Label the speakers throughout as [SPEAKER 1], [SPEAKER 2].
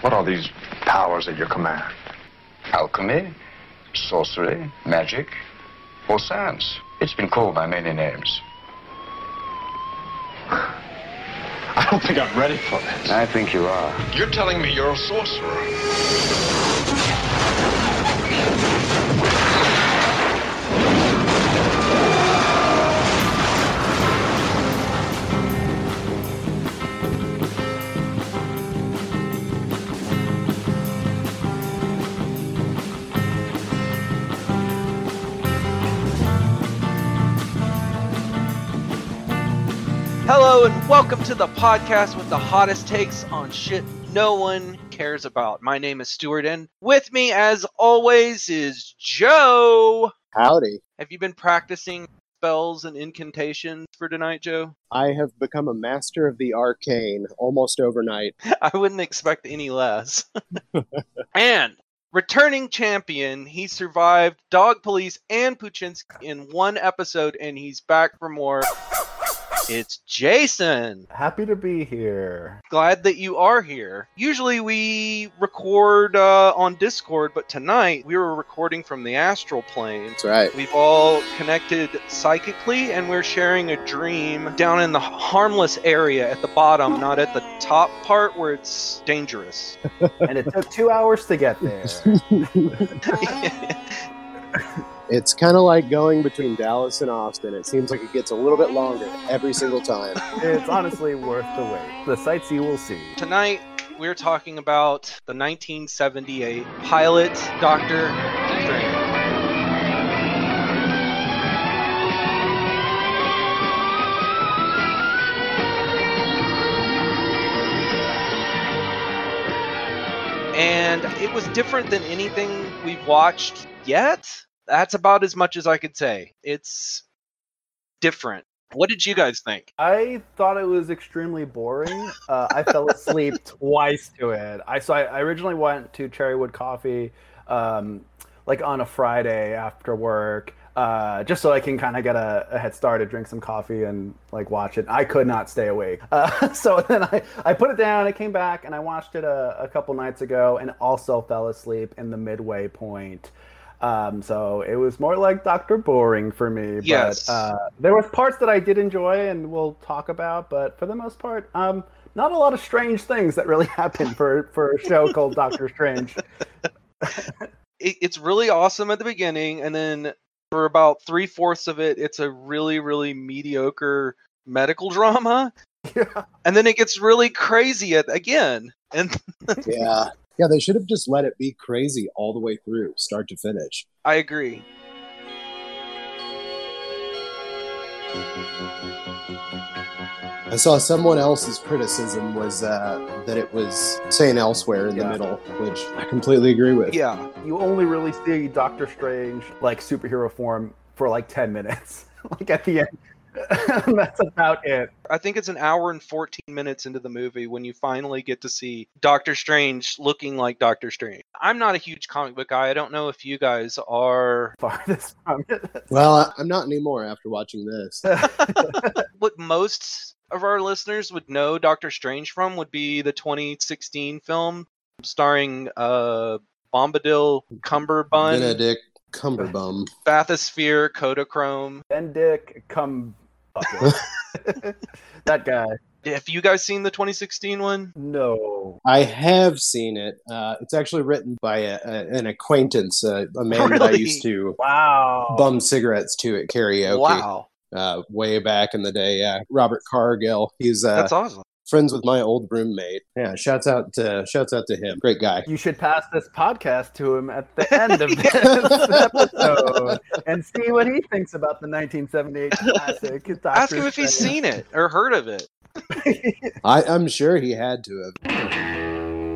[SPEAKER 1] What are these powers at your command?
[SPEAKER 2] Alchemy, sorcery, magic, or science. It's been called by many names.
[SPEAKER 1] I don't think I'm ready for this.
[SPEAKER 2] I think you are.
[SPEAKER 1] You're telling me you're a sorcerer.
[SPEAKER 3] Hello and welcome to the podcast with the hottest takes on shit no one cares about. My name is Stuart and with me as always is Joe.
[SPEAKER 4] Howdy.
[SPEAKER 3] Have you been practicing spells and incantations for tonight, Joe?
[SPEAKER 4] I have become a master of the arcane almost overnight.
[SPEAKER 3] I wouldn't expect any less. and returning champion, he survived Dog Police and Puchinsky in one episode and he's back for more. It's Jason.
[SPEAKER 5] Happy to be here.
[SPEAKER 3] glad that you are here. Usually we record uh, on Discord, but tonight we were recording from the astral plane.
[SPEAKER 4] That's right.
[SPEAKER 3] We've all connected psychically, and we're sharing a dream down in the harmless area at the bottom, not at the top part where it's dangerous.
[SPEAKER 5] And it took two hours to get there.
[SPEAKER 4] It's kind of like going between Dallas and Austin. It seems like it gets a little bit longer every single time.
[SPEAKER 5] It's honestly worth the wait. The sights you will see.
[SPEAKER 3] Tonight, we're talking about the 1978 pilot Doctor Strange. And it was different than anything we've watched yet. That's about as much as I could say. It's different. What did you guys think?
[SPEAKER 5] I thought it was extremely boring. Uh, I fell asleep twice to it. I so I, I originally went to Cherrywood Coffee, um, like on a Friday after work, uh, just so I can kind of get a, a head start and drink some coffee and like watch it. I could not stay awake, uh, so then I I put it down. I came back and I watched it a, a couple nights ago, and also fell asleep in the midway point. Um, so it was more like Doctor Boring for me.
[SPEAKER 3] Yes.
[SPEAKER 5] But, uh, there was parts that I did enjoy and we'll talk about, but for the most part, um, not a lot of strange things that really happened for for a show called Doctor Strange.
[SPEAKER 3] it, it's really awesome at the beginning, and then for about three fourths of it, it's a really, really mediocre medical drama.
[SPEAKER 5] Yeah.
[SPEAKER 3] And then it gets really crazy at, again. And
[SPEAKER 4] Yeah. Yeah, they should have just let it be crazy all the way through, start to finish.
[SPEAKER 3] I agree.
[SPEAKER 4] I saw someone else's criticism was uh, that it was saying elsewhere in the
[SPEAKER 5] Yeah.
[SPEAKER 4] middle, which I completely agree with.
[SPEAKER 3] Yeah.
[SPEAKER 5] You only really see Doctor Strange like superhero form for like ten minutes, like at the end. That's about it.
[SPEAKER 3] I think it's an hour and 14 minutes into the movie when you finally get to see Doctor Strange looking like Doctor Strange. I'm not a huge comic book guy. I don't know if you guys are.
[SPEAKER 5] Farthest from it.
[SPEAKER 4] Well, I- I'm not anymore after watching this.
[SPEAKER 3] What most of our listeners would know Doctor Strange from would be the 2016 film starring uh, Bombadil, Cumberbund,
[SPEAKER 4] Benedict Cumberbum.
[SPEAKER 3] Bathysphere, Kodachrome.
[SPEAKER 5] Bendick come. that guy.
[SPEAKER 3] Have you guys seen the 2016 one?
[SPEAKER 5] No.
[SPEAKER 4] I have seen it. Uh, it's actually written by a, a, an acquaintance, a, a man that I
[SPEAKER 3] Really?
[SPEAKER 4] used to
[SPEAKER 5] Wow.
[SPEAKER 4] bum cigarettes to at karaoke
[SPEAKER 3] Wow,
[SPEAKER 4] uh, way back in the day. Yeah, Robert Cargill. He's uh,
[SPEAKER 3] that's awesome.
[SPEAKER 4] friends with my old roommate. Yeah, shouts out to shouts out to him. Great guy.
[SPEAKER 5] You should pass this podcast to him at the end of this episode and see what he thinks about the 1978 classic. Doctor
[SPEAKER 3] Ask him if he's
[SPEAKER 5] Strange.
[SPEAKER 3] seen it or heard of it.
[SPEAKER 4] I, I'm sure he had to have.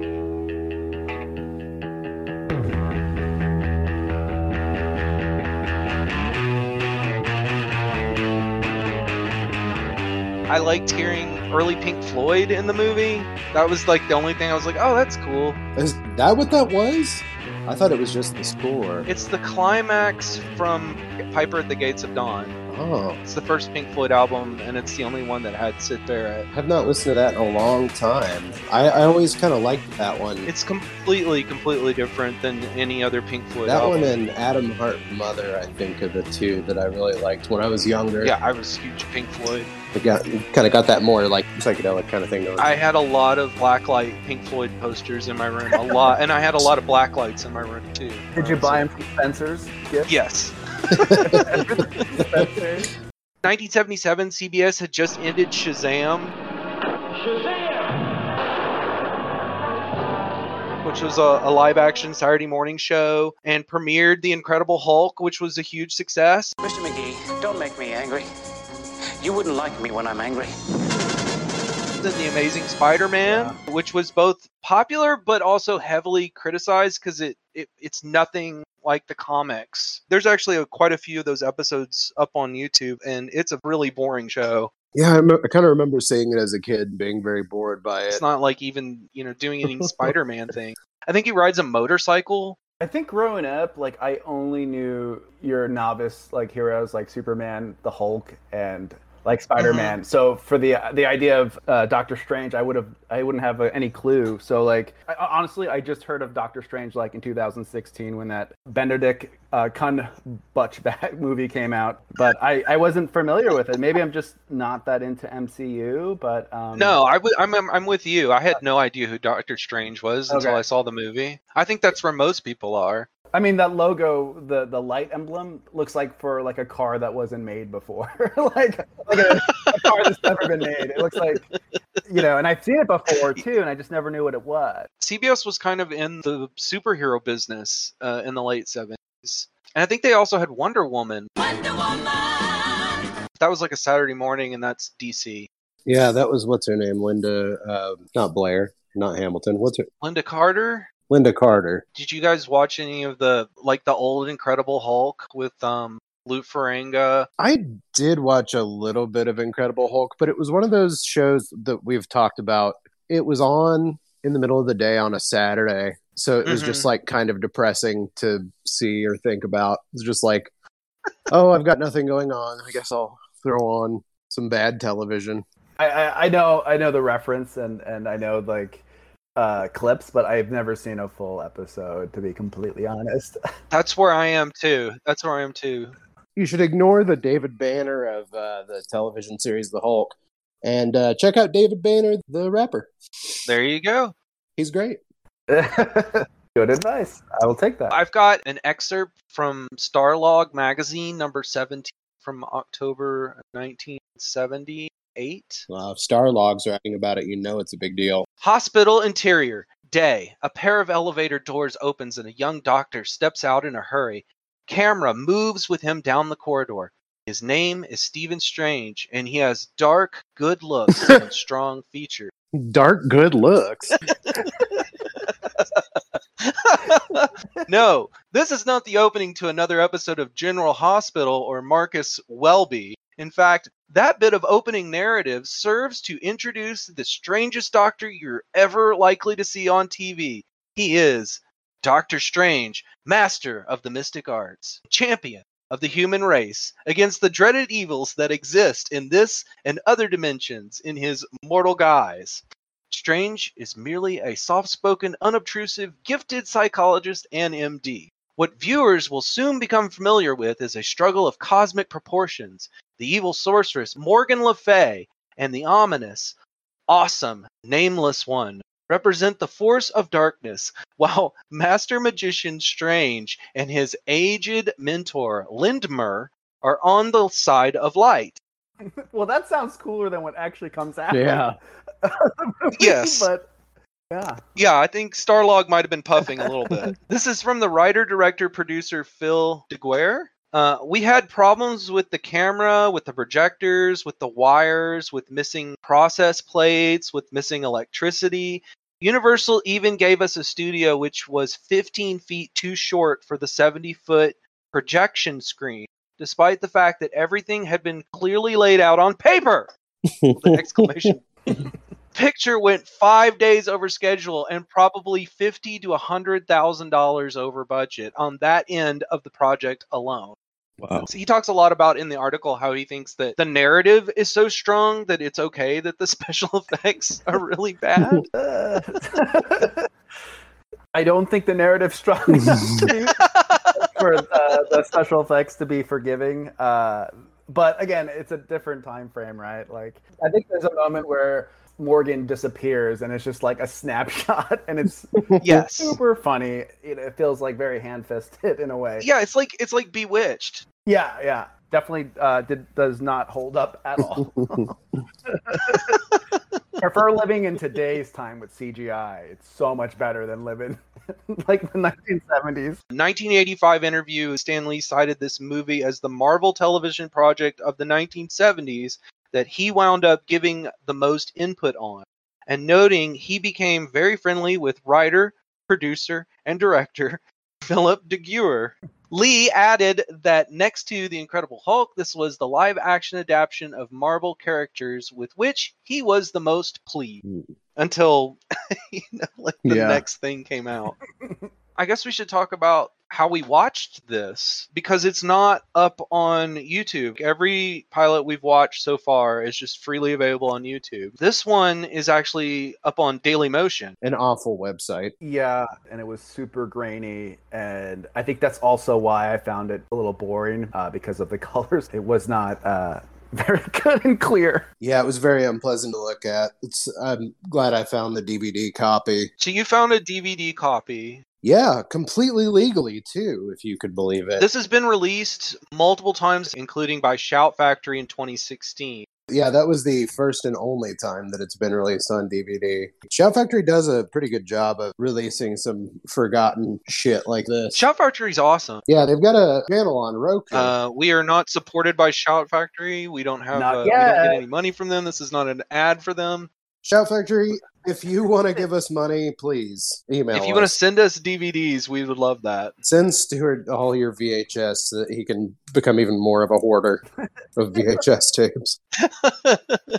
[SPEAKER 3] I liked hearing early Pink Floyd in the movie. That was like the only thing I was like, oh, that's cool.
[SPEAKER 4] Is that what that was? I thought it was just the score.
[SPEAKER 3] It's the climax from Piper at the Gates of Dawn.
[SPEAKER 4] oh,
[SPEAKER 3] It's the first Pink Floyd album, and it's the only one that had Sid Barrett.
[SPEAKER 4] have not listened to that in a long time. I, I always kind of liked that one.
[SPEAKER 3] It's completely, completely different than any other Pink Floyd
[SPEAKER 4] that
[SPEAKER 3] album.
[SPEAKER 4] one and Adam Hart Mother, I think, are the two that I really liked when I was younger.
[SPEAKER 3] yeah, I was huge Pink Floyd.
[SPEAKER 4] I got kind of got that more like psychedelic kind of thing going.
[SPEAKER 3] I had a lot of blacklight Pink Floyd posters in my room, a lot, and I had a lot of blacklights in my room too.
[SPEAKER 5] Did you buy them from Spencer's? Gift?
[SPEAKER 3] Yes.
[SPEAKER 5] Spencer's?
[SPEAKER 3] 1977, CBS had just ended Shazam, which was a, a live action Saturday morning show, and premiered The Incredible Hulk, which was a huge success.
[SPEAKER 6] Mr. McGee, don't make me angry. You wouldn't like me when I'm angry.
[SPEAKER 3] and The Amazing Spider Man, which was both popular but also heavily criticized because it, it it's nothing like the comics. There's actually a, quite a few of those episodes up on YouTube, and it's a really boring show.
[SPEAKER 4] yeah, I, rem- I kind of remember seeing it as a kid, and being very bored by it.
[SPEAKER 3] It's not like even you know doing any Spider-Man thing. I think he rides a motorcycle.
[SPEAKER 5] I think growing up, like I only knew your novice like heroes like Superman, the Hulk, and like Spider-Man. So for the the idea of uh, Doctor Strange, I would have I wouldn't have uh, any clue. So like I, honestly, I just heard of Doctor Strange like in 2016 when that Benedict uh, Cumberbatch movie came out, but I I wasn't familiar with it. Maybe I'm just not that into MCU, but um,
[SPEAKER 3] No, I w- I'm, I'm I'm with you. I had no idea who Doctor Strange was until
[SPEAKER 5] Okay.
[SPEAKER 3] I saw the movie. I think that's where most people are.
[SPEAKER 5] I mean that logo, the the light emblem looks like for like a car that wasn't made before, like like a, a car that's never been made. It looks like you know, and I've seen it before too, and I just never knew what it was.
[SPEAKER 3] CBS was kind of in the superhero business uh, in the late 70s. And I think they also had Wonder Woman. Wonder Woman! That was like a Saturday morning, and that's DC.
[SPEAKER 4] Yeah, that was what's her name, Linda, uh, not Blair, not Hamilton. What's her?
[SPEAKER 3] Linda Carter?
[SPEAKER 4] Linda Carter.
[SPEAKER 3] Did you guys watch any of the, like, the old Incredible Hulk with um, Lou Ferranga?
[SPEAKER 4] I did watch a little bit of Incredible Hulk, but it was one of those shows that we've talked about. It was on in the middle of the day on a Saturday, so it was
[SPEAKER 3] Mhm.
[SPEAKER 4] just like kind of depressing to see or think about. It's just like, oh, I've got nothing going on. I guess I'll throw on some bad television.
[SPEAKER 5] I, I I know I know the reference and and I know like uh clips, but I've never seen a full episode to be completely honest.
[SPEAKER 3] That's where I am, too. That's where I am, too.
[SPEAKER 4] you should ignore the David Banner of uh, the television series The Hulk and uh, check out David Banner, the rapper.
[SPEAKER 3] There you go.
[SPEAKER 4] He's great.
[SPEAKER 5] Good advice. I will take that.
[SPEAKER 3] I've got an excerpt from Starlog magazine, number 17, from October 1978.
[SPEAKER 4] Well, if Starlog's writing about it, you know it's a big deal.
[SPEAKER 3] Hospital interior. Day. A pair of elevator doors opens and a young doctor steps out in a hurry. Camera moves with him down the corridor. His name is Stephen Strange, and he has dark, good looks and strong features.
[SPEAKER 4] Dark, good looks.
[SPEAKER 3] no, this is not the opening to another episode of General Hospital or Marcus Welby. In fact, that bit of opening narrative serves to introduce the strangest doctor you're ever likely to see on TV. He is Doctor Strange, master of the mystic arts, champion of the human race against the dreaded evils that exist in this and other dimensions in his mortal guise. Strange is merely a soft spoken, unobtrusive, gifted psychologist and MD. What viewers will soon become familiar with is a struggle of cosmic proportions. The evil sorceress Morgan Le Fay and the ominous, awesome, nameless one represent the force of darkness, while Master Magician Strange and his aged mentor Lindmer are on the side of light.
[SPEAKER 5] well, that sounds cooler than what actually comes out.
[SPEAKER 4] Yeah.
[SPEAKER 3] Yes.
[SPEAKER 5] but yeah.
[SPEAKER 3] Yeah, I think Starlog might have been puffing a little bit. this is from the writer, director, producer Phil DeGuerre. Uh, we had problems with the camera, with the projectors, with the wires, with missing process plates, with missing electricity. Universal even gave us a studio which was 15 feet too short for the 70 foot projection screen, despite the fact that everything had been clearly laid out on paper! With an exclamation Picture went five days over schedule and probably fifty to a hundred thousand dollars over budget on that end of the project alone.
[SPEAKER 7] Wow.
[SPEAKER 3] So he talks a lot about in the article how he thinks that the narrative is so strong that it's okay that the special effects are really bad.
[SPEAKER 5] Uh, I don't think the narrative's strong enough to- for uh, the special effects to be forgiving. Uh, but again, it's a different time frame, right? Like, I think there's a moment where Morgan disappears, and it's just like a snapshot, and it's
[SPEAKER 3] yes.
[SPEAKER 5] super funny. It, it feels like very hand-fisted in a way.
[SPEAKER 3] Yeah, it's like it's like Bewitched.
[SPEAKER 5] yeah, yeah. Definitely uh, did, does not hold up at all. Prefer living in today's time with CGI. It's so much better than living like the 1970s.
[SPEAKER 3] 1985 interview, Stan Lee cited this movie as the Marvel television project of the 1970s that he wound up giving the most input on, and noting he became very friendly with writer, producer, and director Philip DeGuer. Lee added that next to The Incredible Hulk, this was the live action adaptation of Marvel characters with which he was the most pleased until you know, like the
[SPEAKER 4] Yeah.
[SPEAKER 3] next thing came out. I guess we should talk about how we watched this because it's not up on YouTube. Every pilot we've watched so far is just freely available on YouTube. This one is actually up on Daily Motion.
[SPEAKER 4] An awful website.
[SPEAKER 5] Yeah, and it was super grainy, and I think that's also why I found it a little boring uh, because of the colors. It was not uh, very good and clear.
[SPEAKER 4] Yeah, it was very unpleasant to look at. It's I'm glad I found the DVD copy.
[SPEAKER 3] So you found a DVD copy.
[SPEAKER 4] Yeah, completely legally too, if you could believe it.
[SPEAKER 3] This has been released multiple times, including by Shout Factory in 2016.
[SPEAKER 4] yeah, that was the first and only time that it's been released on DVD. Shout Factory does a pretty good job of releasing some forgotten shit like this.
[SPEAKER 3] Shout Factory's awesome.
[SPEAKER 4] Yeah, they've got a channel on Roku.
[SPEAKER 3] Uh, we are not supported by Shout Factory. We don't have
[SPEAKER 5] Not
[SPEAKER 3] uh, we don't
[SPEAKER 5] yet.
[SPEAKER 3] get any money from them. This is not an ad for them.
[SPEAKER 4] Shout Factory, if you want to give us money, please email
[SPEAKER 3] if you want to
[SPEAKER 4] us.
[SPEAKER 3] send us DVDs, we would love that.
[SPEAKER 4] Send Stuart all your VHS so that uh, he can become even more of a hoarder of VHS tapes.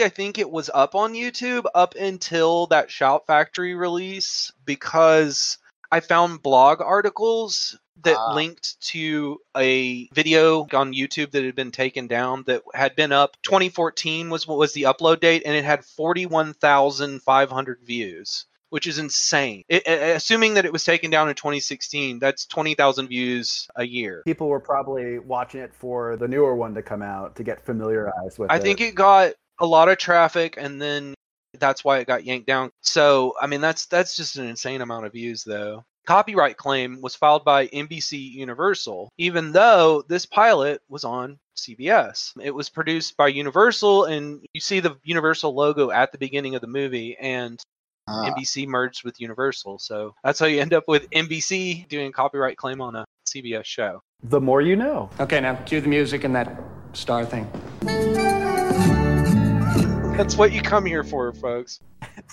[SPEAKER 3] I think it was up on YouTube up until that Shout Factory release because I found blog articles that
[SPEAKER 4] Ah.
[SPEAKER 3] linked to a video on YouTube that had been taken down that had been up 2014 was what was the upload date and it had 41,500 views. Which is insane. It, a- assuming that it was taken down in 2016, that's 20,000 views a year.
[SPEAKER 5] People were probably watching it for the newer one to come out to get familiarized with.
[SPEAKER 3] I think it got a lot of traffic, and then that's why it got yanked down. So, I mean, that's that's just an insane amount of views, though. Copyright claim was filed by NBC Universal, even though this pilot was on CBS. It was produced by Universal, and you see the Universal logo at the beginning of the movie, and
[SPEAKER 4] Ah.
[SPEAKER 3] NBC merged with Universal. So that's how you end up with NBC doing copyright claim on a CBS show.
[SPEAKER 5] the more you know.
[SPEAKER 8] Okay, now cue the music and that star thing.
[SPEAKER 3] That's what you come here for, folks.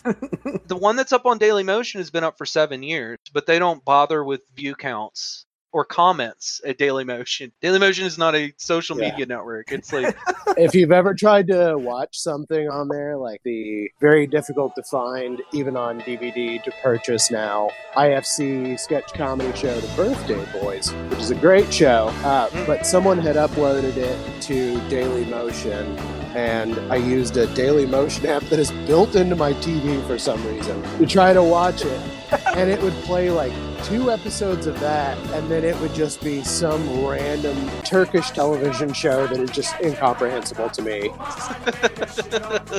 [SPEAKER 3] the one that's up on Daily Motion has been up for seven years, but they don't bother with view counts or comments at Daily Motion. Daily Motion is not a social
[SPEAKER 4] Yeah.
[SPEAKER 3] media network. It's like
[SPEAKER 4] if you've ever tried to watch something on there, like the very difficult to find, even on DVD to purchase now, IFC sketch comedy show, The Birthday Boys, which is a great show, uh, but someone had uploaded it to Daily Motion. And I used a Daily Motion app that is built into my TV for some reason to try to watch it. And it would play like two episodes of that, and then it would just be some random Turkish television show that is just incomprehensible to me.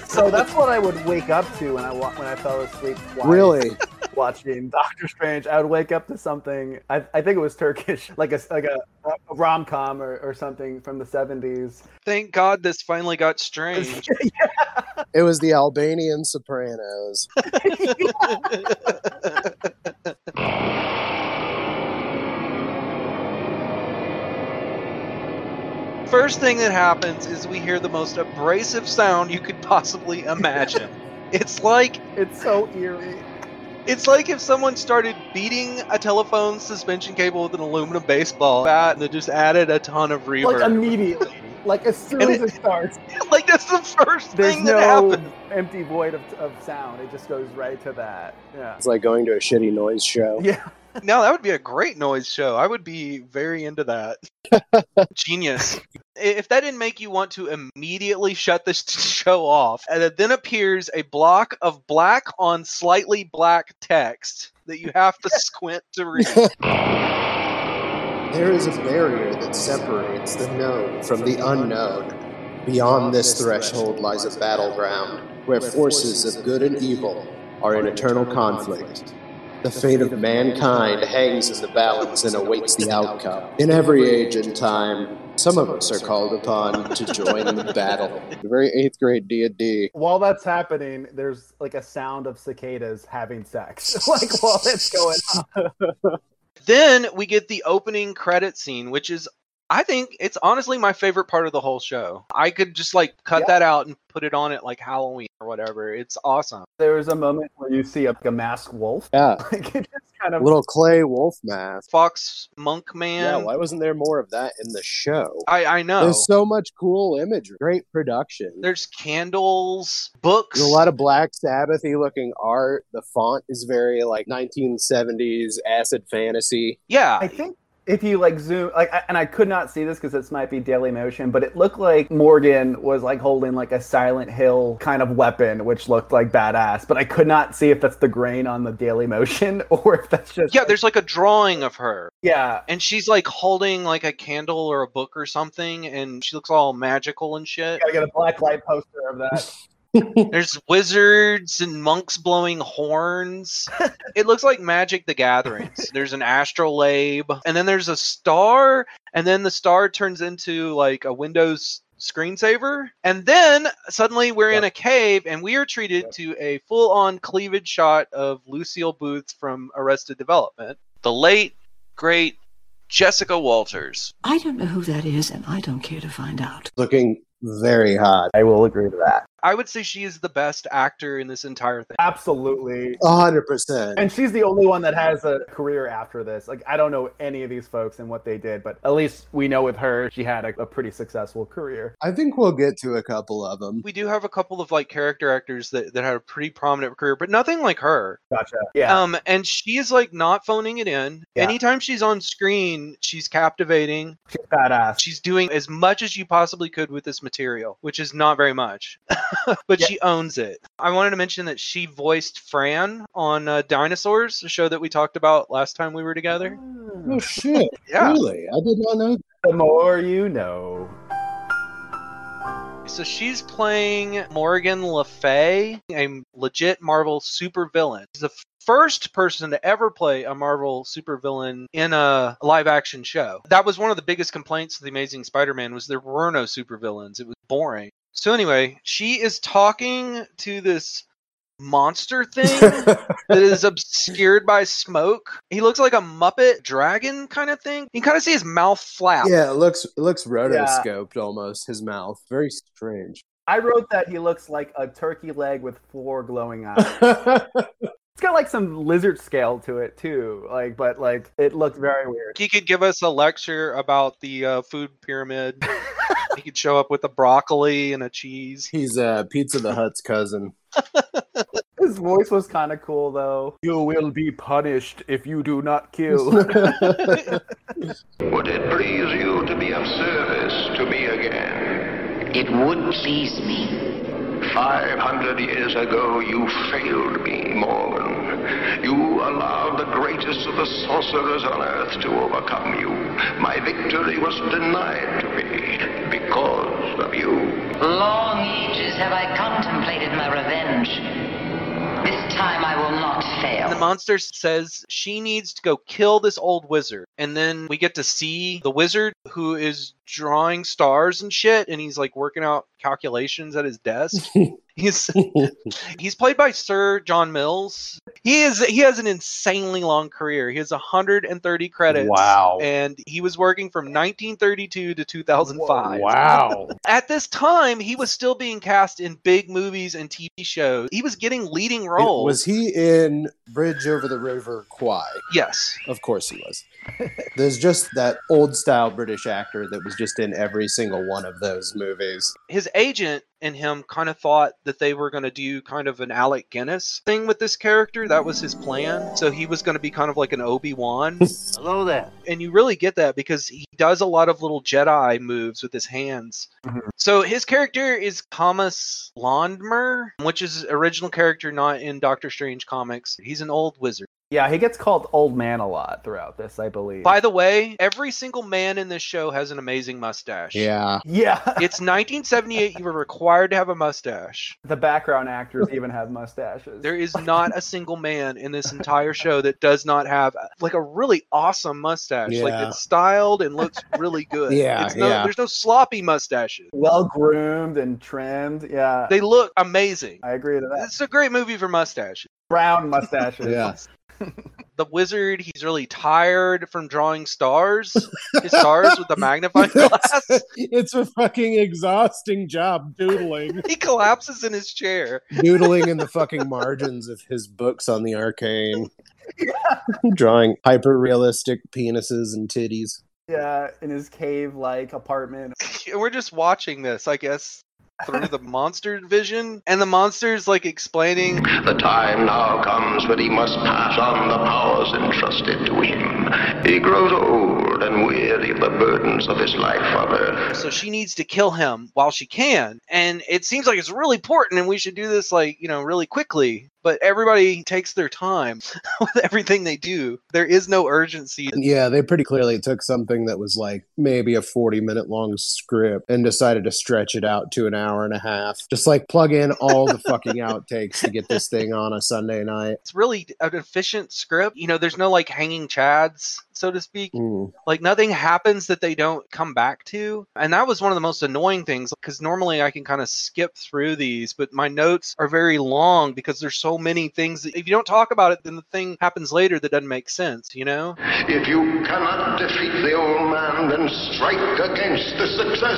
[SPEAKER 5] So that's what I would wake up to when I wa- when I fell asleep. twice
[SPEAKER 4] Really?
[SPEAKER 5] Watching Doctor Strange, I would wake up to something. I, I think it was Turkish, like a like a, a rom com or, or something from the seventies.
[SPEAKER 3] thank God this finally got strange.
[SPEAKER 4] It was the Albanian Sopranos.
[SPEAKER 3] First thing that happens is we hear the most abrasive sound you could possibly imagine. it's like
[SPEAKER 5] It's so eerie.
[SPEAKER 3] It's like if someone started beating a telephone suspension cable with an aluminum baseball bat and they just added a ton of reverb.
[SPEAKER 5] Like immediately. Like as soon
[SPEAKER 3] And
[SPEAKER 5] as it starts,
[SPEAKER 3] like that's the first
[SPEAKER 5] there's
[SPEAKER 3] thing that happened.
[SPEAKER 5] no empty void of, of sound. It just goes right to that. Yeah.
[SPEAKER 4] It's like going to a shitty noise show.
[SPEAKER 5] Yeah.
[SPEAKER 3] No, that would be a great noise show. I would be very into that. Genius. I- If that didn't make you want to immediately shut this show off, and it then appears a block of black on slightly black text that you have to squint to read.
[SPEAKER 4] There is a barrier that separates the known from the unknown. Beyond this threshold lies a battleground where forces of good and evil are in eternal conflict. The fate of mankind hangs in the balance and awaits the outcome. In every age and time, some of us are called upon to join the battle. The very eighth grade D&D.
[SPEAKER 5] While that's happening, there's like a sound of cicadas having sex. like while it's going on.
[SPEAKER 3] then we get the opening credit scene, which is, I think, it's honestly my favorite part of the whole show. I could just like cut
[SPEAKER 5] Yeah.
[SPEAKER 3] that out and put it on at like Halloween or whatever. It's awesome.
[SPEAKER 5] There was a moment where you see a, like, a masked wolf.
[SPEAKER 4] Yeah,
[SPEAKER 5] Like it just kind of
[SPEAKER 4] little clay wolf mask.
[SPEAKER 3] Fox Monk Man.
[SPEAKER 4] Yeah, why wasn't there more of that in the show?
[SPEAKER 3] I, I know.
[SPEAKER 4] There's so much cool imagery. Great production.
[SPEAKER 3] There's candles, books.
[SPEAKER 4] There's a lot of Black Sabbathy looking art. The font is very like 1970s acid fantasy.
[SPEAKER 5] I
[SPEAKER 3] yeah.
[SPEAKER 5] think if you like zoom, like, I- and I could not see this because this might be Daily Motion, but it looked like Morgan was like holding like a Silent Hill kind of weapon, which looked like badass. But I could not see if that's the grain on the Daily Motion or if that's just
[SPEAKER 3] Yeah, there's like a drawing of her
[SPEAKER 5] yeah.
[SPEAKER 3] and she's like holding like a candle or a book or something and she looks all magical and shit.
[SPEAKER 5] Gotta get a black light poster of that.
[SPEAKER 3] There's wizards and monks blowing horns. it looks like Magic the Gathering. there's an astrolabe, and then there's a star, and then the star turns into like a Windows screensaver. And then suddenly we're in a cave, and we are treated to a full on cleavage shot of Lucille Booth from Arrested Development.
[SPEAKER 7] The late, great Jessica Walters.
[SPEAKER 9] I don't know who that is, and I don't care to find out.
[SPEAKER 4] Looking very hot.
[SPEAKER 5] I will agree to that.
[SPEAKER 3] I would say she is the best actor in this entire thing.
[SPEAKER 5] Absolutely.
[SPEAKER 4] 100%.
[SPEAKER 5] And she's the only one that has a career after this. Like, I don't know any of these folks and what they did, but at least we know with her, she had a, a pretty successful career.
[SPEAKER 4] I think we'll get to a couple of them.
[SPEAKER 3] We do have a couple of like character actors that, that had a pretty prominent career, but nothing like her.
[SPEAKER 5] Gotcha. Yeah.
[SPEAKER 3] Um, and she is like not phoning it in.
[SPEAKER 5] Yeah.
[SPEAKER 3] Anytime she's on screen, she's captivating.
[SPEAKER 5] she's badass.
[SPEAKER 3] She's doing as much as you possibly could with this material, which is not very much, but
[SPEAKER 5] Yeah.
[SPEAKER 3] she owns it. I wanted to mention that she voiced Fran on uh, Dinosaurs, the show that we talked about last time we were together.
[SPEAKER 4] Oh, shit.
[SPEAKER 3] Yeah.
[SPEAKER 4] Really? I did not know.
[SPEAKER 5] The more you know.
[SPEAKER 3] So she's playing Morgan Le Fay, a legit Marvel supervillain. She's the first person to ever play a Marvel supervillain in a live action show. That was one of the biggest complaints of the Amazing Spider-Man was there were no supervillains. It was boring. So anyway, she is talking to this monster thing that is obscured by smoke. He looks like a Muppet dragon kind of thing. You can kind of see his mouth flap.
[SPEAKER 4] Yeah, it looks it looks rotoscoped almost, his mouth. Very strange.
[SPEAKER 5] I wrote that he looks like a turkey leg with four glowing eyes. it's got like some lizard scale to it too, like but like it looked very weird.
[SPEAKER 3] he could give us a lecture about the uh, food pyramid. he could show up with a broccoli and a cheese.
[SPEAKER 4] He's uh, Pizza the Hut's cousin.
[SPEAKER 5] His voice was kind of cool though. You will be punished if you do not kill.
[SPEAKER 4] That's
[SPEAKER 1] Would it please you to be of service to me again?
[SPEAKER 6] It would please me.
[SPEAKER 1] 500 years ago, you failed me, Morgan. You allowed the greatest of the sorcerers on earth to overcome you. My victory was denied to me because of you.
[SPEAKER 9] Long ages have I contemplated my revenge. This time I will not
[SPEAKER 3] And the
[SPEAKER 9] fail.
[SPEAKER 3] monster says she needs to go kill this old wizard. And then we get to see the wizard who is drawing stars and shit. And he's like working out calculations at his desk. he's he's played by Sir John Mills. He is he has an insanely long career. He has 130 credits.
[SPEAKER 10] Wow.
[SPEAKER 3] And he was working from 1932 to 2005.
[SPEAKER 10] Wow.
[SPEAKER 3] At this time, he was still being cast in big movies and TV shows. He was getting leading roles.
[SPEAKER 4] Was he in Bridge Over the River Kwai?
[SPEAKER 3] Yes.
[SPEAKER 4] Of course he was. There's just that old style British actor that was just in every single one of those movies.
[SPEAKER 3] his agent and him kind of thought that they were going to do kind of an Alec Guinness thing with this character. That was his plan. So he was going to be kind of like an Obi Wan.
[SPEAKER 11] Hello there.
[SPEAKER 3] and you really get that because he does a lot of little Jedi moves with his hands. So his character is Thomas Londmer, which is his original character not in Doctor Strange comics. He's an old wizard.
[SPEAKER 5] Yeah, he gets called old man a lot throughout this, I believe.
[SPEAKER 3] By the way, every single man in this show has an amazing mustache.
[SPEAKER 4] Yeah.
[SPEAKER 5] yeah,
[SPEAKER 3] It's 1978. You were required to have a mustache.
[SPEAKER 5] the background actors even have mustaches.
[SPEAKER 3] There is not a single man in this entire show that does not have like a really awesome mustache. Like
[SPEAKER 4] Yeah.
[SPEAKER 3] it's styled and looks really good.
[SPEAKER 4] Yeah,
[SPEAKER 3] It's no,
[SPEAKER 4] yeah.
[SPEAKER 3] There's no sloppy mustaches.
[SPEAKER 5] well groomed and trimmed. Yeah,
[SPEAKER 3] They look amazing.
[SPEAKER 5] I agree to that.
[SPEAKER 3] This is a great movie for mustaches.
[SPEAKER 5] Brown mustaches.
[SPEAKER 3] The wizard, he's really tired from drawing stars, his stars with the magnifying glass.
[SPEAKER 10] it's a fucking exhausting job doodling.
[SPEAKER 3] He collapses in his chair.
[SPEAKER 4] Noodling in the fucking margins of his books on the arcane. Drawing hyper realistic penises and titties.
[SPEAKER 5] Yeah, in his cave-like apartment.
[SPEAKER 3] And we're just watching this, I guess, through the monster vision. And the monster's like explaining
[SPEAKER 1] The time now comes when he must pass on the powers entrusted to him. He grows old and weary of the burdens of his life on earth.
[SPEAKER 3] so she needs to kill him while she can and it seems like it's really important and we should do this like you know really quickly but everybody takes their time with everything they do there is no urgency
[SPEAKER 4] Yeah, they pretty clearly took something that was like maybe a 40 minute long script and decided to stretch it out to an hour and a half. Just like plug in all the fucking outtakes to get this thing on a Sunday night.
[SPEAKER 3] it's really an efficient script you know there's no like hanging chads so to speak
[SPEAKER 4] Mm.
[SPEAKER 3] like nothing happens that they don't come back to and that was one of the most annoying things because normally i can kind of skip through these but my notes are very long because there's so many things that if you don't talk about it then the thing happens later that doesn't make sense you know
[SPEAKER 1] If you cannot defeat the old man, then strike against the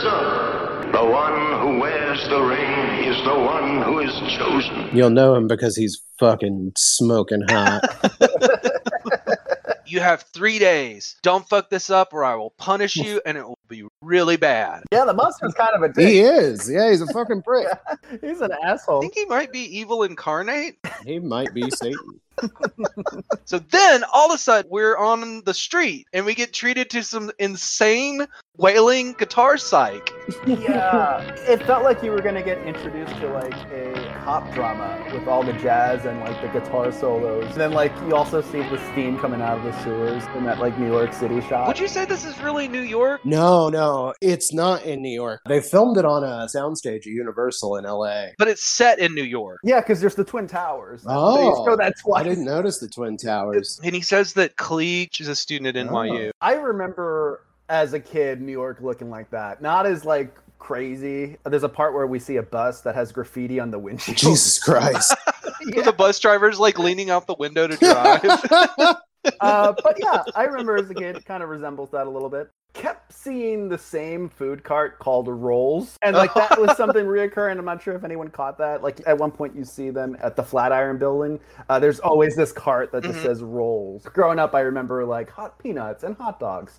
[SPEAKER 1] successor. The one who wears the ring is the one who is chosen.
[SPEAKER 4] You'll know him because he's fucking smoking hot.
[SPEAKER 3] You have three days. Don't fuck this up, or I will punish you, and it will be really bad.
[SPEAKER 5] Yeah, the monster's kind of a
[SPEAKER 4] he
[SPEAKER 5] dick.
[SPEAKER 4] is. Yeah, he's a fucking prick.
[SPEAKER 5] He's an
[SPEAKER 3] I
[SPEAKER 5] asshole.
[SPEAKER 3] think he might be evil incarnate.
[SPEAKER 4] He might be Satan.
[SPEAKER 3] So then, all of a sudden, we're on the street and we get treated to some insane wailing guitar psych.
[SPEAKER 5] yeah, uh, it felt like you were gonna get introduced to like a cop drama with all the jazz and like the guitar solos. And then like you also see the steam coming out of the sewers in that like New York City shot.
[SPEAKER 3] Would you say this is really New York?
[SPEAKER 4] No, no, it's not in New York. They filmed it on a soundstage at Universal in LA.
[SPEAKER 3] But it's set in New York.
[SPEAKER 5] Yeah, because there's the Twin Towers.
[SPEAKER 4] Oh.
[SPEAKER 5] so that's why.
[SPEAKER 4] I didn't notice the Twin Towers.
[SPEAKER 3] And he says that Cleach is a student at NYU.
[SPEAKER 5] I remember as a kid New York looking like that. Not as like crazy. There's a part where we see a bus that has graffiti on the windshield.
[SPEAKER 4] Jesus Christ.
[SPEAKER 3] So The bus driver's like leaning out the window to drive.
[SPEAKER 5] uh, but yeah, I remember as a kid, it kind of resembles that a little bit. Kept seeing the same food cart called Rolls, and like that was something reoccurring. I'm not sure if anyone caught that. Like at one point, you see them at the Flatiron Building. Uh, there's always this cart that
[SPEAKER 4] Mm-hmm.
[SPEAKER 5] just
[SPEAKER 3] Mhm.
[SPEAKER 5] says Rolls. Growing up, I remember like hot peanuts and hot dogs,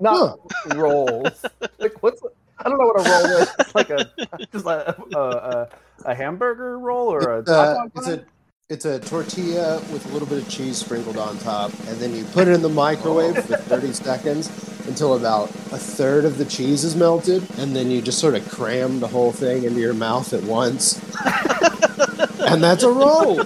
[SPEAKER 5] not rolls. like what's I don't know what a roll is. It's like a just a a, a, a hamburger roll or a hot
[SPEAKER 4] Uh,
[SPEAKER 5] dog
[SPEAKER 4] it's
[SPEAKER 5] bun?
[SPEAKER 4] a it's a tortilla with a little bit of cheese sprinkled on top, and then you put it in the microwave for
[SPEAKER 5] Oh.
[SPEAKER 4] 30 seconds until about a third of the cheese is melted, and then you just sort of cram the whole thing into your mouth at once. and that's a roll.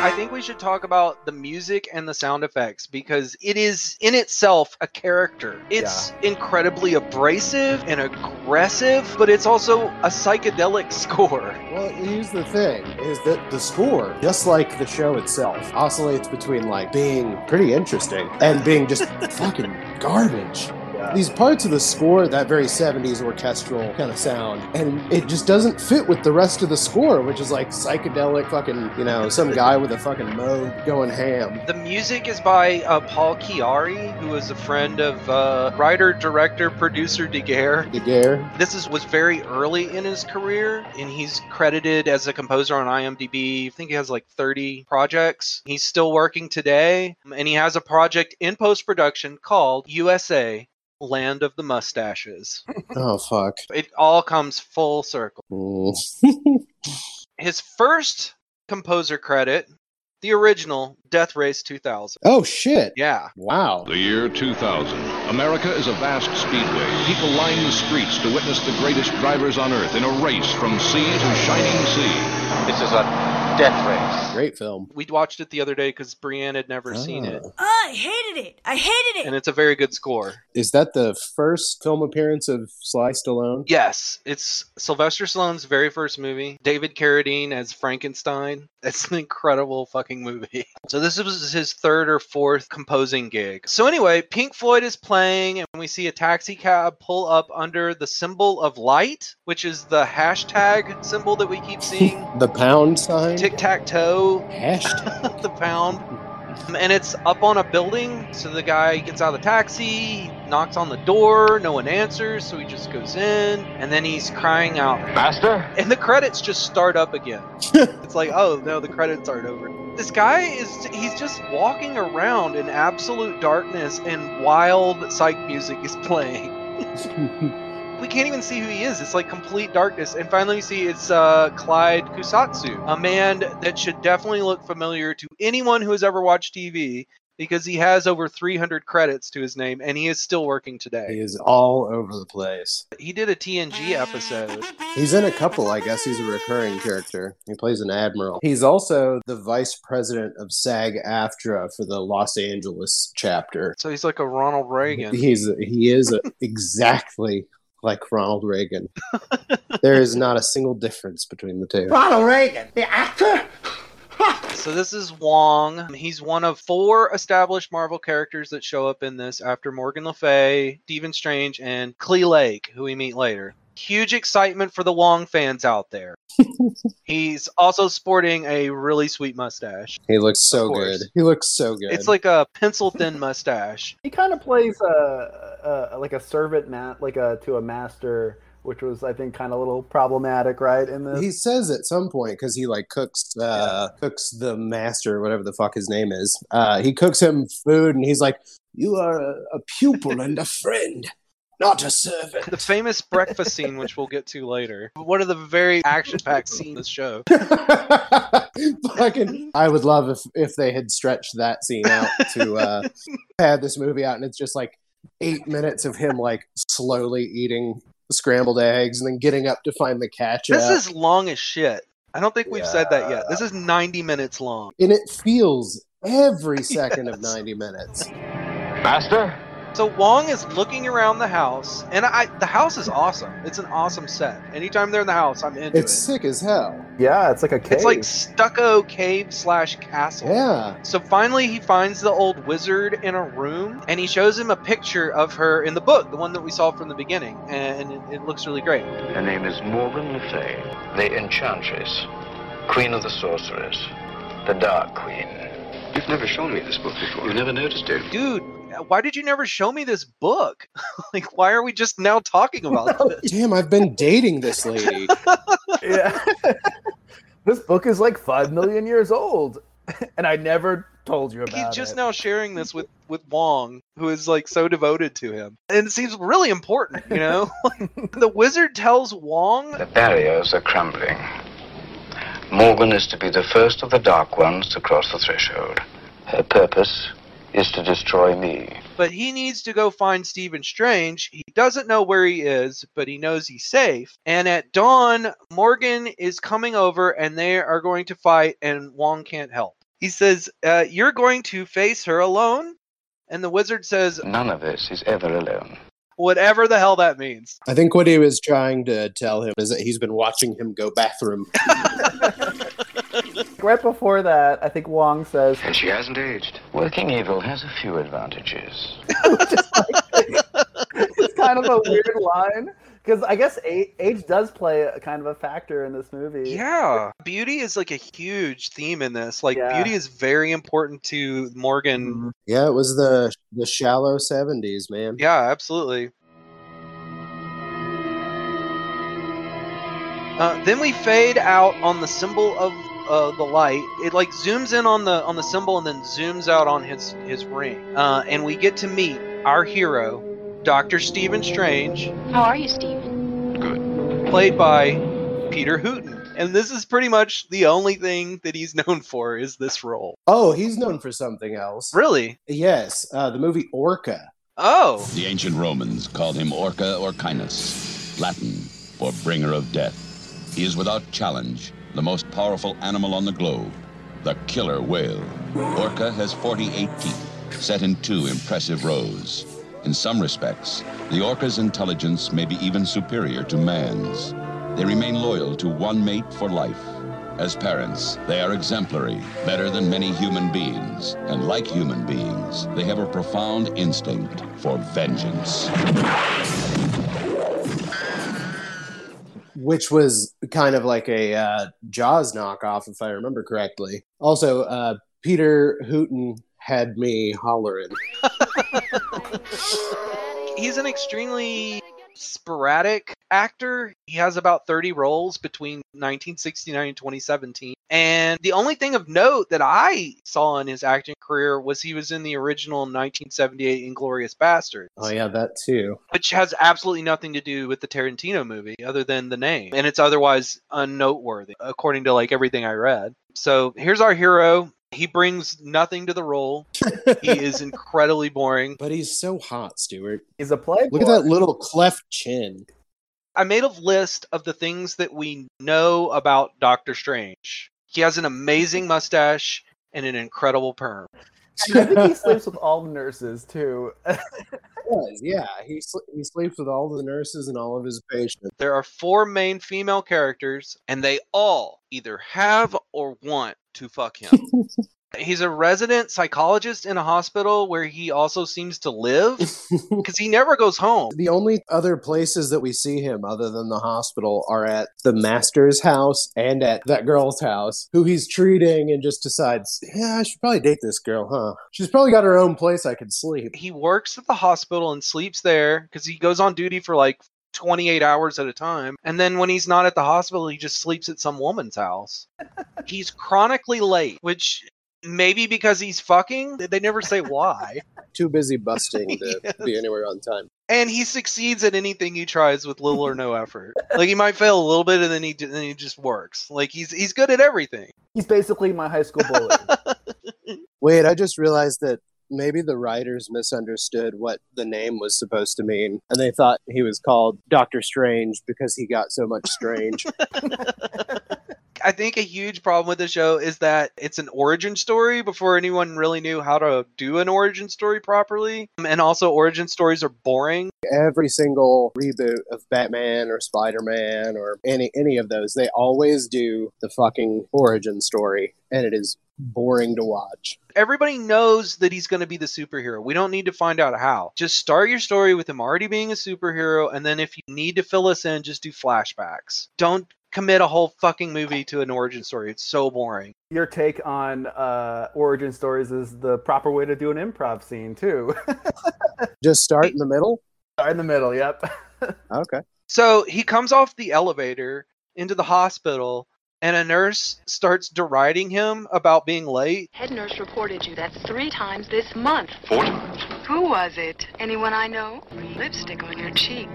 [SPEAKER 3] I think we should talk about the music and the sound effects because it is in itself a character. It's incredibly abrasive and aggressive, but it's also a psychedelic score.
[SPEAKER 4] Well, here's the thing: is that the score, just like the show itself, oscillates between like being pretty interesting and being just fucking garbage. These parts of the score, that very 70s orchestral kind of sound, and it just doesn't fit with the rest of the score, which is like psychedelic fucking, you know, some guy with a fucking moog going ham.
[SPEAKER 3] The music is by uh, Paul Chiari, who is a friend of uh, writer, director, producer Daguerre.
[SPEAKER 4] Daguerre.
[SPEAKER 3] This is, was very early in his career, and he's credited as a composer on IMDb. I think he has like 30 projects. He's still working today, and he has a project in post production called USA Land of the Mustaches.
[SPEAKER 4] Oh, fuck.
[SPEAKER 3] It all comes full circle.
[SPEAKER 4] Mm.
[SPEAKER 3] His first composer credit, the original Death Race 2000.
[SPEAKER 4] Oh, shit.
[SPEAKER 3] Yeah.
[SPEAKER 4] Wow.
[SPEAKER 11] The year 2000. America is a vast speedway. People line the streets to witness the greatest drivers on earth in a race from sea to shining sea. This is a death race.
[SPEAKER 4] Great film.
[SPEAKER 3] We watched it the other day because Brienne had never seen it,
[SPEAKER 12] I hated it. I hated
[SPEAKER 3] and it's a very good score.
[SPEAKER 4] Is that the first film appearance of Sly Stallone?
[SPEAKER 3] Yes, it's Sylvester Stallone's very first movie. David Carradine as Frankenstein. It's an incredible fucking movie. So this was his third or fourth composing gig. So anyway, Pink Floyd is playing, and we see a taxi cab pull up under the symbol of light, which is the hashtag symbol that we keep seeing.
[SPEAKER 4] The pound sign?
[SPEAKER 3] Tic tac toe.
[SPEAKER 4] Hashtag.
[SPEAKER 3] the pound. And it's up on a building, so the guy gets out of the taxi, knocks on the door, no one answers, so he just goes in, and then he's crying out,
[SPEAKER 2] Master?
[SPEAKER 3] and the credits just start up again. it's like, oh no, the credits aren't over. This guy is, he's just walking around in absolute darkness, and wild psych music is playing. we can't even see who he is. It's like complete darkness. And finally, you see it's uh, Clyde Kusatsu, a man that should definitely look familiar to anyone who has ever watched TV because he has over 300 credits to his name and he is still working today.
[SPEAKER 4] He is all over the place.
[SPEAKER 3] He did a TNG episode.
[SPEAKER 9] Ah.
[SPEAKER 4] He's in a couple, I guess. He's a recurring character. He plays an admiral. He's also the vice president of SAG AFTRA for the Los Angeles chapter.
[SPEAKER 3] So he's like a Ronald Reagan.
[SPEAKER 4] He's he is exactly like Ronald Reagan. there is not a single difference between the two.
[SPEAKER 3] Ronald Reagan, the actor. so this is Wong. He's one of four established Marvel characters that show up in this after Morgan Le Fay, Stephen Strange, and Clee Lake, who we meet later. Huge excitement for the Wong fans out there. He's also sporting a really sweet mustache.
[SPEAKER 4] He looks so good. He looks so good.
[SPEAKER 3] It's like a pencil thin mustache.
[SPEAKER 5] He kind of plays a, a like a servant ma- like a to a master, which was I think kind of a little problematic, right? In this,
[SPEAKER 4] he says at some point because he like cooks uh, cooks the master, whatever the fuck his name is. Uh, he cooks him food, and he's like, "You are a, a pupil and a friend, not a servant."
[SPEAKER 3] The famous breakfast scene, which we'll get to later. One of the very action packed scenes of the show.
[SPEAKER 4] Fucking, I would love if if they had stretched that scene out to uh, pad this movie out, and it's just like eight minutes of him like slowly eating scrambled eggs and then getting up to find the catch.
[SPEAKER 3] This is long as shit. I don't think we've said that yet. This is 90 minutes long.
[SPEAKER 4] and it feels every second of 90 minutes.
[SPEAKER 2] Master?
[SPEAKER 3] So Wong is looking around the house, and I the house is awesome. It's an awesome set. Anytime they're in the house, I'm into
[SPEAKER 4] It's
[SPEAKER 3] it.
[SPEAKER 4] sick as hell.
[SPEAKER 5] Yeah, it's like a cave.
[SPEAKER 3] It's like stucco cave slash castle.
[SPEAKER 4] Yeah.
[SPEAKER 3] So finally, he finds the old wizard in a room, and he shows him a picture of her in the book, the one that we saw from the beginning, and it, it looks really great.
[SPEAKER 13] Her name is Morgan Le Fay, the Enchantress, Queen of the Sorcerers, the Dark Queen. You've never shown me this book before. You've never noticed it.
[SPEAKER 3] Dude, why did you never show me this book? like, why are we just now talking about this?
[SPEAKER 4] Damn, I've been dating this lady.
[SPEAKER 5] yeah. this book is like five million years old, and I never told you about
[SPEAKER 3] He's just
[SPEAKER 5] it.
[SPEAKER 3] now sharing this with with Wong, who is like so devoted to him, and it seems really important. You know, the wizard tells Wong
[SPEAKER 13] The barriers are crumbling. Morgan is to be the first of the Dark Ones to cross the threshold. Her purpose is to destroy me.
[SPEAKER 3] but he needs to go find Stephen Strange. He doesn't know where he is, but he knows he's safe. And at dawn, Morgan is coming over and they are going to fight, and Wong can't help. He says, uh, You're going to face her alone? And the wizard says,
[SPEAKER 13] None of us is ever alone.
[SPEAKER 3] Whatever the hell that means.
[SPEAKER 4] I think what he was trying to tell him is that he's been watching him go bathroom.
[SPEAKER 5] Right before that, I think Wong says,
[SPEAKER 13] And she hasn't aged. Working evil has a few advantages.
[SPEAKER 5] kind of a weird line because I guess a- age does play a kind of a factor in this movie.
[SPEAKER 3] Yeah. Beauty is like a huge theme in this. Like
[SPEAKER 5] Yeah.
[SPEAKER 3] beauty is very important to Morgan.
[SPEAKER 4] Yeah, it was the the shallow seventies, man.
[SPEAKER 3] Yeah, absolutely. Uh, then we fade out on the symbol of uh, the light. It like zooms in on the on the symbol and then zooms out on his his ring. Uh, and we get to meet our hero, Doctor Stephen Strange,
[SPEAKER 14] How are you, Steve?
[SPEAKER 3] played by Peter Hooton. And this is pretty much the only thing that he's known for is this role.
[SPEAKER 4] Oh, he's known for something else.
[SPEAKER 3] Really?
[SPEAKER 4] Yes, uh, the movie Orca.
[SPEAKER 3] Oh.
[SPEAKER 11] The ancient Romans called him Orca or Canis, Latin for bringer of death. He is without challenge the most powerful animal on the globe, the killer whale. Orca has 48 teeth, set in two impressive rows. In some respects, the orca's intelligence may be even superior to man's. They remain loyal to one mate for life. As parents, they are exemplary, better than many human beings. And like human beings, they have a profound instinct for vengeance.
[SPEAKER 4] which was kind of like a uh, Jaws knockoff, if I remember correctly. Also, uh, Peter Hooton had me hollering.
[SPEAKER 3] He's an extremely sporadic actor. He has about 30 roles between 1969 and 2017. And the only thing of note that I saw in his acting career was he was in the original 1978 Inglorious Bastard,
[SPEAKER 4] Oh yeah, that too.
[SPEAKER 3] which has absolutely nothing to do with the Tarantino movie other than the name. And it's otherwise unnoteworthy according to like everything I read. So, here's our hero. He brings nothing to the role. he is incredibly boring,
[SPEAKER 4] but he's so hot, Stuart.
[SPEAKER 5] He's a playboy.
[SPEAKER 4] Look at that little cleft chin.
[SPEAKER 3] I made a list of the things that we know about Doctor Strange. He has an amazing mustache and an incredible perm.
[SPEAKER 5] I think he sleeps with all the nurses too.
[SPEAKER 4] Yes, yeah, he sl- he sleeps with all the nurses and all of his patients.
[SPEAKER 3] There are four main female characters, and they all either have or want to fuck him. He's a resident psychologist in a hospital where he also seems to live because he never goes home.
[SPEAKER 4] The only other places that we see him other than the hospital are at the master's house and at that girl's house who he's treating and just decides, yeah, I should probably date this girl, huh? She's probably got her own place I can sleep.
[SPEAKER 3] He works at the hospital and sleeps there because he goes on duty for like 28 hours at a time. And then when he's not at the hospital, he just sleeps at some woman's house. he's chronically late, which maybe because he's fucking, they never say why.
[SPEAKER 4] Too busy busting to be anywhere on time.
[SPEAKER 3] and he succeeds at anything he tries with little or no effort. Like he might fail a little bit and then he then he just works. Like he's he's good at everything.
[SPEAKER 5] He's basically my high school bully.
[SPEAKER 4] Wait, I just realized that maybe the writers misunderstood what the name was supposed to mean, and they thought he was called Doctor Strange because he got so much strange.
[SPEAKER 3] I think a huge problem with the show is that it's an origin story before anyone really knew how to do an origin story properly. Um, And also origin stories are boring.
[SPEAKER 4] Every single reboot of Batman or Spider Man or any any of those, they always do the fucking origin story, and it is boring to watch.
[SPEAKER 3] Everybody knows that he's going to be the superhero. We don't need to find out how. Just start your story with him already being a superhero and then if you need to fill us in, just do flashbacks. Don't commit a whole fucking movie to an origin story. It's so boring.
[SPEAKER 5] Your take on uh, origin stories is the proper way to do an improv scene too.
[SPEAKER 4] Just start in the middle.
[SPEAKER 5] Start in the middle. Yep.
[SPEAKER 4] Okay.
[SPEAKER 3] So he comes off the elevator into the hospital, and a nurse starts deriding him about being late.
[SPEAKER 14] Head nurse reported you that three times this month.
[SPEAKER 3] Four
[SPEAKER 14] Who was it? Anyone I know? Lipstick on your cheek.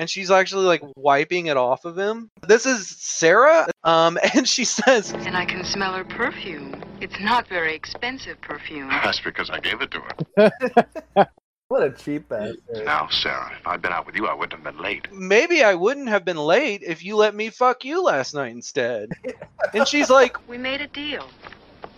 [SPEAKER 3] And she's actually like wiping it off of him. This is Sarah, um, and she says,
[SPEAKER 14] And I can smell her perfume. It's not very expensive perfume.
[SPEAKER 13] That's because I gave it to her.
[SPEAKER 5] What a cheap bastard.
[SPEAKER 13] Now, Sarah, if I'd been out with you, I wouldn't have been late.
[SPEAKER 3] "Maybe I wouldn't have been late if you let me fuck you last night instead." and she's like,
[SPEAKER 14] We made a deal.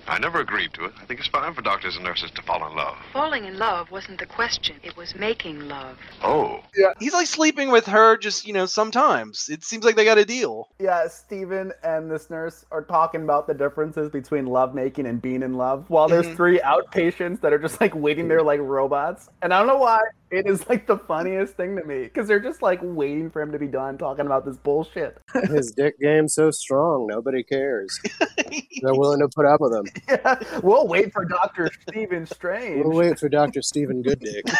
[SPEAKER 13] I never agreed to it. I think it's fine for doctors and nurses to fall in love.
[SPEAKER 14] Falling in love wasn't the question. It was making love.
[SPEAKER 13] Oh.
[SPEAKER 3] yeah. "He's like sleeping with her, just you know, sometimes." It seems like they got a deal.
[SPEAKER 5] Yeah, Steven and this nurse are talking about the differences between lovemaking and being in love. While there's
[SPEAKER 3] Mhm.
[SPEAKER 5] three outpatients that are just like waiting there like robots. And I don't know why, It is like the funniest thing to me because they're just like waiting for him to be done talking about this bullshit.
[SPEAKER 4] His dick game's so strong, nobody cares. They're willing to put up with him.
[SPEAKER 5] We'll wait for Doctor Stephen Strange.
[SPEAKER 4] We'll wait for Doctor Stephen Gooddick.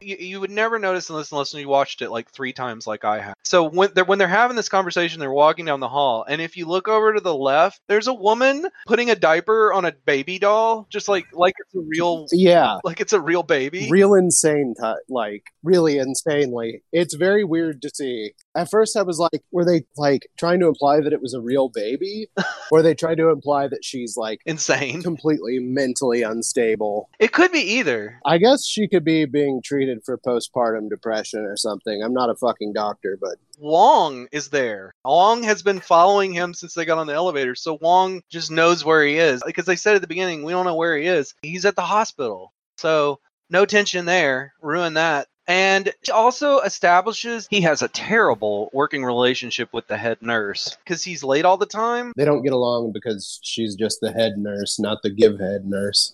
[SPEAKER 3] you, you would never notice unless unless you watched it like three times like I have. So when they're when they're having this conversation, they're walking down the hall, and if you look over to the left, there's a woman putting a diaper on a baby doll, just like like it's a real
[SPEAKER 4] Yeah.
[SPEAKER 3] like it's a real baby.
[SPEAKER 4] Real insane, ti like really insanely. It's very weird to see. At first, I was like, were they like trying to imply that it was a real baby, or they tried to imply that she's like
[SPEAKER 3] insane,
[SPEAKER 4] completely mentally unstable?
[SPEAKER 3] It could be either.
[SPEAKER 4] I guess she could be being treated for postpartum depression or something. I'm not a fucking doctor, but
[SPEAKER 3] Wong is there. Wong has been following him since they got on the elevator, so Wong just knows where he is. Because they said at the beginning, we don't know where he is. He's at the hospital. So no tension there. Ruin that. And she also establishes he has a terrible working relationship with the head nurse because he's late all the time.
[SPEAKER 4] they don't get along because she's just the head nurse, not the give head nurse.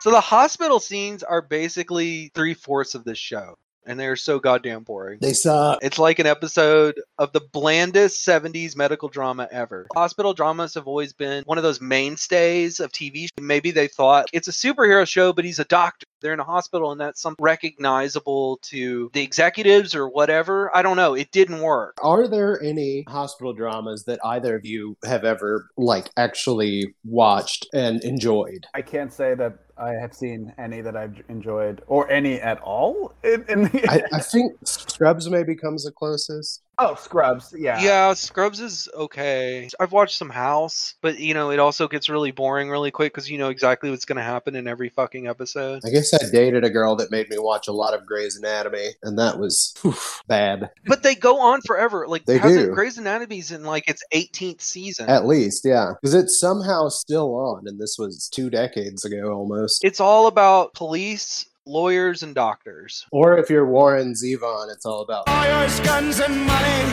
[SPEAKER 3] So the hospital scenes are basically three fourths of this show, and they're so goddamn boring.
[SPEAKER 4] They suck.
[SPEAKER 3] It's like an episode of the blandest 70s medical drama ever. Hospital dramas have always been one of those mainstays of TV. Maybe they thought it's a superhero show, but he's a doctor. They're in a hospital, and that's something recognizable to the executives or whatever. I don't know. It didn't work.
[SPEAKER 4] Are there any hospital dramas that either of you have ever like actually watched and enjoyed?
[SPEAKER 5] I can't say that I have seen any that I've enjoyed or any at all. In, in the,
[SPEAKER 4] I, I think Scrubs maybe comes the closest.
[SPEAKER 5] oh, Scrubs. Yeah.
[SPEAKER 3] Yeah, Scrubs is okay. I've watched some House, but you know, it also gets really boring really quick because you know exactly what's going to happen in every fucking episode.
[SPEAKER 4] I guess I dated a girl that made me watch a lot of Grey's Anatomy, and that was oof, bad.
[SPEAKER 3] But they go on forever. Like
[SPEAKER 4] They
[SPEAKER 3] how's it-
[SPEAKER 4] do.
[SPEAKER 3] Grey's Anatomy's in like its 18th season.
[SPEAKER 4] At least, yeah, because it's somehow still on, and this was two decades ago almost.
[SPEAKER 3] It's all about police, lawyers, and doctors.
[SPEAKER 4] Or if you're Warren Zevon, it's all about.
[SPEAKER 15] Lawyers, guns, and money.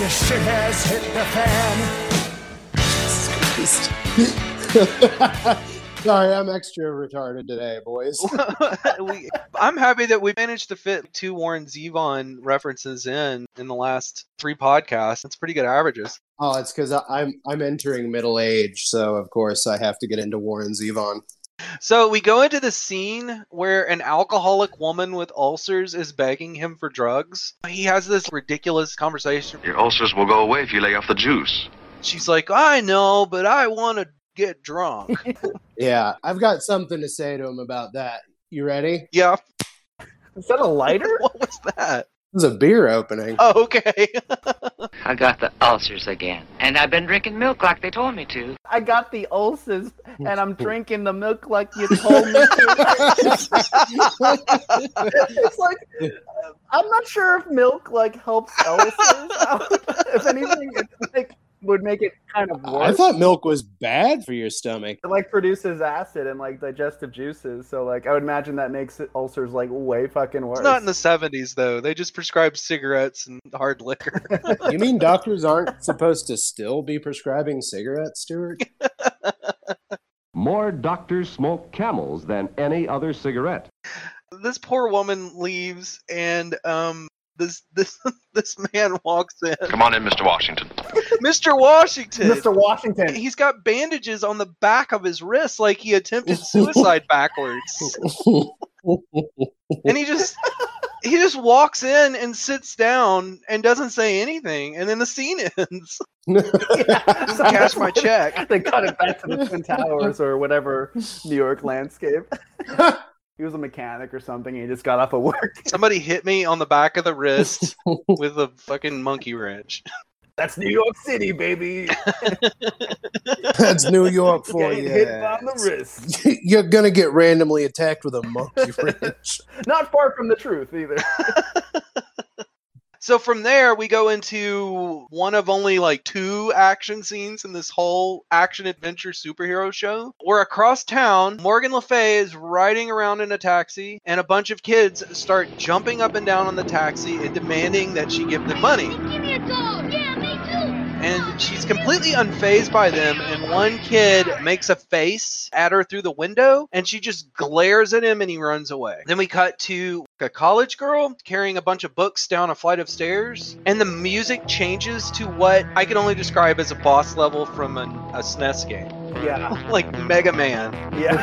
[SPEAKER 15] The shit has hit the fan.
[SPEAKER 4] Sorry, I'm extra retarded today, boys.
[SPEAKER 3] we, I'm happy that we managed to fit two Warren Zevon references in in the last three podcasts. That's pretty good averages.
[SPEAKER 4] Oh, it's because I'm I'm entering middle age, so of course I have to get into Warren Zevon.
[SPEAKER 3] So we go into the scene where an alcoholic woman with ulcers is begging him for drugs. He has this ridiculous conversation.
[SPEAKER 16] Your ulcers will go away if you lay off the juice.
[SPEAKER 3] She's like, I know, but I want to get drunk.
[SPEAKER 4] Yeah, I've got something to say to him about that. You ready?
[SPEAKER 3] Yeah.
[SPEAKER 5] Is that a lighter?
[SPEAKER 3] what was that?
[SPEAKER 4] This is a beer opening.
[SPEAKER 3] Oh, okay.
[SPEAKER 9] I got the ulcers again, and I've been drinking milk like they told me to.
[SPEAKER 5] I got the ulcers and I'm drinking the milk like you told me to. it's like uh, I'm not sure if milk like helps ulcers out. if anything, it like, would make it kind of worse.
[SPEAKER 4] I thought milk was bad for your stomach.
[SPEAKER 5] it like produces acid and like digestive juices, so like I would imagine that makes it ulcers like way fucking worse.
[SPEAKER 3] It's not in the 70s, though. They just prescribed cigarettes and hard liquor.
[SPEAKER 4] You mean doctors aren't supposed to still be prescribing cigarettes, Stuart?
[SPEAKER 17] More doctors smoke camels than any other cigarette.
[SPEAKER 3] this poor woman leaves, and um, this this this man walks in.
[SPEAKER 16] Come on in, Mr. Washington.
[SPEAKER 3] Mr. Washington.
[SPEAKER 5] Mr. Washington.
[SPEAKER 3] He's got bandages on the back of his wrist, like he attempted suicide backwards. and he just he just walks in and sits down and doesn't say anything, and then the scene ends. cash my check.
[SPEAKER 5] they cut it back to the Twin Towers or whatever New York landscape. he was a mechanic or something. And he just got off of work.
[SPEAKER 3] Somebody hit me on the back of the wrist with a fucking monkey wrench.
[SPEAKER 5] That's New York City, baby.
[SPEAKER 4] That's New York
[SPEAKER 3] Oh,
[SPEAKER 4] for
[SPEAKER 5] Getting
[SPEAKER 4] you.
[SPEAKER 5] hit by the wrist.
[SPEAKER 4] You're gonna get randomly attacked with a monkey wrench.
[SPEAKER 5] Not far from the truth either.
[SPEAKER 3] So from there, we go into one of only like two action scenes in this whole action adventure superhero show. We're across town. Morgan Le Fay is riding around in a taxi, and a bunch of kids start jumping up and down on the taxi and demanding that she give them money.
[SPEAKER 15] Give me a dollar. Yeah, me too.
[SPEAKER 3] and she's completely unfazed by them. And one kid makes a face at her through the window, and she just glares at him, and he runs away. Then we cut to a college girl carrying a bunch of books down a flight of stairs, and the music changes to what I can only describe as a boss level from an, a SNES game,
[SPEAKER 5] Yeah.
[SPEAKER 3] like Mega Man.
[SPEAKER 5] Yeah.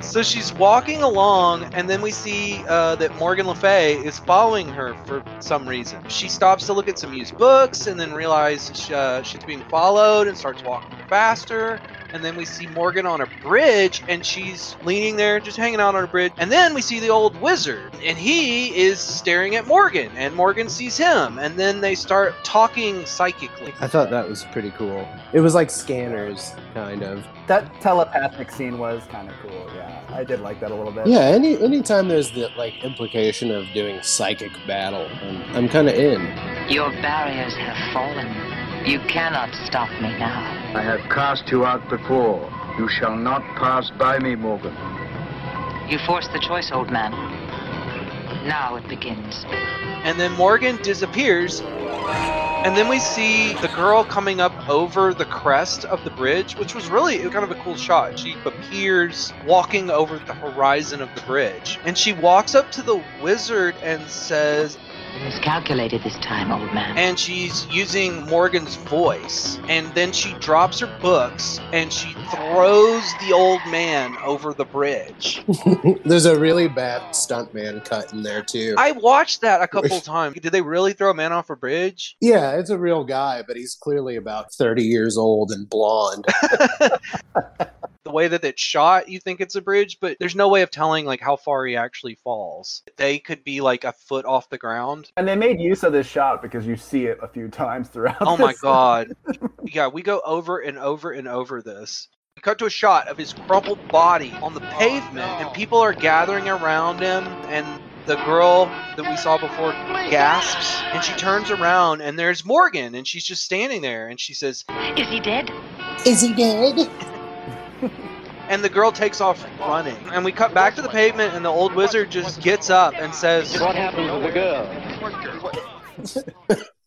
[SPEAKER 3] So she's walking along, and then we see uh, that Morgan Le Fay is following her for some reason. She stops to look at some used books, and then realizes sh- uh, she's being followed, and starts walking faster. And then we see Morgan on a bridge, and she's leaning there, just hanging out on a bridge. And then we see the old wizard, and he is staring at Morgan, and Morgan sees him. And then they start talking psychically.
[SPEAKER 4] I thought that was pretty cool. It was like scanners, kind of.
[SPEAKER 5] That telepathic scene was kind of cool. Yeah, I did like that a little bit.
[SPEAKER 4] Yeah, any anytime there's the like implication of doing psychic battle, I'm, I'm kind of in.
[SPEAKER 9] Your barriers have fallen. You cannot stop me now.
[SPEAKER 18] I have cast you out before. You shall not pass by me, Morgan.
[SPEAKER 9] You forced the choice, old man. Now it begins.
[SPEAKER 3] and then Morgan disappears. And then we see the girl coming up over the crest of the bridge, which was really kind of a cool shot. She appears walking over the horizon of the bridge. And she walks up to the wizard and says,
[SPEAKER 9] It was calculated this time, old man.
[SPEAKER 3] and she's using Morgan's voice. And then she drops her books and she throws the old man over the bridge.
[SPEAKER 4] there's a really bad stuntman cut in there too.
[SPEAKER 3] I watched that a couple times. Did they really throw a man off a bridge?
[SPEAKER 4] yeah, it's a real guy, but he's clearly about 30 years old and blonde.
[SPEAKER 3] the way that it's shot, you think it's a bridge, but there's no way of telling like how far he actually falls. They could be like a foot off the ground.
[SPEAKER 5] And they made use of this shot because you see it a few times throughout.
[SPEAKER 3] Oh my
[SPEAKER 5] this.
[SPEAKER 3] god. Yeah, we go over and over and over this. We cut to a shot of his crumpled body on the pavement, and people are gathering around him, and the girl that we saw before gasps, and she turns around, and there's Morgan, and she's just standing there, and she says,
[SPEAKER 9] Is he dead?
[SPEAKER 4] Is he dead?
[SPEAKER 3] and the girl takes off running. And we cut back to the pavement, and the old wizard just gets up and says, What happened to the girl?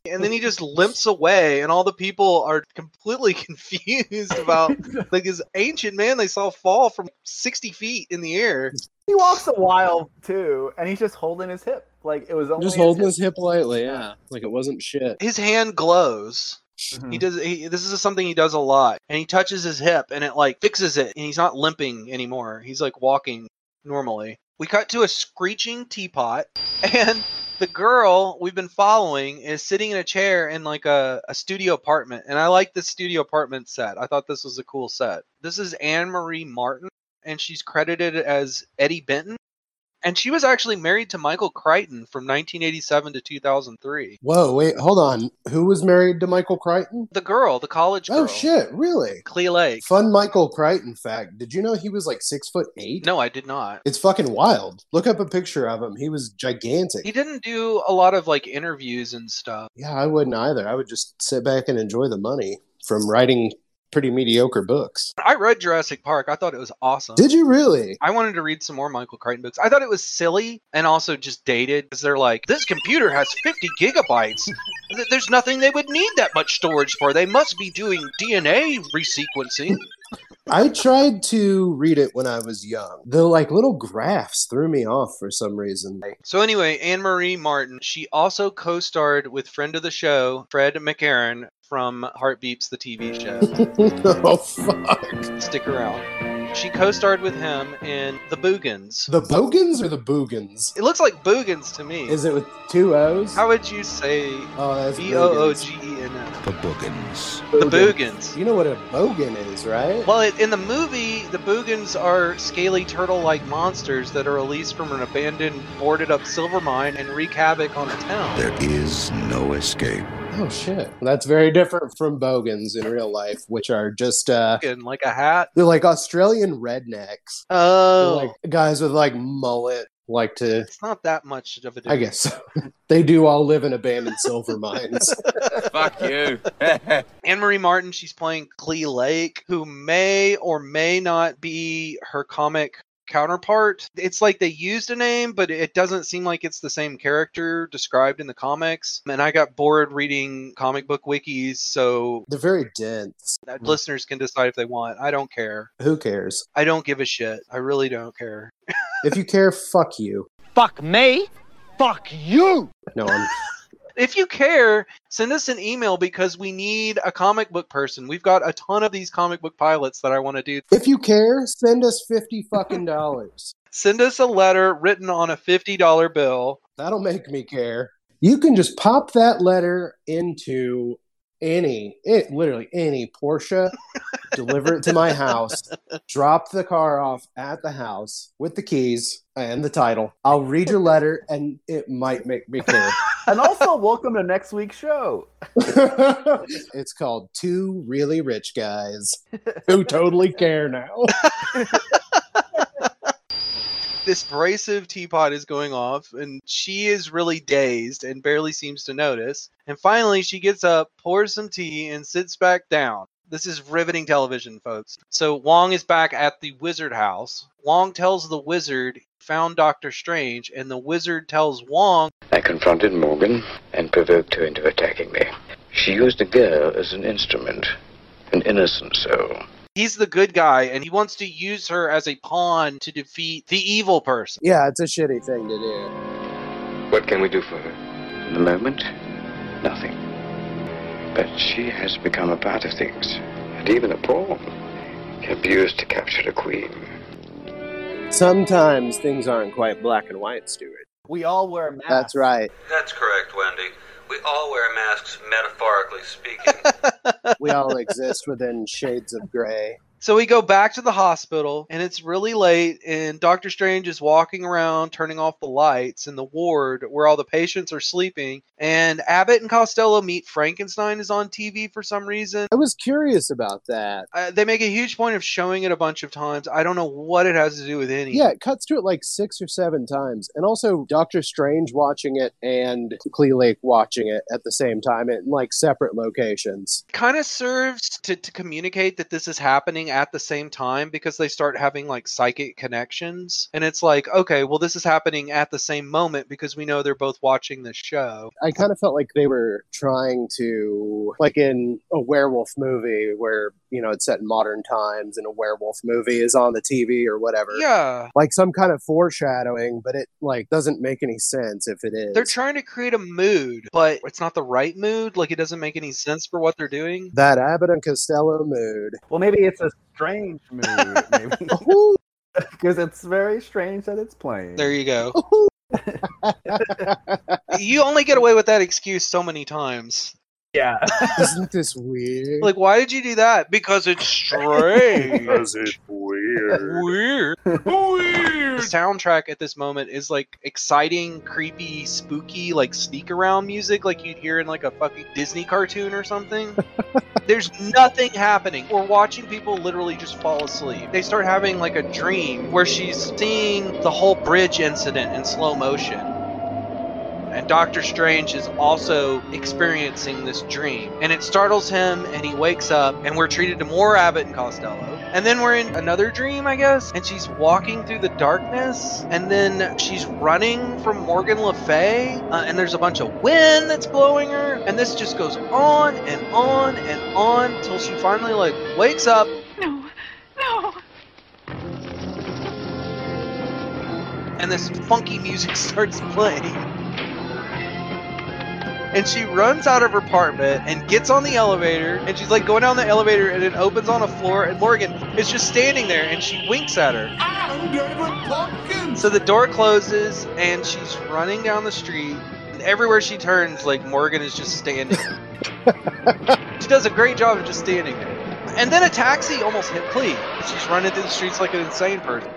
[SPEAKER 3] And then he just limps away, and all the people are completely confused about like this ancient man they saw fall from sixty feet in the air.
[SPEAKER 5] He walks a while too, and he's just holding his hip. Like it was only
[SPEAKER 4] Just holding his hip lightly, yeah. Like it wasn't shit.
[SPEAKER 3] His hand glows.
[SPEAKER 11] Mm-hmm.
[SPEAKER 4] Hmm.
[SPEAKER 3] He does. He, this is something he does a lot, and he touches his hip, and it like fixes it, and he's not limping anymore. He's like walking normally. We cut to a screeching teapot, and the girl we've been following is sitting in a chair in like a, a studio apartment. And I like this studio apartment set. I thought this was a cool set. This is Anne Marie Martin, and she's credited as Eddie Benton. And she was actually married to Michael Crichton from 1987 to 2003.
[SPEAKER 4] Whoa, wait, hold on. Who was married to Michael Crichton?
[SPEAKER 3] The girl, the college girl.
[SPEAKER 4] Oh shit, really?
[SPEAKER 3] Clee Lake.
[SPEAKER 4] Fun Michael Crichton fact. Did you know he was like six foot eight?
[SPEAKER 3] No, I did not.
[SPEAKER 4] It's fucking wild. Look up a picture of him. He was gigantic.
[SPEAKER 3] He didn't do a lot of like interviews and stuff.
[SPEAKER 4] Yeah, I wouldn't either. I would just sit back and enjoy the money from writing pretty mediocre books.
[SPEAKER 3] I read Jurassic Park. I thought it was awesome.
[SPEAKER 4] Did you really?
[SPEAKER 3] I wanted to read some more Michael Crichton books. I thought it was silly and also just dated because they're like, this computer has 50 gigabytes. Th- There's nothing they would need that much storage for. They must be doing DNA resequencing.
[SPEAKER 4] I tried to read it when I was young. The like little graphs threw me off for some reason.
[SPEAKER 3] So anyway, Anne Marie Martin, she also co-starred with friend of the show Fred McCarran from Heartbeats, the TV show.
[SPEAKER 4] oh fuck!
[SPEAKER 3] Stick around. She co-starred with him in The Boogans.
[SPEAKER 4] The Bogans or the Boogans?
[SPEAKER 3] It looks like Boogans to me.
[SPEAKER 4] Is it with two O's? Oh,
[SPEAKER 3] How would you say
[SPEAKER 4] that's
[SPEAKER 3] B O O G E N S?
[SPEAKER 4] The Boogans.
[SPEAKER 3] The Boogans.
[SPEAKER 4] You know what a Bogan is, right?
[SPEAKER 3] Well, it, in the movie, the Boogans are scaly turtle-like monsters that are released from an abandoned, boarded-up silver mine and wreak havoc on a town.
[SPEAKER 19] There is no escape.
[SPEAKER 4] Oh shit! That's very different from Bogans in real life, which are just uh,
[SPEAKER 3] Bogan, like a hat.
[SPEAKER 4] they're like Australian rednecks.
[SPEAKER 3] Oh,
[SPEAKER 4] They're like guys with like mullet like to.
[SPEAKER 3] it's not that much of a difference.
[SPEAKER 4] I guess so. they do all live in abandoned silver mines.
[SPEAKER 3] Fuck you. Anne Marie Martin, she's playing Clee Lake, who may or may not be her comic counterpart. It's like they used a name, but it doesn't seem like it's the same character described in the comics. And I got bored reading comic book wikis, so
[SPEAKER 4] They're very dense.
[SPEAKER 3] that listeners can decide if they want. I don't care.
[SPEAKER 4] Who cares?
[SPEAKER 3] I don't give a shit. I really don't care.
[SPEAKER 4] If you care, fuck you.
[SPEAKER 3] Fuck me. Fuck you.
[SPEAKER 4] No, I'm
[SPEAKER 3] If you care, send us an email because we need a comic book person. We've got a ton of these comic book pilots that I want to do.
[SPEAKER 4] If you care, send us fifty fucking dollars.
[SPEAKER 3] Send us a letter written on a $50 bill.
[SPEAKER 4] That'll make me care. You can just pop that letter into any, it, literally any Porsche, deliver it to my house, drop the car off at the house with the keys and the title. I'll read your letter and it might make me care.
[SPEAKER 5] and also, welcome to next week's show.
[SPEAKER 4] it's called Two Really Rich Guys Who Totally Care Now.
[SPEAKER 3] this abrasive teapot is going off and she is really dazed and barely seems to notice and finally she gets up pours some tea and sits back down this is riveting television folks so wong is back at the wizard house wong tells the wizard he found doctor strange and the wizard tells wong
[SPEAKER 13] I confronted Morgan and provoked her into attacking me. She used a girl as an instrument, an innocent soul.
[SPEAKER 3] he's the good guy and he wants to use her as a pawn to defeat the evil person
[SPEAKER 4] Yeah, it's a shitty thing to do.
[SPEAKER 13] What can we do for her? In the moment, nothing. But she has become a part of things, and even a pawn can be used to capture a queen.
[SPEAKER 4] Sometimes things aren't quite black and white, Stuart.
[SPEAKER 5] We all wear masks.
[SPEAKER 4] That's right.
[SPEAKER 20] That's correct, Wendy. We all wear masks, metaphorically speaking.
[SPEAKER 4] We all exist within shades of gray.
[SPEAKER 3] So we go back to the hospital, and it's really late, and Doctor Strange is walking around, turning off the lights in the ward where all the patients are sleeping. And Abbott and Costello meet Frankenstein is on TV for some reason.
[SPEAKER 4] I was curious about that.
[SPEAKER 3] Uh, they make a huge point of showing it a bunch of times. I don't know what it has to do with any.
[SPEAKER 4] Yeah, it cuts to it like six or seven times. And also Doctor Strange watching it and Clee Lake watching it at the same time in like separate locations.
[SPEAKER 3] Kind of serves to, to communicate that this is happening at the same time because they start having like psychic connections. And it's like, okay, well, this is happening at the same moment because we know they're both watching this show.
[SPEAKER 4] I kind of felt like they were trying to, like in a werewolf movie where, you know, it's set in modern times and a werewolf movie is on the TV or whatever.
[SPEAKER 3] Yeah.
[SPEAKER 4] Like some kind of foreshadowing, but it like doesn't make any sense if it is.
[SPEAKER 3] They're trying to create a mood, but it's not the right mood. Like it doesn't make any sense for what they're doing.
[SPEAKER 4] that Abbott and Costello mood.
[SPEAKER 5] Well, maybe it's a strange movie, maybe. Because it's very strange that it's playing.
[SPEAKER 3] There you go. you only get away with that excuse so many times.
[SPEAKER 5] Yeah.
[SPEAKER 4] Isn't this weird?
[SPEAKER 3] Like, why did you do that? Because it's strange.
[SPEAKER 10] it's weird.
[SPEAKER 3] Weird. Weird. The soundtrack at this moment is like exciting, creepy, spooky, like sneak around music like you'd hear in like a fucking Disney cartoon or something. There's nothing happening. We're watching people literally just fall asleep. They start having like a dream where she's seeing the whole bridge incident in slow motion. And Doctor Strange is also experiencing this dream. And it startles him, and he wakes up, and we're treated to more Abbott and Costello. And then we're in another dream, I guess, and she's walking through the darkness, and then she's running from Morgan Le Fay, uh, and there's a bunch of wind that's blowing her, and this just goes on and on and on till she finally, like, wakes up.
[SPEAKER 14] No, no.
[SPEAKER 3] and this funky music starts playing. And she runs out of her apartment and gets on the elevator, and she's like going down the elevator, and it opens on a floor, and Morgan is just standing there, and she winks at her. So the door closes, and she's running down the street, and everywhere she turns, like Morgan is just standing. she does a great job of just standing there. And then a taxi almost hit Clee. She's running through the streets like an insane person.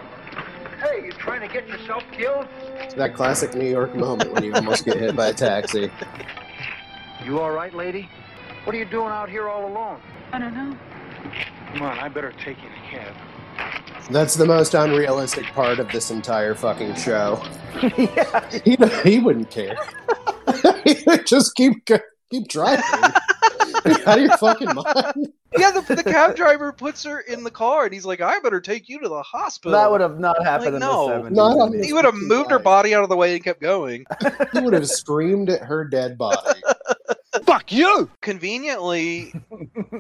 [SPEAKER 13] Hey, you trying to get yourself killed?
[SPEAKER 4] That classic New York moment when you almost get hit by a taxi.
[SPEAKER 13] You all right, lady? What are you doing out here all alone?
[SPEAKER 14] I don't know.
[SPEAKER 13] Come on, I better take you in a cab.
[SPEAKER 4] That's the most unrealistic part of this entire fucking show. he, he wouldn't care. Just keep go- keep driving. Out of your fucking mind.
[SPEAKER 3] Yeah, the, the cab driver puts her in the car, and he's like, "I better take you to the hospital."
[SPEAKER 5] That would have not happened in the
[SPEAKER 3] no,
[SPEAKER 5] 70s.
[SPEAKER 4] Not on his
[SPEAKER 3] he would have
[SPEAKER 4] fucking
[SPEAKER 3] moved her
[SPEAKER 4] life.
[SPEAKER 3] body out of the way and kept going.
[SPEAKER 4] He would have screamed at her dead body.
[SPEAKER 3] Fuck you! Conveniently,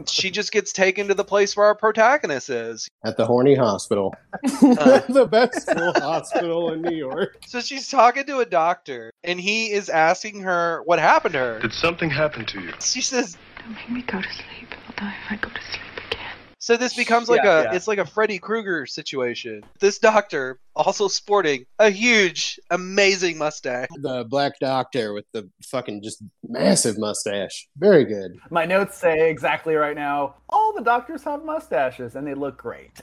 [SPEAKER 3] she just gets taken to the place where our protagonist is.
[SPEAKER 4] At the horny hospital.
[SPEAKER 10] the best school hospital in New York.
[SPEAKER 3] So she's talking to a doctor, and he is asking her what happened to her.
[SPEAKER 16] Did something happen to you?
[SPEAKER 3] She says,
[SPEAKER 14] Don't make me go to sleep. I'll die if I go to sleep.
[SPEAKER 3] So this becomes like
[SPEAKER 14] Yeah,
[SPEAKER 3] a
[SPEAKER 14] yeah.
[SPEAKER 3] it's like a Freddy Krueger situation. This doctor also sporting a huge, amazing mustache.
[SPEAKER 4] The black doctor with the fucking just massive mustache. Very good.
[SPEAKER 5] My notes say exactly right now all the doctors have mustaches and they look great.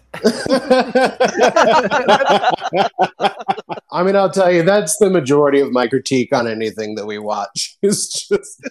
[SPEAKER 4] I mean, I'll tell you, that's the majority of my critique on anything that we watch. It's just,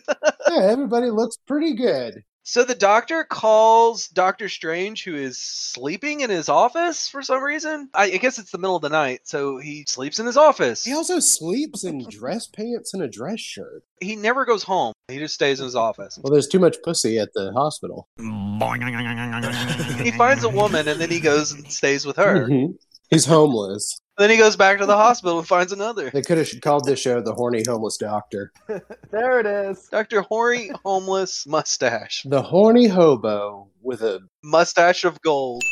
[SPEAKER 4] yeah, everybody looks pretty good.
[SPEAKER 3] So the doctor calls Doctor Strange, who is sleeping in his office for some reason. I, I guess it's the middle of the night, so he sleeps in his office.
[SPEAKER 4] He also sleeps in dress pants and a dress shirt.
[SPEAKER 3] He never goes home. He just stays in his office.
[SPEAKER 4] Well, there's too much pussy at the hospital.
[SPEAKER 3] He finds a woman and then he goes and stays with her.
[SPEAKER 4] Mhm. He's homeless.
[SPEAKER 3] Then he goes back to the hospital and finds another.
[SPEAKER 4] They could have called this show The Horny Homeless Doctor.
[SPEAKER 5] There it is.
[SPEAKER 3] Dr. Horry homeless mustache.
[SPEAKER 4] The Horny Hobo with a.
[SPEAKER 3] Mustache of gold.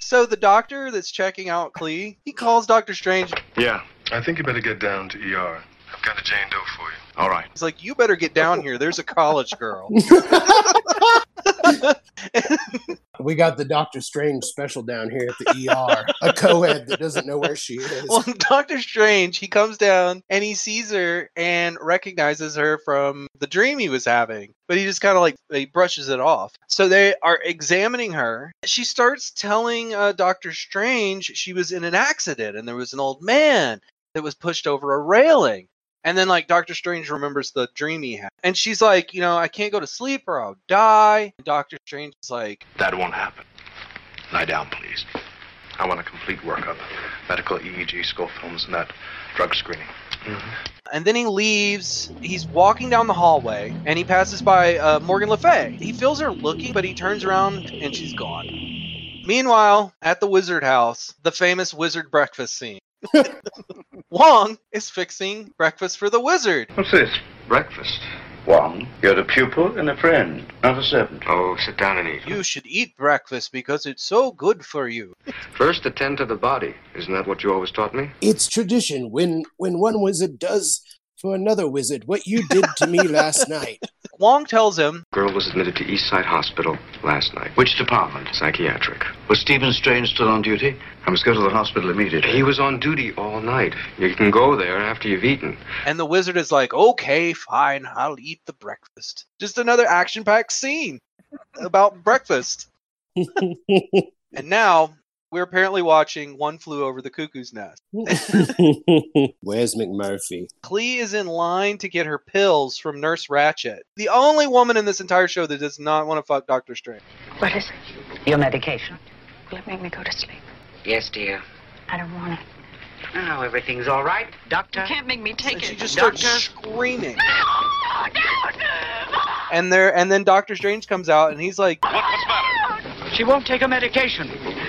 [SPEAKER 3] So the doctor that's checking out Clee, he calls Doctor Strange.
[SPEAKER 16] Yeah. I think you better get down to ER. I've got a Jane Doe for you. All right.
[SPEAKER 3] He's like, "You better get down here. There's a college girl."
[SPEAKER 4] We got the Doctor Strange special down here at the ER. a co ed that doesn't know where she is.
[SPEAKER 3] well, Doctor Strange, he comes down and he sees her and recognizes her from the dream he was having, but he just kind of like he brushes it off. So they are examining her. She starts telling uh, Doctor Strange she was in an accident and there was an old man that was pushed over a railing. And then, like, Doctor Strange remembers the dream he had. And she's like, You know, I can't go to sleep or I'll die. And Doctor Strange is like,
[SPEAKER 16] That won't happen. Lie down, please. I want a complete workup. Medical E EEG, skull films, and that drug screening.
[SPEAKER 3] And then he leaves. He's walking down the hallway, and he passes by uh, Morgan Le Fay. He feels her looking, but he turns around, and she's gone. Meanwhile, at the wizard house, the famous wizard breakfast scene. Wong is fixing breakfast for the wizard.
[SPEAKER 16] What's this? Breakfast. Wong, you're the pupil and a friend, not a servant. Oh, sit down and eat.
[SPEAKER 3] You should eat breakfast because it's so good for you.
[SPEAKER 21] First, attend to the body. Isn't that what you always taught me?
[SPEAKER 4] It's tradition when when one wizard does for another wizard what you did to me last night.
[SPEAKER 3] Wong tells him
[SPEAKER 21] Girl was admitted to Eastside Hospital last night. Which department? Psychiatric. Was Stephen Strange still on duty? I must go to the hospital immediately. He was on duty all night. You can go there after you've eaten.
[SPEAKER 3] And the wizard is like, okay, fine, I'll eat the breakfast. Just another action packed scene about breakfast. and now we're apparently watching One Flew Over the Cuckoo's Nest.
[SPEAKER 4] Where's McMurphy?
[SPEAKER 3] Clee is in line to get her pills from Nurse Ratchet, the only woman in this entire show that does not want to fuck Doctor Strange.
[SPEAKER 9] What is it? Your medication.
[SPEAKER 12] Will it make me go to sleep?
[SPEAKER 9] Yes, dear.
[SPEAKER 12] I don't want it.
[SPEAKER 9] Now everything's all right, Doctor.
[SPEAKER 12] You can't make me take it.
[SPEAKER 9] she
[SPEAKER 3] Just
[SPEAKER 9] Doctor.
[SPEAKER 3] starts screaming. And there, and then Doctor Strange comes out, and he's like,
[SPEAKER 21] She won't take her medication.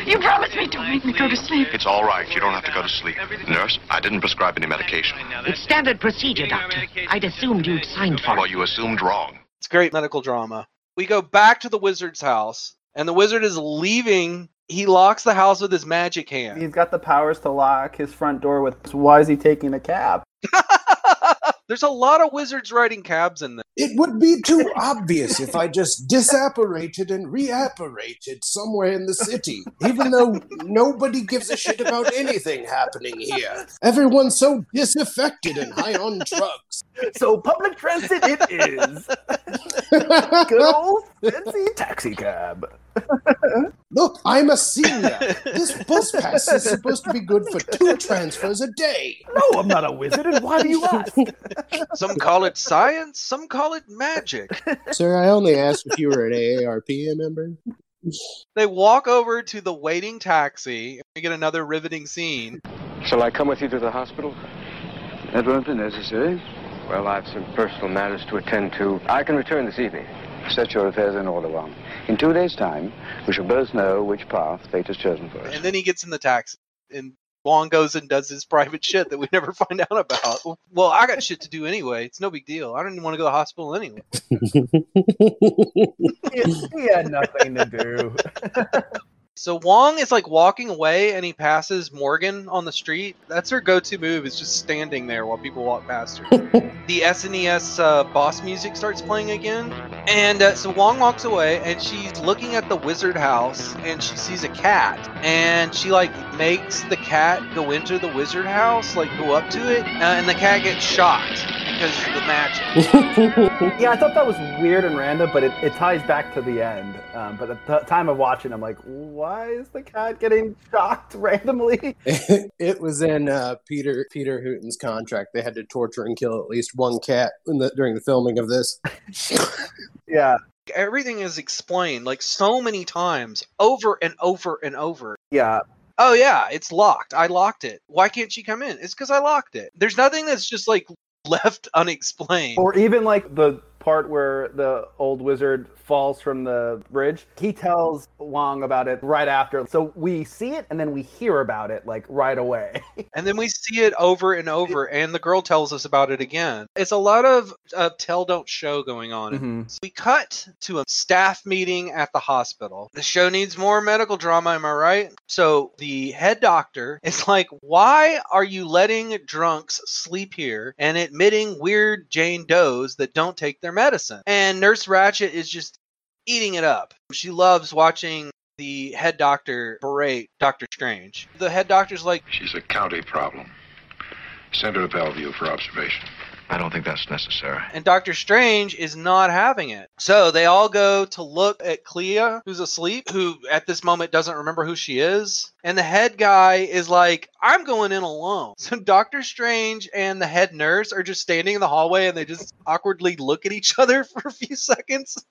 [SPEAKER 12] You promised me don't make me go to sleep.
[SPEAKER 16] It's all right. You don't have to go to sleep. Nurse, I didn't prescribe any medication.
[SPEAKER 9] It's standard procedure, Doctor. I'd assumed you'd signed for
[SPEAKER 16] Well, you assumed wrong.
[SPEAKER 3] It's great medical drama. We go back to the wizard's house, and the wizard is leaving. He locks the house with his magic hand.
[SPEAKER 5] He's got the powers to lock his front door with. So why is he taking a cab?
[SPEAKER 3] There's a lot of wizards riding cabs in this.
[SPEAKER 4] It would be too obvious if I just disapparated and reapparated somewhere in the city, even though nobody gives a shit about anything happening here. Everyone's so disaffected and high on drugs.
[SPEAKER 5] So public transit it is. Good old fancy taxi cab.
[SPEAKER 4] Look, I'm a senior. This bus pass is supposed to be good for two transfers a day.
[SPEAKER 5] No, I'm not a wizard, and why do you ask?
[SPEAKER 3] Some call it science, some call it magic.
[SPEAKER 4] Sir, I only asked if you were an AARP member.
[SPEAKER 3] They walk over to the waiting taxi. and We get another riveting scene.
[SPEAKER 13] Shall I come with you to the hospital? That won't be necessary.
[SPEAKER 21] Well, I've some personal matters to attend to. I can return this evening.
[SPEAKER 13] Set your affairs in order, Juan. In two days' time, we shall both know which path fate has chosen for us.
[SPEAKER 3] And then he gets in the taxi, and Juan goes and does his private shit that we never find out about. Well, I got shit to do anyway. It's no big deal. I don't even want to go to the hospital anyway.
[SPEAKER 5] he had nothing to do.
[SPEAKER 3] So Wong is like walking away and he passes Morgan on the street. That's her go-to move is just standing there while people walk past her. the SNES uh, boss music starts playing again. And uh, so Wong walks away and she's looking at the wizard house and she sees a cat and she like makes the cat go into the wizard house, like go up to it, uh, and the cat gets shocked because of the magic.
[SPEAKER 5] yeah, I thought that was weird and random, but it, it ties back to the end. Um, but at the time of watching, I'm like, why is the cat getting shocked randomly?
[SPEAKER 4] it was in uh, Peter Peter Hooton's contract. They had to torture and kill at least one cat in the, during the filming of this.
[SPEAKER 5] yeah,
[SPEAKER 3] Everything is explained like so many times over and over and over.
[SPEAKER 5] yeah.
[SPEAKER 3] Oh yeah, it's locked. I locked it. Why can't she come in? It's because I locked it. There's nothing that's just like left unexplained.
[SPEAKER 5] Or even like the part where the old wizard falls from the bridge. He tells Wong about it right after. So we see it and then we hear about it like right away.
[SPEAKER 3] And then we see it over and over, and the girl tells us about it again. It's a lot of uh, tell don't show going on.
[SPEAKER 5] Mm-hmm.
[SPEAKER 3] We cut to a staff meeting at the hospital. The show needs more medical drama, am I right? So the head doctor is like, Why are you letting drunks sleep here and admitting weird Jane Does that don't take their medicine? And Nurse Ratchet is just eating it up. She loves watching the head doctor berate Doctor Strange. The head doctor's like,
[SPEAKER 16] She's a county problem. Send her to Bellevue for observation. I don't think that's necessary.
[SPEAKER 3] and Doctor Strange is not having it. So they all go to look at Clea, who's asleep, who at this moment doesn't remember who she is. And the head guy is like, I'm going in alone. So Doctor Strange and the head nurse are just standing in the hallway and they just awkwardly look at each other for a few seconds.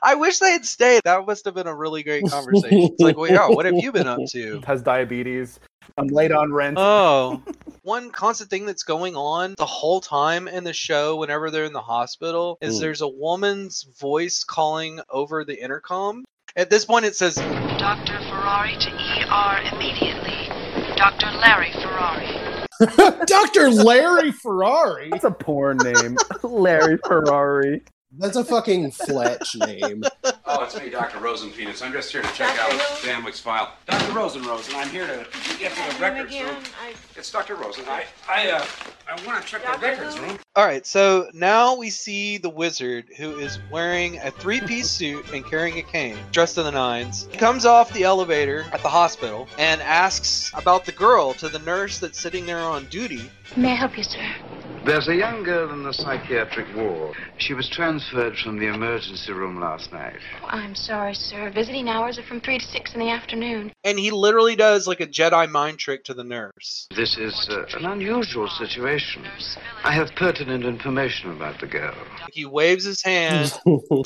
[SPEAKER 3] I wish they had stayed. That must have been a really great conversation. It's like, well, yeah, what have you been up to?
[SPEAKER 5] Has diabetes. I'm late on rent.
[SPEAKER 3] Oh. One constant thing that's going on the whole time in the show, whenever they're in the hospital, is
[SPEAKER 5] Mm.
[SPEAKER 3] there's a woman's voice calling over the intercom. At this point, it says,
[SPEAKER 12] Dr. Ferrari to ER immediately. Dr. Larry Ferrari.
[SPEAKER 4] Dr. Larry Ferrari. That's
[SPEAKER 5] a porn name. Larry Ferrari.
[SPEAKER 4] That's a fucking Fletch name.
[SPEAKER 8] Oh, it's me, Dr. Rosenpenis. I'm just here to check out Danwick's file. Dr. Rosenrosen, I'm here to get to the records room. It's Dr. Rosen. I, I, uh, I want to check the records room.
[SPEAKER 3] All right, so now we see the wizard who is wearing a three piece suit and carrying a cane, dressed to the nines. He comes off the elevator at the hospital and asks about the girl to the nurse that's sitting there on duty.
[SPEAKER 12] May I help you, sir?
[SPEAKER 13] There's a young girl in the psychiatric ward. She was transferred from the emergency room last night.
[SPEAKER 12] I'm sorry, sir. Visiting hours are from 3 to 6 in the afternoon.
[SPEAKER 3] And he literally does like a Jedi mind trick to the nurse.
[SPEAKER 13] This is uh, an unusual situation. I have pertinent information about the girl.
[SPEAKER 3] He waves his hand.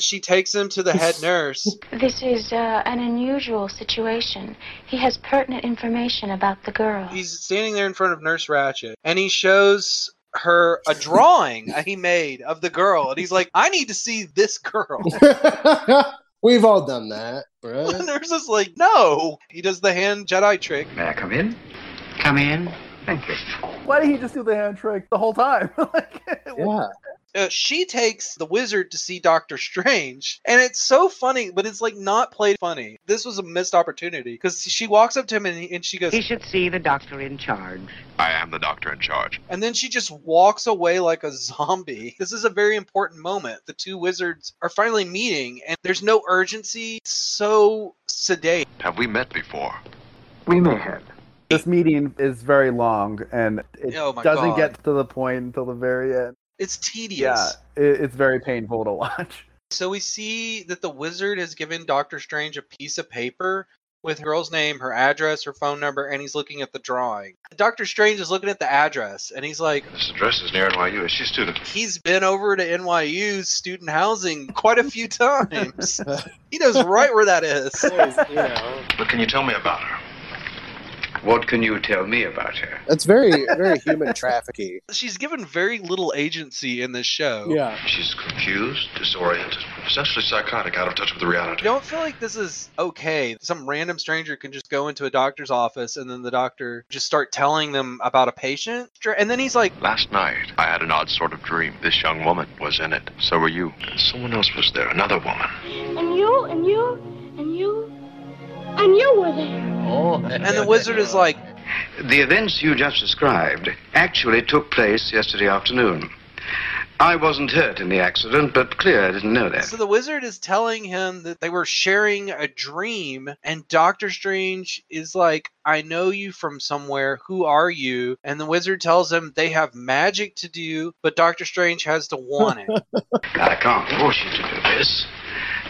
[SPEAKER 3] she takes him to the head nurse.
[SPEAKER 12] This is uh, an unusual situation. He has pertinent information about the girl.
[SPEAKER 3] He's standing there in front of Nurse Ratchet and he shows her a drawing that he made of the girl. And he's like, I need to see this girl.
[SPEAKER 4] We've all done that,
[SPEAKER 3] the
[SPEAKER 4] bruh.
[SPEAKER 3] nurse is like, no. He does the hand Jedi trick.
[SPEAKER 13] May I come in? Come in. Thank you.
[SPEAKER 5] Why did he just do the hand trick the whole time?
[SPEAKER 4] Yeah.
[SPEAKER 3] Uh, she takes the wizard to see Doctor Strange, and it's so funny, but it's like not played funny. This was a missed opportunity because she walks up to him and, he, and she goes,
[SPEAKER 22] He should see the doctor in charge.
[SPEAKER 16] I am the doctor in charge.
[SPEAKER 3] And then she just walks away like a zombie. This is a very important moment. The two wizards are finally meeting, and there's no urgency. It's so sedate.
[SPEAKER 16] Have we met before?
[SPEAKER 5] We may have. This meeting is very long and it
[SPEAKER 3] Oh my
[SPEAKER 5] doesn't
[SPEAKER 3] God.
[SPEAKER 5] get to the point until the very end.
[SPEAKER 3] It's tedious.
[SPEAKER 5] Yeah, it, it's very painful to watch.
[SPEAKER 3] So we see that the wizard has given Doctor Strange a piece of paper with her girl's name, her address, her phone number, and he's looking at the drawing. Doctor Strange is looking at the address, and he's like,
[SPEAKER 16] This address is near NYU. Is she a student?
[SPEAKER 3] he's been over to NYU's student housing quite a few times. he knows right where that is.
[SPEAKER 16] What can you tell me about her?
[SPEAKER 13] What can you tell me about her?
[SPEAKER 4] That's very, very human trafficking.
[SPEAKER 3] She's given very little agency in this show.
[SPEAKER 16] She's confused, disoriented, essentially psychotic, out of touch with
[SPEAKER 3] I
[SPEAKER 16] reality.
[SPEAKER 3] don't feel like this is okay. Some random stranger can just go into a doctor's office and then the doctor just start telling them about a patient. Sure, And then he's like,
[SPEAKER 16] Last night, I had an odd sort of dream. This young woman was in it. So were you. And someone else was there, another woman.
[SPEAKER 6] And you, and you, and you, and you were there.
[SPEAKER 16] Oh.
[SPEAKER 3] and the wizard is like,
[SPEAKER 13] The events you just described actually took place yesterday afternoon. I wasn't hurt in the accident, but Clear didn't know that.
[SPEAKER 3] so the wizard is telling him that they were sharing a dream, and Doctor Strange is like, I know you from somewhere. Who are you? And the wizard tells him they have magic to do, but Doctor Strange has to want it.
[SPEAKER 13] I can't force you to do this.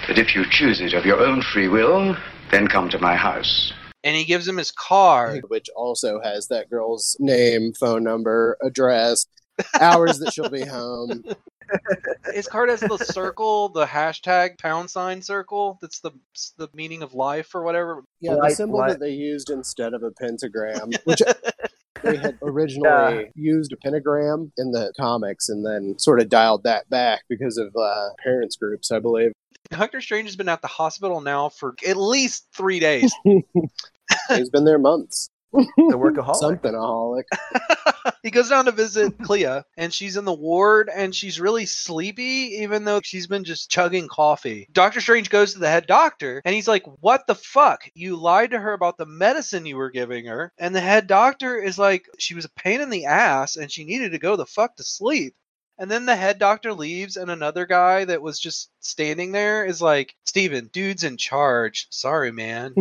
[SPEAKER 13] But if you choose it of your own free will, then come to my house.
[SPEAKER 3] and he gives him his car.
[SPEAKER 4] Which also has that girl's name, phone number, address, hours that she'll be home.
[SPEAKER 3] His card has the circle, the hashtag pound sign circle. That's the the meaning of life or whatever.
[SPEAKER 4] Yeah, the symbol that they used instead of a pentagram, which they had originally used a pentagram in the comics and then sort of dialed that back because of uh, parents groups, I believe.
[SPEAKER 3] Doctor Strange has been at the hospital now for at least three days.
[SPEAKER 4] He's been there months.
[SPEAKER 5] The workaholic.
[SPEAKER 4] Something aholic.
[SPEAKER 3] he goes down to visit Clea, and she's in the ward, and she's really sleepy, even though she's been just chugging coffee. Doctor Strange goes to the head doctor, and he's like, What the fuck? You lied to her about the medicine you were giving her. And the head doctor is like, She was a pain in the ass, and she needed to go the fuck to sleep. And then the head doctor leaves, and another guy that was just standing there is like, Steven, dude's in charge. Sorry, man.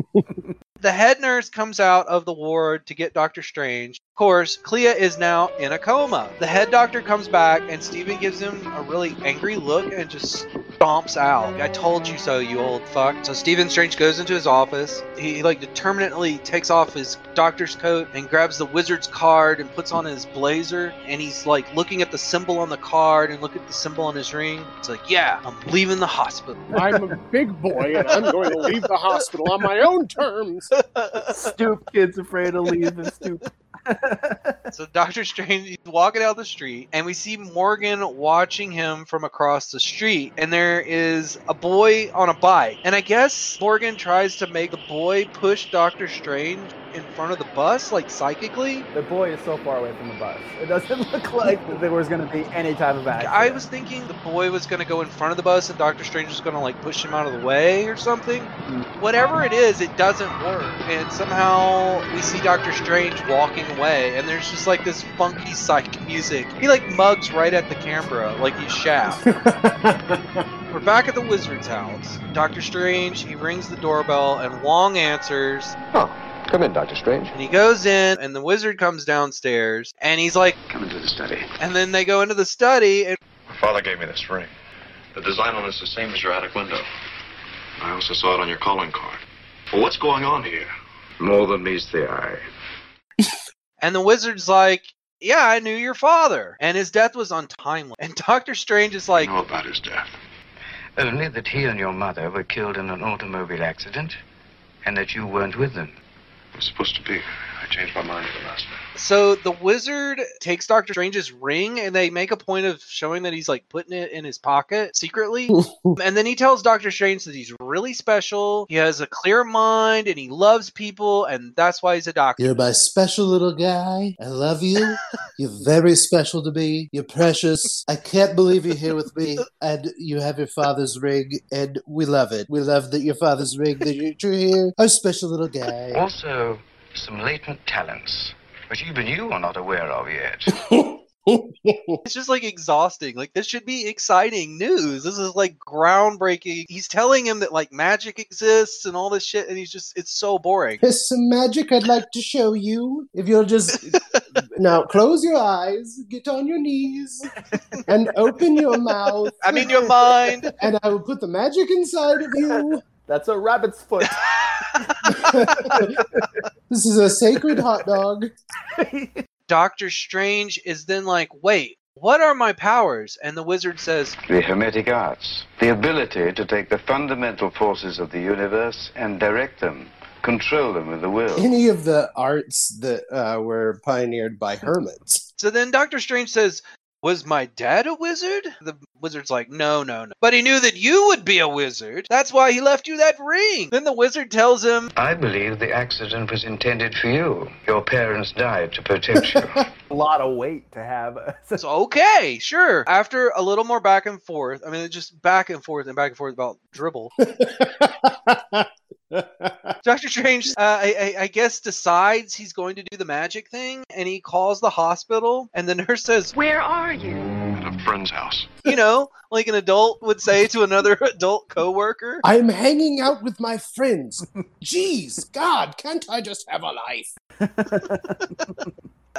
[SPEAKER 3] The head nurse comes out of the ward to get Doctor Strange. Of course, Clea is now in a coma. The head doctor comes back and Steven gives him a really angry look and just stomps out. I told you so, you old fuck. So Steven Strange goes into his office. He like determinately takes off his doctor's coat and grabs the wizard's card and puts on his blazer and he's like looking at the symbol on the card and look at the symbol on his ring. It's like, yeah, I'm leaving the hospital.
[SPEAKER 10] I'm a big boy and I'm going to leave the hospital on my own terms.
[SPEAKER 5] Stoop kid's afraid to leave the stoop.
[SPEAKER 3] so Doctor Strange he's walking down the street, and we see Morgan watching him from across the street, and there is a boy on a bike, and I guess Morgan tries to make the boy push Doctor Strange in front of the bus, like psychically.
[SPEAKER 5] The boy is so far away from the bus. It doesn't look like that there was going to be any type of action.
[SPEAKER 3] I was thinking the boy was going to go in front of the bus and Doctor Strange was going to like push him out of the way or something. Whatever it is, it doesn't work. And somehow we see Doctor Strange walking away and there's just like this funky psych music. He like mugs right at the camera like he's Shaft. We're back at the wizard's house. Doctor Strange, he rings the doorbell and Wong answers.
[SPEAKER 2] Oh, Come in, Doctor Strange.
[SPEAKER 3] And he goes in, and the wizard comes downstairs, and he's like,
[SPEAKER 16] Come into the study.
[SPEAKER 3] and then they go into the study, and
[SPEAKER 16] My father gave me this ring. The design on it's the same as your attic window. I also saw it on your calling card. Well, what's going on here?
[SPEAKER 13] More than meets the eye.
[SPEAKER 3] And the wizard's like, Yeah, I knew your father. And his death was untimely. And Doctor Strange is like,
[SPEAKER 16] know about his death.
[SPEAKER 21] Only that he and your mother were killed in an automobile accident, and that you weren't with them.
[SPEAKER 16] I'm supposed to be. I changed my mind at the last minute.
[SPEAKER 3] So the wizard takes Doctor Strange's ring and they make a point of showing that he's like putting it in his pocket secretly. and then he tells Doctor Strange that he's really special. He has a clear mind and he loves people. And that's why he's a doctor.
[SPEAKER 4] You're my special little guy. I love you. You're very special to me. You're precious. I can't believe you're here with me. And you have your father's ring, and we love it. We love that your father's ring, that you're you're here. Our special little guy.
[SPEAKER 21] Also, some latent talents, which even you are not aware of yet.
[SPEAKER 3] It's just like exhausting. Like this should be exciting news. This is like groundbreaking. He's telling him that like magic exists and all this shit, and he's just it's so boring.
[SPEAKER 4] There's some magic I'd like to show you. If you'll just. now close your eyes, get on your knees, and open your mouth.
[SPEAKER 3] I mean, your mind.
[SPEAKER 4] And I will put the magic inside of you.
[SPEAKER 5] That's a rabbit's foot.
[SPEAKER 4] This is a sacred hot dog.
[SPEAKER 3] Doctor Strange is then like, wait, what are my powers? And the wizard says,
[SPEAKER 21] The Hermetic Arts, the ability to take the fundamental forces of the universe and direct them
[SPEAKER 13] Control them with the will.
[SPEAKER 4] Any of the arts that uh, were pioneered by hermits.
[SPEAKER 3] So then Doctor Strange says, Was my dad a wizard? The wizard's like, No, no, no. But he knew that you would be a wizard. That's why he left you that ring. Then the wizard tells him,
[SPEAKER 21] I believe the accident was intended for you. Your parents died to protect you.
[SPEAKER 5] a lot of weight to have.
[SPEAKER 3] It's okay, sure. After a little more back and forth, I mean, it's just back and forth and back and forth about dribble. Doctor Strange, uh, I, I, I guess, decides he's going to do the magic thing, and he calls the hospital, and the nurse says,
[SPEAKER 14] Where are you?
[SPEAKER 16] At a friend's house.
[SPEAKER 3] you know, like an adult would say to another adult coworker.
[SPEAKER 4] I'm hanging out with my friends. Jeez, God, can't I just have a life?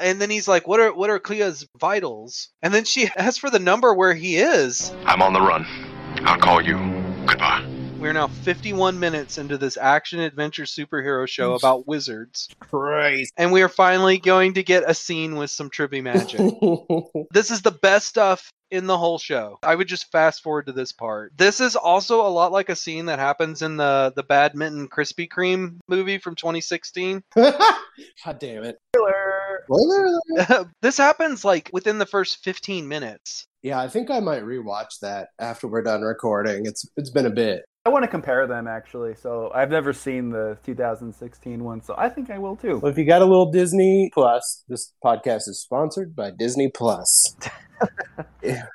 [SPEAKER 3] And then he's like, "What are what are Clea's vitals?" And then she asks for the number where he is.
[SPEAKER 16] I'm on the run. I'll call you. Goodbye.
[SPEAKER 3] We're now 51 minutes into this action adventure superhero show about wizards.
[SPEAKER 4] Christ.
[SPEAKER 3] And we are finally going to get a scene with some trippy magic. this is the best stuff in the whole show. I would just fast forward to this part. This is also a lot like a scene that happens in the the Badminton Krispy Kreme movie from 2016.
[SPEAKER 4] God damn it. Spoiler alert.
[SPEAKER 3] this happens like within the first 15 minutes.
[SPEAKER 4] Yeah, I think I might rewatch that after we're done recording. It's it's been a bit.
[SPEAKER 5] I want to compare them actually. So I've never seen the 2016 one, so I think I will too.
[SPEAKER 4] Well, if you got a little Disney Plus, this podcast is sponsored by Disney Plus. Yeah.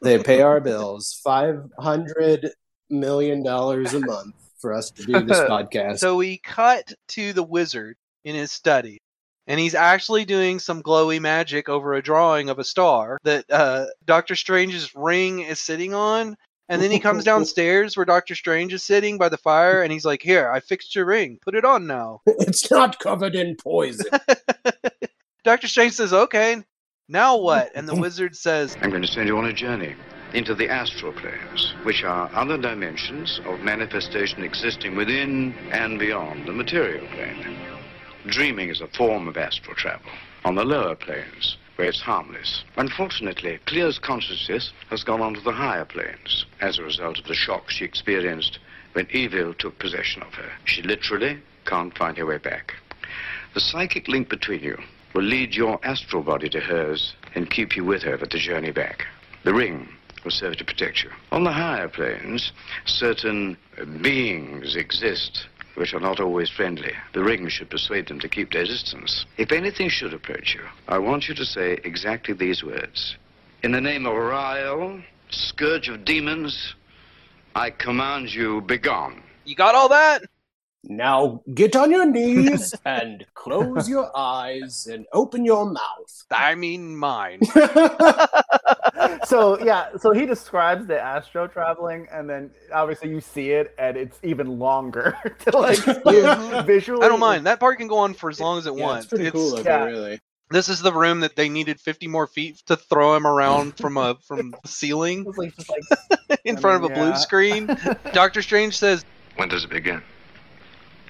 [SPEAKER 4] they pay our bills five hundred million dollars a month for us to do this podcast.
[SPEAKER 3] So we cut to the wizard in his study, and he's actually doing some glowy magic over a drawing of a star that uh, Doctor Strange's ring is sitting on. And then he comes downstairs where Doctor Strange is sitting by the fire, and he's like, "Here, I fixed your ring. Put it on now."
[SPEAKER 4] it's not covered in poison.
[SPEAKER 3] Doctor Strange says, "Okay, now what?" And the wizard says,
[SPEAKER 13] I'm going to send you on a journey into the astral planes, which are other dimensions of manifestation existing within and beyond the material plane. Dreaming is a form of astral travel on the lower planes, where it's harmless. Unfortunately, Clear's consciousness has gone on to the higher planes as a result of the shock she experienced when evil took possession of her. She literally can't find her way back. The psychic link between you will lead your astral body to hers and keep you with her for the journey back. The ring will serve to protect you. On the higher planes, certain uh, beings exist which are not always friendly. The ring should persuade them to keep their distance. If anything should approach you, I want you to say exactly these words. In the name of Rael, scourge of demons, I command you begone.
[SPEAKER 3] "You got all that?"
[SPEAKER 4] Now get on your knees and close your eyes and open your mouth.
[SPEAKER 3] I mean, mine.
[SPEAKER 5] so yeah, so he describes the astro traveling, and then obviously you see it, and it's even longer to like visually.
[SPEAKER 3] I don't mind. That part can go on for as long as it
[SPEAKER 4] Yeah,
[SPEAKER 3] wants.
[SPEAKER 4] it's pretty cool looking,
[SPEAKER 5] yeah.
[SPEAKER 4] really.
[SPEAKER 3] This is the room that they needed 50 more feet to throw him around from a from the ceiling
[SPEAKER 5] It's like, just like
[SPEAKER 3] in
[SPEAKER 5] I
[SPEAKER 3] front of
[SPEAKER 5] mean,
[SPEAKER 3] a blue
[SPEAKER 5] yeah.
[SPEAKER 3] screen. Doctor Strange says,
[SPEAKER 16] When does it begin?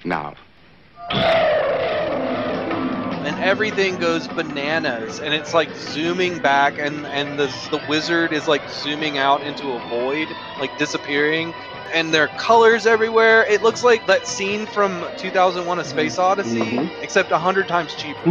[SPEAKER 13] Now.
[SPEAKER 3] and everything goes bananas, and it's like zooming back, and and the the wizard is like zooming out into a void, like disappearing. And there are colors everywhere. It looks like that scene from 2001: A Space Odyssey,
[SPEAKER 4] Mhm.
[SPEAKER 3] except a hundred times cheaper.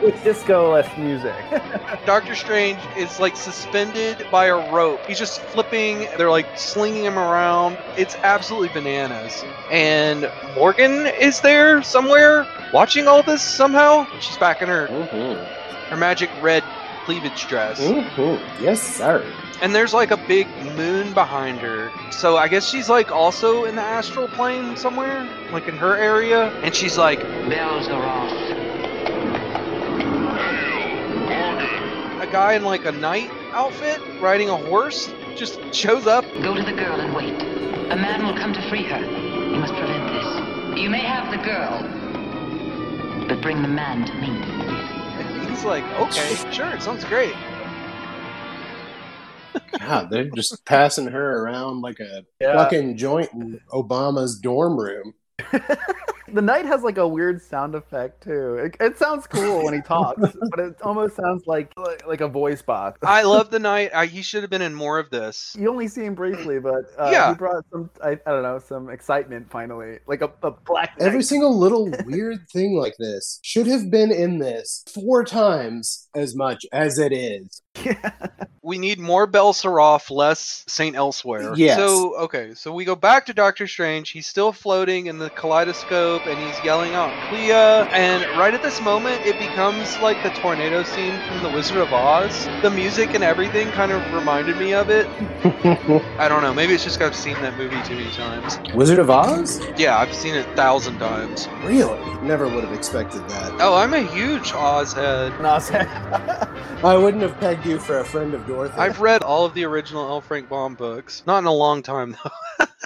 [SPEAKER 5] with disco less music.
[SPEAKER 3] Doctor Strange is like suspended by a rope. He's just flipping. They're like slinging him around. It's absolutely bananas. And Morgan is there somewhere watching all this somehow. She's back in her,
[SPEAKER 4] Mhm.
[SPEAKER 3] her magic red cleavage dress.
[SPEAKER 4] Mhm. Yes, sir.
[SPEAKER 3] And there's like a big moon behind her. So I guess she's like also in the astral plane somewhere, like in her area. And she's like,
[SPEAKER 9] Bells are off.
[SPEAKER 3] a guy in like a knight outfit riding a horse just shows up.
[SPEAKER 9] Go to the girl and wait. A man will come to free her. You must prevent this. You may have the girl, but bring the man to me.
[SPEAKER 3] He's like, okay, sure, it sounds great.
[SPEAKER 4] God, they're just passing her around like a
[SPEAKER 5] Yeah.
[SPEAKER 4] fucking joint in Obama's dorm room.
[SPEAKER 5] the knight has like a weird sound effect too. It, it sounds cool when he talks, but it almost sounds like like, like a voice box.
[SPEAKER 3] I love the knight. I, he should have been in more of this.
[SPEAKER 5] You only see him briefly, but uh,
[SPEAKER 3] Yeah.
[SPEAKER 5] he brought some I, I don't know some excitement finally, like a, a black.
[SPEAKER 4] Every
[SPEAKER 5] knight.
[SPEAKER 4] single little weird thing like this should have been in this four times as much as it is.
[SPEAKER 3] We need more Belsaroff, less Saint Elsewhere.
[SPEAKER 4] Yes.
[SPEAKER 3] So okay, so we go back to Doctor Strange. He's still floating in the kaleidoscope, and he's yelling out Clea. And right at this moment, it becomes like the tornado scene from The Wizard of Oz. The music and everything kind of reminded me of it. I don't know. Maybe it's just 'cause I've seen that movie too many times.
[SPEAKER 4] Wizard of Oz?
[SPEAKER 3] Yeah, I've seen it a thousand times.
[SPEAKER 4] Really? Never would have expected that.
[SPEAKER 3] Oh, I'm a huge Oz head.
[SPEAKER 4] I wouldn't have pegged you for a friend of Dorothy.
[SPEAKER 3] I've read all of the original L. Frank Baum books. Not in a long time though.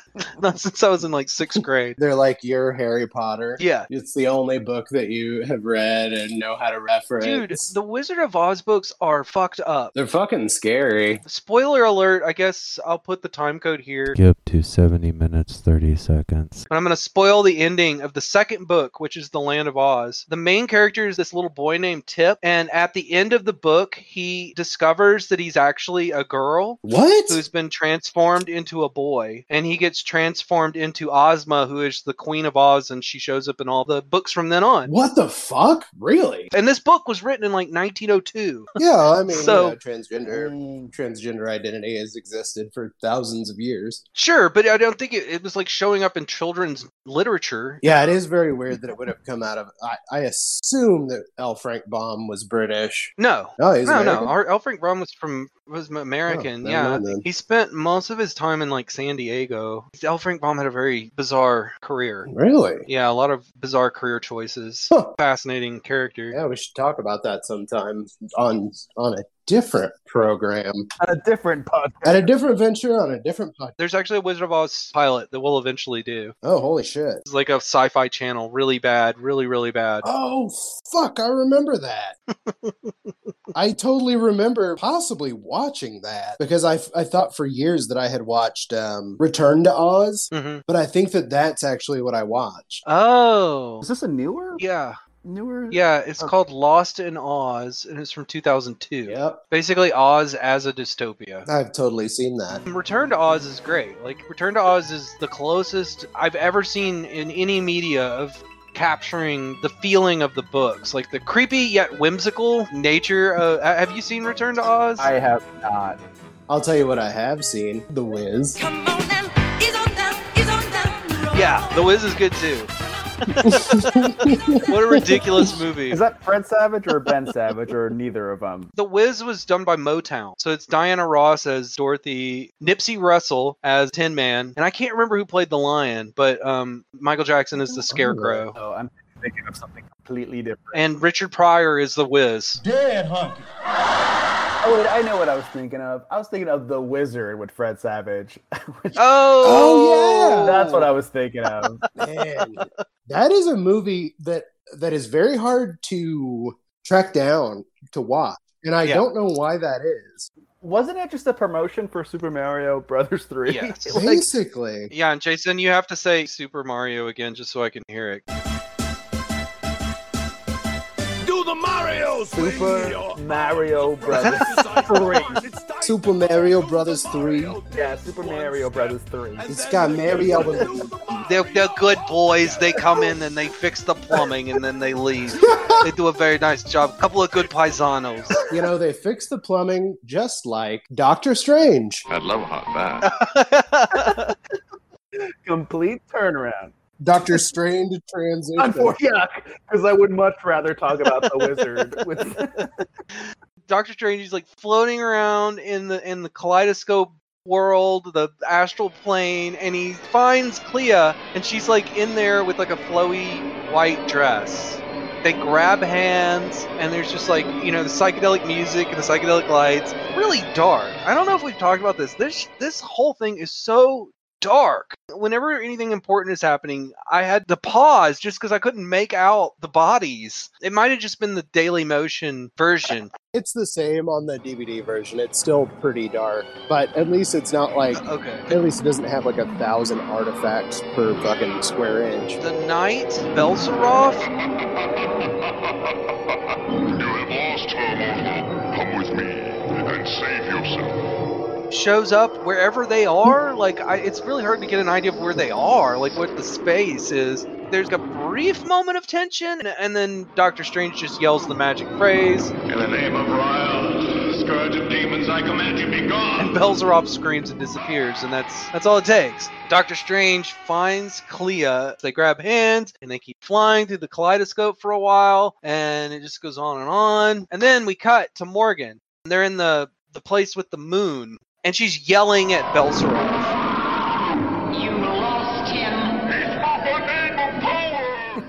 [SPEAKER 3] Not since I was in like sixth grade.
[SPEAKER 4] They're like your Harry Potter.
[SPEAKER 3] Yeah.
[SPEAKER 4] It's the only book that you have read and know how to reference.
[SPEAKER 3] Dude, the Wizard of Oz books are fucked up.
[SPEAKER 4] They're fucking scary.
[SPEAKER 3] Spoiler alert, I guess I'll put the time code here.
[SPEAKER 1] Skip to 70 minutes, 30 seconds.
[SPEAKER 3] But I'm going to spoil the ending of the second book, which is The Land of Oz. The main character is this little boy named Tip, and at the end of the book, he discovers that he's actually a girl.
[SPEAKER 4] What?
[SPEAKER 3] Who's been transformed into a boy, and he gets transformed into Ozma, who is the Queen of Oz, and she shows up in all the books from then on.
[SPEAKER 4] What the fuck? Really?
[SPEAKER 3] And this book was written in like 1902.
[SPEAKER 4] Yeah, I mean,
[SPEAKER 3] So-
[SPEAKER 4] you know, transgender transgender identity has existed for thousands of years.
[SPEAKER 3] Sure, but I don't think it, it was like showing up in children's literature.
[SPEAKER 4] Yeah, it is very weird that it would have come out of. I, I assume that L. Frank Baum was British.
[SPEAKER 3] No.
[SPEAKER 4] Oh, he's
[SPEAKER 3] no,
[SPEAKER 4] American? Oh,
[SPEAKER 3] no. Our L. Frank Baum was from was m- American.
[SPEAKER 4] never
[SPEAKER 3] yeah,
[SPEAKER 4] mind then.
[SPEAKER 3] he spent most of his time in like San Diego. L. Frank Baum had a very bizarre career.
[SPEAKER 4] Really?
[SPEAKER 3] Yeah, a lot of bizarre career choices. Fascinating character.
[SPEAKER 4] Yeah, we should talk about that sometime on on a different program,
[SPEAKER 5] a different podcast,
[SPEAKER 4] at a different venture, on a different podcast.
[SPEAKER 3] There's actually a Wizard of Oz pilot that we'll eventually do.
[SPEAKER 4] Oh, holy shit!
[SPEAKER 3] It's like a sci-fi channel, really bad, really, really bad.
[SPEAKER 4] Oh fuck, I remember that. I totally remember possibly watching that because I, I thought for years that I had watched um, Return to Oz,
[SPEAKER 5] Mm-hmm.
[SPEAKER 4] but I think that that's actually what I watched.
[SPEAKER 3] Oh,
[SPEAKER 5] is this a newer?
[SPEAKER 3] Yeah.
[SPEAKER 5] Newer?
[SPEAKER 3] Yeah, it's called Lost in Oz, and it's from 2002.
[SPEAKER 4] Yep.
[SPEAKER 3] Basically, Oz as a dystopia.
[SPEAKER 4] I've totally seen that.
[SPEAKER 3] Return to Oz is great. Like Return to Oz is the closest I've ever seen in any media of capturing the feeling of the books, like the creepy yet whimsical nature. Of, uh, have you seen Return to Oz?
[SPEAKER 4] I have not. I'll tell you what I have seen The Wiz.
[SPEAKER 3] Yeah, The Wiz is good too. what a ridiculous movie.
[SPEAKER 5] Is that Fred Savage or Ben Savage or neither of them?
[SPEAKER 3] The Wiz was done by Motown. So it's Diana Ross as Dorothy, Nipsey Russell as Tin Man, and I can't remember who played the lion, but um, Michael Jackson is the Scarecrow.
[SPEAKER 5] Oh, I'm thinking of something completely different.
[SPEAKER 3] And Richard Pryor is the Wiz.
[SPEAKER 5] Dead hunky. Oh wait, I know what I was thinking of. I was thinking of the wizard with Fred Savage. which-
[SPEAKER 3] Oh,
[SPEAKER 4] Oh, yeah.
[SPEAKER 5] that's what I was thinking of.
[SPEAKER 4] Man, that is a movie that that is very hard to track down to watch, and I
[SPEAKER 5] Yeah.
[SPEAKER 4] don't know why that is.
[SPEAKER 5] Wasn't it just a promotion for Super Mario Brothers Three?
[SPEAKER 3] Yes.
[SPEAKER 4] Basically,
[SPEAKER 3] Yeah, and Jason, you have to say Super Mario again just so I can hear it.
[SPEAKER 15] Do the Mario
[SPEAKER 5] Super Mario Brothers Three.
[SPEAKER 4] Super Mario Brothers Three.
[SPEAKER 5] Yeah, Super Mario Brothers Three.
[SPEAKER 4] It's got Mario.
[SPEAKER 3] They're, they're good boys. They come in and they fix the plumbing and then they leave. they do a very nice job. Couple of good paisanos.
[SPEAKER 4] You know, they fixed the plumbing just like Doctor Strange.
[SPEAKER 16] I'd love a hot bath.
[SPEAKER 5] Complete turnaround.
[SPEAKER 4] Doctor Strange transition.
[SPEAKER 5] Unfortunately, because I would much rather talk about the wizard. With...
[SPEAKER 3] Doctor Strange is like floating around in the in the kaleidoscope world, the astral plane, and he finds Clea, and she's like in there with like a flowy white dress. They grab hands, and there's just like you know the psychedelic music and the psychedelic lights. Really dark. I don't know if we've talked about this. This this whole thing is so dark. Whenever anything important is happening, I had to pause just because I couldn't make out the bodies. It might have just been the Daily Motion version.
[SPEAKER 4] It's the same on the DVD version. It's still pretty dark, but at least it's not like.
[SPEAKER 3] Okay.
[SPEAKER 4] At least it doesn't have like a thousand artifacts per fucking square inch.
[SPEAKER 3] The Knight Belzerov? Shows up wherever they are. Like, I, it's really hard to get an idea of where they are, like what the space is. There's a brief moment of tension, and then Doctor Strange just yells the magic phrase.
[SPEAKER 7] In the name of Rael, scourge of demons, I command you be gone.
[SPEAKER 3] And Belzerov screams and disappears, and that's that's all it takes. Doctor Strange finds Clea. They grab hands and they keep flying through the kaleidoscope for a while, and it just goes on and on. And then we cut to Morgan. They're in the the place with the moon, and she's yelling at Belzerov.
[SPEAKER 9] You lost him.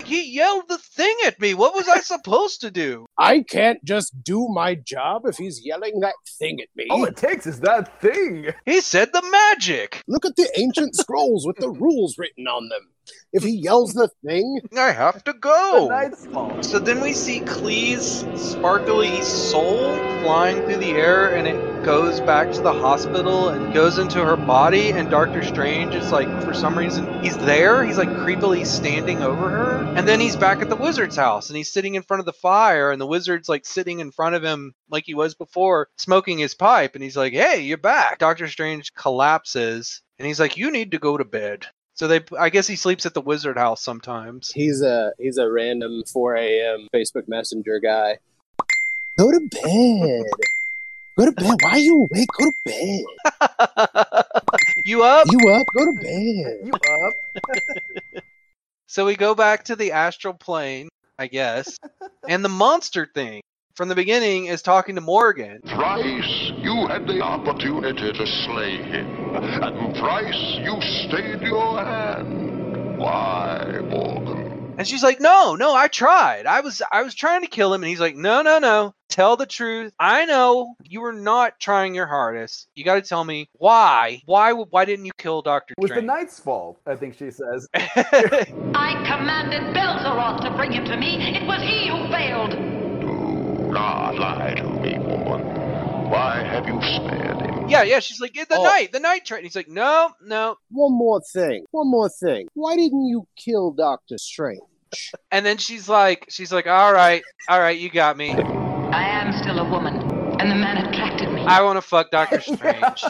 [SPEAKER 3] He yelled the thing at me. What was I supposed to do?
[SPEAKER 10] I can't just do my job if he's yelling that thing at me.
[SPEAKER 5] All Oh, it takes is that thing.
[SPEAKER 3] He said the magic.
[SPEAKER 4] Look at the ancient scrolls with the rules written on them. If he yells the thing,
[SPEAKER 3] I have to go.
[SPEAKER 5] The night's falling.
[SPEAKER 3] So then we see Klee's sparkly soul flying through the air and it goes back to the hospital and goes into her body and Doctor Strange is like for some reason he's there, he's like creepily standing over her. And then he's back at the wizard's house and he's sitting in front of the fire and the wizard's like sitting in front of him like he was before, smoking his pipe, and he's like, Hey, you're back. Doctor Strange collapses and he's like, You need to go to bed. So they, I guess he sleeps at the wizard house sometimes.
[SPEAKER 4] he's a he's a random 4 a.m. Facebook Messenger guy. Go to bed. Go to bed. Why are you awake? Go to bed.
[SPEAKER 3] You up?
[SPEAKER 4] You up? Go to bed.
[SPEAKER 5] You up?
[SPEAKER 3] So we go back to the astral plane, I guess. and the monster thing from the beginning is talking to Morgan.
[SPEAKER 7] Thrice you had the opportunity to slay him, and thrice you stayed your hand. Why, Morgan?
[SPEAKER 3] And she's like, "No, no, I tried. I was I was trying to kill him." And he's like, "No, no, no. Tell the truth. I know you were not trying your hardest. You got to tell me why. Why why didn't you kill Dr.
[SPEAKER 5] It was the
[SPEAKER 3] Strange?"
[SPEAKER 5] night's fault, I think she says.
[SPEAKER 9] I commanded Belzeroth to bring him to me. It was he who failed.
[SPEAKER 7] Do not lie to me, woman. Why have you spared him?
[SPEAKER 3] yeah, yeah, she's like, "The
[SPEAKER 4] Oh.
[SPEAKER 3] night, the night train." He's like, "No, no."
[SPEAKER 4] One more thing. One more thing. Why didn't you kill Doctor Strange?
[SPEAKER 3] And then she's like, she's like, "All right. All right, you got me.
[SPEAKER 9] I am still a woman, and the man attracted me.
[SPEAKER 3] I want to fuck Doctor Strange."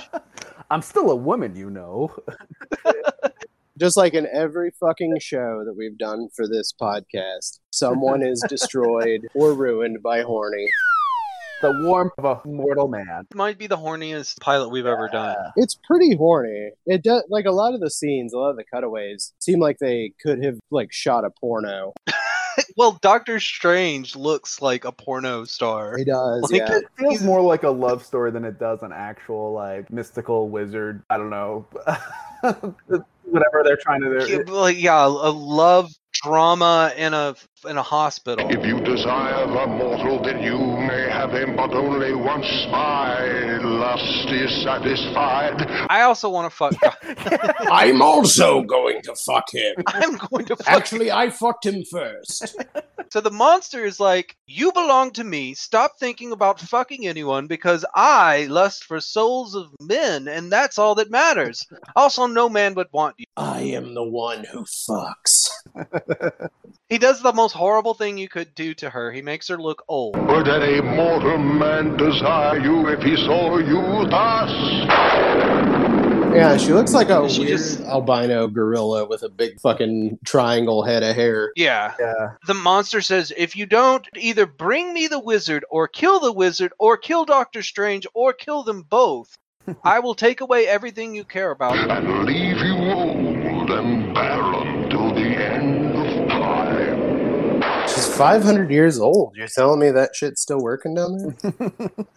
[SPEAKER 5] I'm still a woman, you know.
[SPEAKER 4] Just like in every fucking show that we've done for this podcast, someone is destroyed or ruined by horny.
[SPEAKER 5] The warmth of a mortal man.
[SPEAKER 3] Might be the horniest pilot we've ever done.
[SPEAKER 4] It's pretty horny. It does like a lot of the scenes, a lot of the cutaways seem like they could have like shot a porno.
[SPEAKER 3] Well, Doctor Strange looks like a porno star.
[SPEAKER 4] He does,
[SPEAKER 3] Like,
[SPEAKER 4] yeah.
[SPEAKER 5] It feels more like a love story than it does an actual like mystical wizard. I don't know, whatever they're trying to
[SPEAKER 3] Yeah,
[SPEAKER 5] do.
[SPEAKER 3] like yeah, a love drama in a in a hospital.
[SPEAKER 7] If you desire the mortal, then you may have him, but only once my lust is satisfied.
[SPEAKER 3] I also want to fuck.
[SPEAKER 10] I'm also going to fuck him.
[SPEAKER 3] I'm going to fuck.
[SPEAKER 10] Actually, I fucked him first.
[SPEAKER 3] So the monster is like, "You belong to me. Stop thinking about fucking anyone because I lust for souls of men, and that's all that matters. Also, no man would want you."
[SPEAKER 10] I am the one who fucks.
[SPEAKER 3] He does the most horrible thing you could do to her. He makes her look old.
[SPEAKER 7] Would any mortal man desire you if he saw you thus?
[SPEAKER 4] Yeah, she looks like a
[SPEAKER 3] She
[SPEAKER 4] weird
[SPEAKER 3] just-
[SPEAKER 4] albino gorilla with a big fucking triangle head of hair.
[SPEAKER 3] Yeah.
[SPEAKER 5] Yeah,
[SPEAKER 3] The monster says, if you don't either bring me the wizard, or kill the wizard, or kill Doctor Strange, or kill them both, I will take away everything you care about.
[SPEAKER 7] And leave you old and barren till the end of time.
[SPEAKER 4] She's 500 years old. You're telling me that shit's still working down there?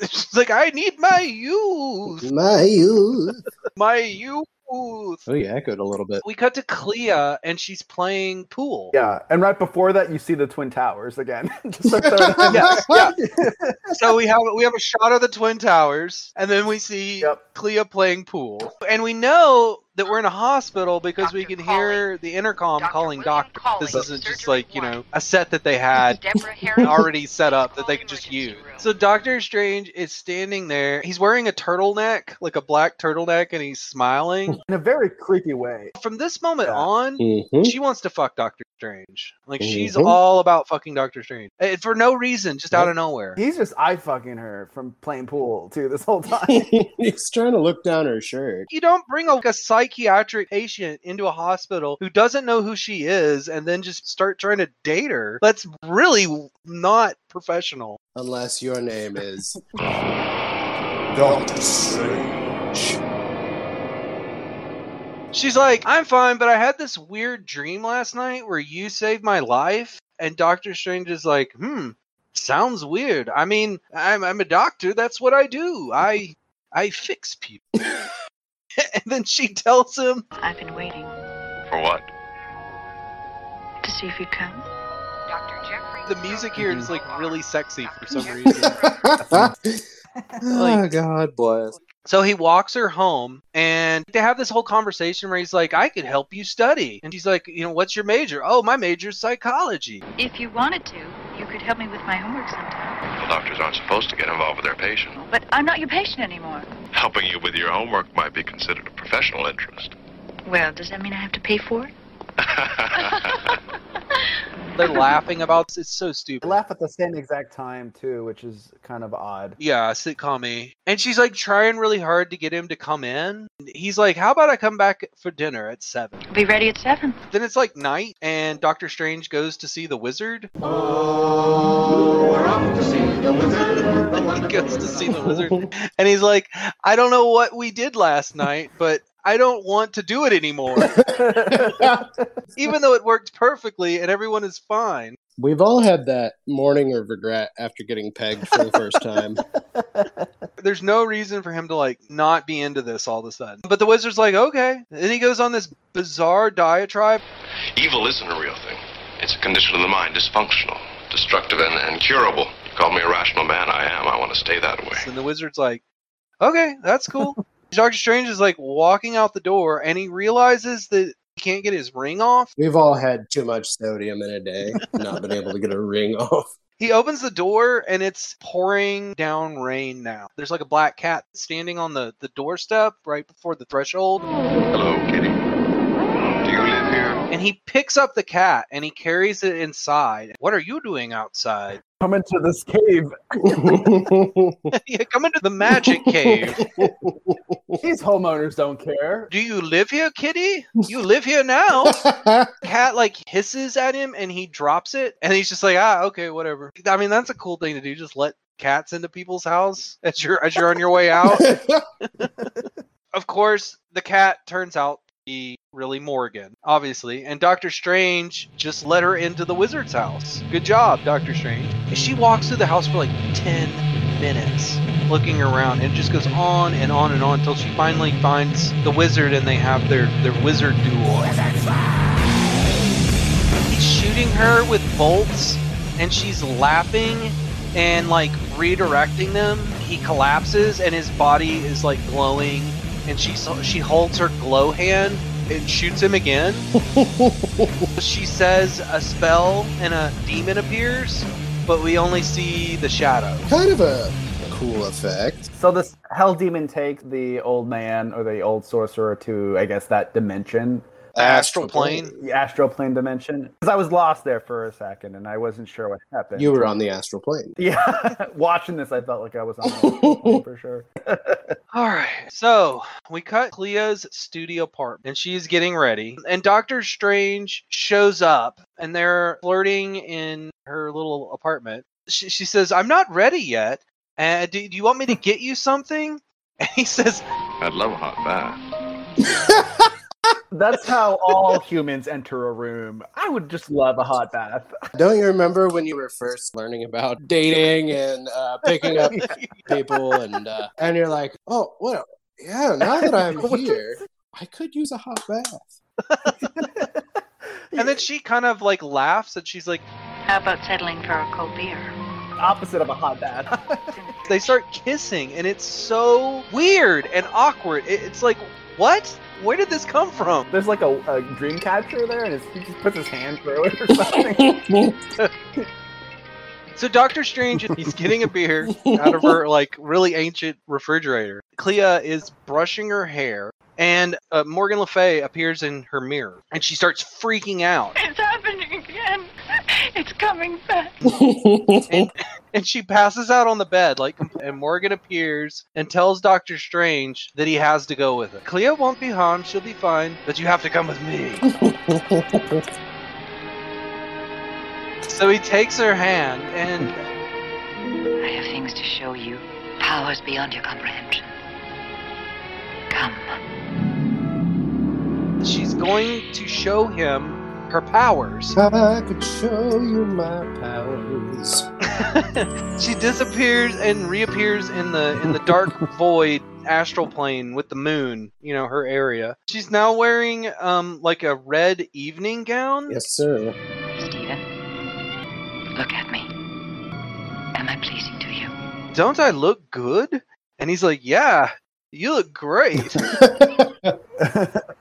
[SPEAKER 3] She's like, I need my youth.
[SPEAKER 4] My youth.
[SPEAKER 3] My youth.
[SPEAKER 4] Oh, you echoed a little bit.
[SPEAKER 3] We cut to Clea, and she's playing pool.
[SPEAKER 5] yeah. And right before that, you see the twin towers again. Just like the-
[SPEAKER 3] Yeah, So we have we have a shot of the twin towers, and then we see
[SPEAKER 5] Yep.
[SPEAKER 3] Clea playing pool, and we know that we're in a hospital because we can hear the intercom calling doctor. This isn't just like, you know, a set that they had already set up that they could just use. So Doctor Strange is standing there. He's wearing a turtleneck, like a black turtleneck, and he's smiling.
[SPEAKER 5] in a very creepy way.
[SPEAKER 3] From this moment on,
[SPEAKER 4] Mm-hmm.
[SPEAKER 5] Mhm.
[SPEAKER 3] she wants to fuck Doctor Strange. Like she's
[SPEAKER 5] Mhm.
[SPEAKER 3] all about fucking Doctor Strange. Eh, For no reason, just out of
[SPEAKER 5] Yep.
[SPEAKER 3] nowhere.
[SPEAKER 5] He's just eye fucking her from playing pool too this whole time.
[SPEAKER 4] He's trying to look down her shirt.
[SPEAKER 3] You don't bring a, a psychiatric patient into a hospital who doesn't know who she is and then just start trying to date her. That's really not professional.
[SPEAKER 4] Unless your name is
[SPEAKER 15] Doctor Strange.
[SPEAKER 3] She's like, I'm fine, but I had this weird dream last night where you saved my life. And Doctor Strange is like, hmm, sounds weird. I mean, I'm, I'm a doctor. That's what I do. I I fix people. and then she tells him,
[SPEAKER 22] I've been waiting
[SPEAKER 16] For what?
[SPEAKER 22] to see if you'd come.
[SPEAKER 3] the music here is like really sexy for some reason.
[SPEAKER 4] oh, God bless.
[SPEAKER 3] So he walks her home and they have this whole conversation where he's like, I could help you study. And she's like, you know, what's your major? Oh, my major is psychology.
[SPEAKER 22] If you wanted to, you could help me with my homework sometime.
[SPEAKER 16] Well, doctors aren't supposed to get involved with their patient.
[SPEAKER 22] But I'm not your patient anymore.
[SPEAKER 16] Helping you with your homework might be considered a professional interest.
[SPEAKER 22] Well, does that mean I have to pay for it?
[SPEAKER 3] They're laughing about it's so
[SPEAKER 5] They
[SPEAKER 3] stupid.
[SPEAKER 5] laugh at the same exact time too, which is kind of odd.
[SPEAKER 3] Yeah, sitcom And she's like trying really hard to get him to come in. And He's like, How about I come back for dinner at seven?
[SPEAKER 22] Be ready at seven.
[SPEAKER 3] Then it's like night and Doctor Strange goes to see the wizard. he goes to see the wizard. And he's like, I don't know what we did last night, but I don't want to do it anymore. Even though it worked perfectly and everyone is fine.
[SPEAKER 4] We've all had that morning of regret after getting pegged for the first time.
[SPEAKER 3] there's no reason for him to like not be into this all of a sudden. But the wizard's like, okay. Then he goes on this bizarre diatribe.
[SPEAKER 16] Evil isn't a real thing. It's a condition of the mind, dysfunctional, destructive, and, and curable. You call me a rational man, I am. I want to stay that way.
[SPEAKER 3] And the wizard's like, okay, that's cool. Doctor Strange is like walking out the door and he realizes that he can't get his ring off.
[SPEAKER 4] We've all had too much sodium in a day, not been able to get a ring off.
[SPEAKER 3] He opens the door and it's pouring down rain now. There's like a black cat standing on the, the doorstep right before the threshold.
[SPEAKER 16] Hello, kitty. Do you live here?
[SPEAKER 3] And he picks up the cat and he carries it inside. What are you doing outside?
[SPEAKER 5] Come into this cave.
[SPEAKER 3] yeah, come into the magic cave.
[SPEAKER 5] These homeowners don't care.
[SPEAKER 3] Do you live here, kitty? You live here now. Cat like hisses at him and he drops it and he's just like, ah, okay, whatever. I mean, that's a cool thing to do. Just let cats into people's house as you're as you're on your way out. of course, the cat turns out to be really Morgan, obviously, and Doctor Strange just let her into the wizard's house. Good job, Doctor Strange. And she walks through the house for like ten minutes, looking around, and it just goes on and on and on until she finally finds the wizard and they have their, their wizard duel. He's shooting her with bolts and she's laughing and like redirecting them. He collapses and his body is like glowing and she she holds her glow hand and shoots him again. she says a spell and a demon appears, but we only see the shadow.
[SPEAKER 4] Kind of a cool effect.
[SPEAKER 5] So this hell demon takes the old man or the old sorcerer to, I guess, that dimension.
[SPEAKER 4] Astral plane?
[SPEAKER 5] The astral plane dimension. Because I was lost there for a second and I wasn't sure what happened.
[SPEAKER 4] You were on the astral plane.
[SPEAKER 5] Yeah. Watching this, I felt like I was on the astral plane for sure.
[SPEAKER 3] All right. So we cut Clea's studio apartment, and she's getting ready. And Doctor Strange shows up, and they're flirting in her little apartment. She, she says, "I'm not ready yet. Uh, do, do you want me to get you something?" And he says,
[SPEAKER 16] I'd love a hot bath.
[SPEAKER 5] That's how all humans enter a room. I would just love a hot bath.
[SPEAKER 4] Don't you remember when you were first learning about dating and uh, picking up people, and uh, and you're like, oh, well, yeah. Now that I'm here, I could use a hot bath.
[SPEAKER 3] and then she kind of like laughs, and she's like,
[SPEAKER 22] How about settling for a cold beer?
[SPEAKER 5] Opposite of a hot bath.
[SPEAKER 3] they start kissing and it's so weird and awkward It- it's like what Where did this come from?
[SPEAKER 5] There's like a, a dream catcher there, and it's, he just puts his hand through it or something.
[SPEAKER 3] So Doctor Strange is getting a beer out of her like really ancient refrigerator. Clea is brushing her hair, and uh, Morgan Le Fay appears in her mirror, and she starts freaking out.
[SPEAKER 22] It's happening again. It's coming back.
[SPEAKER 3] and, and she passes out on the bed like compl- and morgan appears and tells doctor strange that he has to go with her cleo won't be harmed she'll be fine but you have to come with me so he takes her hand and
[SPEAKER 9] I have things to show you, powers beyond your comprehension.
[SPEAKER 3] she's going to show him her powers
[SPEAKER 4] I could show you my powers.
[SPEAKER 3] she disappears and reappears in the in the dark void astral plane with the moon you know her area she's now wearing um like a red evening gown
[SPEAKER 4] Yes, sir.
[SPEAKER 9] Stephen, look at me. Am I pleasing to you?
[SPEAKER 3] don't i look good and he's like yeah you look great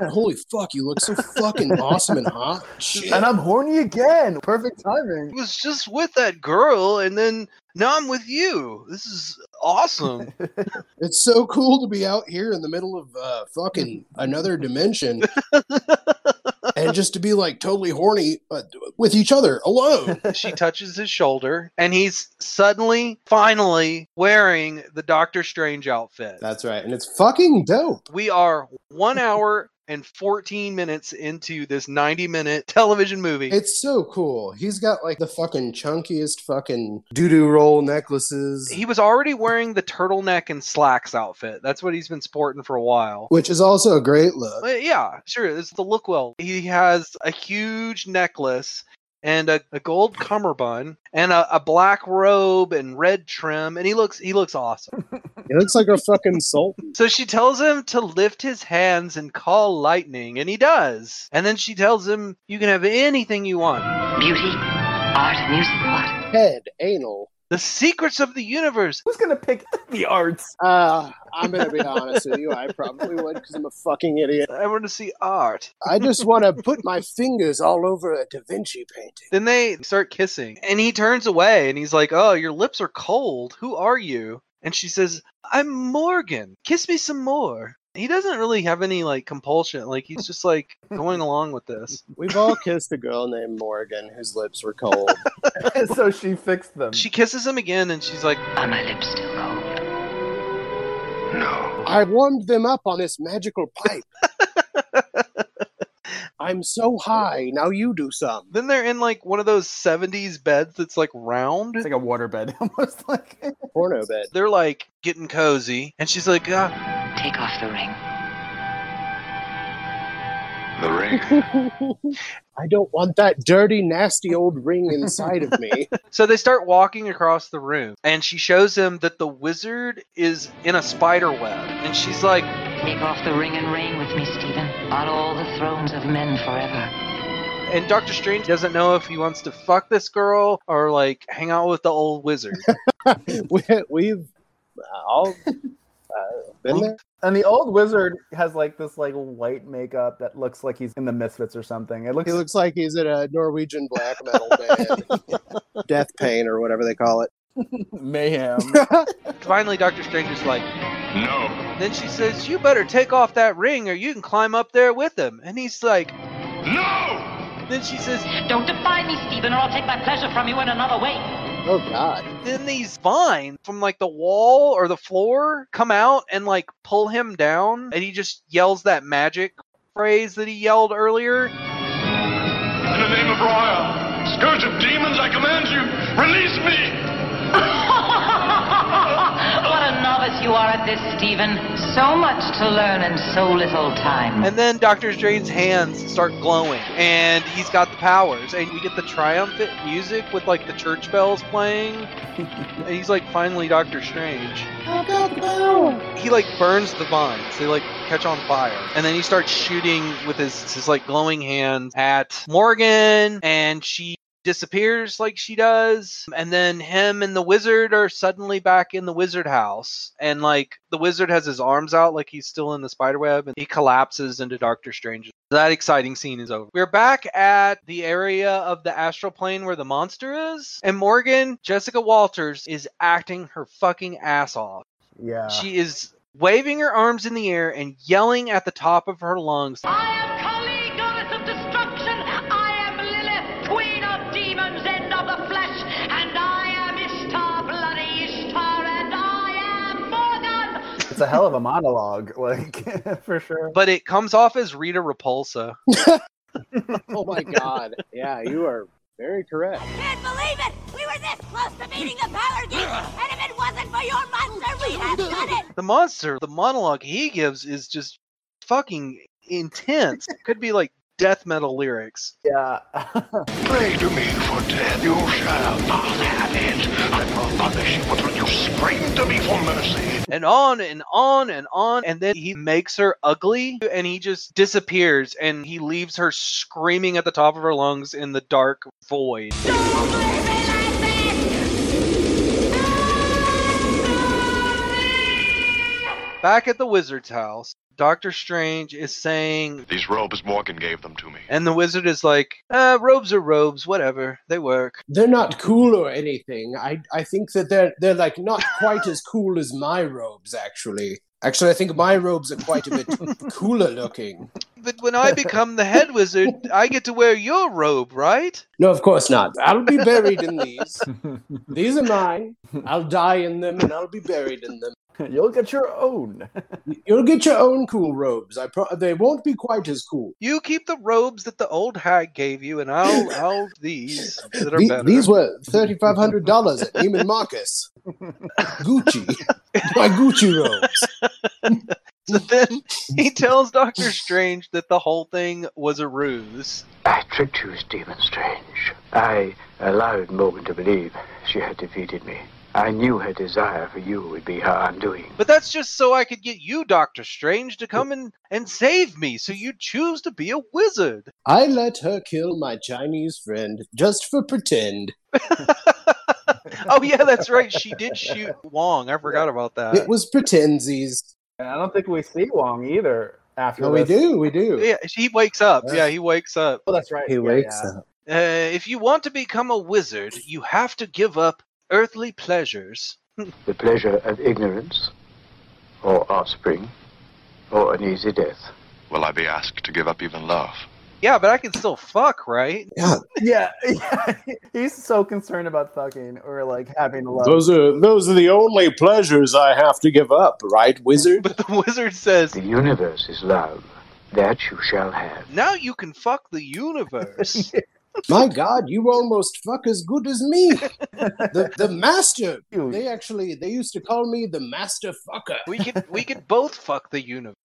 [SPEAKER 4] Holy fuck, you look so fucking awesome and hot. Shit.
[SPEAKER 5] and I'm horny again. Perfect timing.
[SPEAKER 3] was just with that girl and then now i'm with you this is awesome
[SPEAKER 4] It's so cool to be out here in the middle of uh, fucking another dimension and just to be like totally horny uh, with each other alone.
[SPEAKER 3] she touches his shoulder and he's suddenly finally wearing the doctor strange outfit
[SPEAKER 4] That's right. And it's fucking dope.
[SPEAKER 3] we are one hour and 14 minutes into this 90 minute television movie
[SPEAKER 4] It's so cool. He's got like the fucking chunkiest fucking doo doo roll necklaces,
[SPEAKER 3] he was already wearing the turtleneck and slacks outfit that's what he's been sporting for a while
[SPEAKER 4] which is also a great look.
[SPEAKER 3] But yeah sure it's the look well he has a huge necklace and a, a gold cummerbund and a, a black robe and red trim and he looks he looks awesome
[SPEAKER 4] He looks like a fucking sultan.
[SPEAKER 3] So she tells him to lift his hands and call lightning, and he does. And then she tells him, You can have anything you want.
[SPEAKER 9] Beauty, art, music, what?
[SPEAKER 4] Head, anal.
[SPEAKER 3] The secrets of the universe.
[SPEAKER 5] Who's gonna pick the arts?
[SPEAKER 4] Uh, I'm going to be honest with you. I probably would because I'm a fucking idiot.
[SPEAKER 3] I want to see art.
[SPEAKER 4] I just want to put my fingers all over a Da Vinci painting.
[SPEAKER 3] Then they start kissing, and he turns away and he's like, Oh, your lips are cold. Who are you? And she says, I'm Morgan. Kiss me some more. He doesn't really have any like compulsion. Like he's just like going along with this.
[SPEAKER 5] Mm-hmm.
[SPEAKER 4] We've all kissed a girl named Morgan whose lips were cold.
[SPEAKER 5] so she fixed them.
[SPEAKER 3] She kisses him again and she's like,
[SPEAKER 9] Are my lips still cold?
[SPEAKER 16] No.
[SPEAKER 4] I warmed them up on this magical pipe. I'm so high, now you do some.
[SPEAKER 3] Then they're in like one of those 70s beds that's like round.
[SPEAKER 5] It's like a waterbed, almost like.
[SPEAKER 4] Porno bed.
[SPEAKER 3] they're like getting cozy and she's like ah.
[SPEAKER 9] Take off the ring.
[SPEAKER 16] The ring.
[SPEAKER 4] I don't want that dirty, nasty old ring inside of me.
[SPEAKER 3] so they start walking across the room and she shows him that the wizard is in a spider web and she's like
[SPEAKER 9] Take off the ring and reign with me, Stephen, on all the thrones of men forever.
[SPEAKER 3] and dr strange doesn't know if he wants to fuck this girl or like hang out with the old wizard
[SPEAKER 4] we, we've uh, all uh, been there.
[SPEAKER 5] And the old wizard has like this like white makeup that looks like he's in the Misfits or something. It looks.
[SPEAKER 4] He looks like he's in a Norwegian black metal band, Death Pain or whatever they call it.
[SPEAKER 5] mayhem.
[SPEAKER 3] finally dr strange is like
[SPEAKER 16] No.
[SPEAKER 3] then she says you better take off that ring or you can climb up there with him and he's like
[SPEAKER 16] No!
[SPEAKER 3] then she says
[SPEAKER 9] Don't defy me, Stephen, or I'll take my pleasure from you in another way.
[SPEAKER 4] Oh God!
[SPEAKER 3] then these vines from like the wall or the floor come out and like pull him down and he just yells that magic phrase that he yelled earlier
[SPEAKER 16] In the name of Royal, scourge of demons, I command you, release me!
[SPEAKER 9] what a novice you are at this, Stephen. So much to learn in so little time.
[SPEAKER 3] and then dr strange's hands start glowing and he's got the powers and we get the triumphant music with like the church bells playing and he's like finally dr strange
[SPEAKER 6] I got power.
[SPEAKER 3] he like burns the vines they like catch on fire and then he starts shooting with his his like glowing hands at morgan and she disappears like she does and then him and the wizard are suddenly back in the wizard house and like the wizard has his arms out like he's still in the spider web and he collapses into doctor strange that exciting scene is over we're back at the area of the astral plane where the monster is and morgan jessica walters is acting her fucking ass off
[SPEAKER 5] Yeah.
[SPEAKER 3] she is waving her arms in the air and yelling at the top of her lungs
[SPEAKER 11] Queen of demons, end of the flesh, and I am Ishtar, bloody Ishtar, and
[SPEAKER 5] It's a hell of a monologue, like for sure.
[SPEAKER 3] but it comes off as rita repulsa
[SPEAKER 4] oh my god. Yeah, you are very correct.
[SPEAKER 11] Can't believe it! We were this close to meeting the power geek, and if it wasn't for your monster, we'd have done it!
[SPEAKER 3] the monster, the monologue he gives is just fucking intense. Could be like death metal lyrics.
[SPEAKER 5] Yeah.
[SPEAKER 7] Pray to me for death. You shall not have it. I will punish you until you scream to me for mercy.
[SPEAKER 3] And on and on and on. And then he makes her ugly and he just disappears and he leaves her screaming at the top of her lungs in the dark void. Back at the wizard's house, Doctor Strange is saying,
[SPEAKER 16] These robes Morgan gave them to me.
[SPEAKER 3] and the wizard is like, uh, robes are robes, whatever, they work.
[SPEAKER 4] They're not cool or anything. I I think that they're they're like not quite as cool as my robes actually. Actually, I think my robes are quite a bit cooler looking.
[SPEAKER 3] But when I become the head wizard, I get to wear your robe, right?
[SPEAKER 4] No, of course not. I'll be buried in these. These are mine. I'll die in them and I'll be buried in them.
[SPEAKER 5] You'll get your own.
[SPEAKER 4] You'll get your own cool robes. I pro- they won't be quite as cool.
[SPEAKER 3] You keep the robes that the old hag gave you, and I'll I'll these that are
[SPEAKER 4] The-
[SPEAKER 3] better.
[SPEAKER 4] these were thirty five hundred dollars at Neiman Marcus. Gucci, my Gucci robes.
[SPEAKER 3] So then he tells Doctor Strange that the whole thing was a ruse.
[SPEAKER 17] I tricked you, Stephen Strange. I allowed Morgan to believe she had defeated me. I knew her desire for you would be her undoing.
[SPEAKER 3] But that's just so I could get you, Doctor Strange, to come and, and save me, so you choose to be a wizard.
[SPEAKER 4] I let her kill my Chinese friend just for pretend.
[SPEAKER 3] Oh yeah, that's right. She did shoot Wong. I forgot about that.
[SPEAKER 4] it was pretensies.
[SPEAKER 5] And I don't think we see Wong either after
[SPEAKER 4] No, we
[SPEAKER 5] this.
[SPEAKER 4] do, we do.
[SPEAKER 3] Yeah, he wakes up. Yeah, he wakes up.
[SPEAKER 5] Well, that's right.
[SPEAKER 4] He
[SPEAKER 5] Yeah,
[SPEAKER 4] wakes
[SPEAKER 5] yeah.
[SPEAKER 4] up.
[SPEAKER 3] Uh, if you want to become a wizard, you have to give up earthly pleasures.
[SPEAKER 17] The pleasure of ignorance, or offspring, or an easy death.
[SPEAKER 16] Will I be asked to give up even love?
[SPEAKER 3] Yeah, but I can still fuck, right?
[SPEAKER 4] Yeah.
[SPEAKER 5] Yeah, yeah. He's so concerned about fucking or like having love.
[SPEAKER 4] Those are those are the only pleasures I have to give up, right, wizard?
[SPEAKER 3] But the wizard says
[SPEAKER 17] The universe is love. That you shall have.
[SPEAKER 3] Now you can fuck the universe.
[SPEAKER 4] My God, you almost fuck as good as me. The the master. They actually they used to call me the master fucker.
[SPEAKER 3] we could we could both fuck the universe.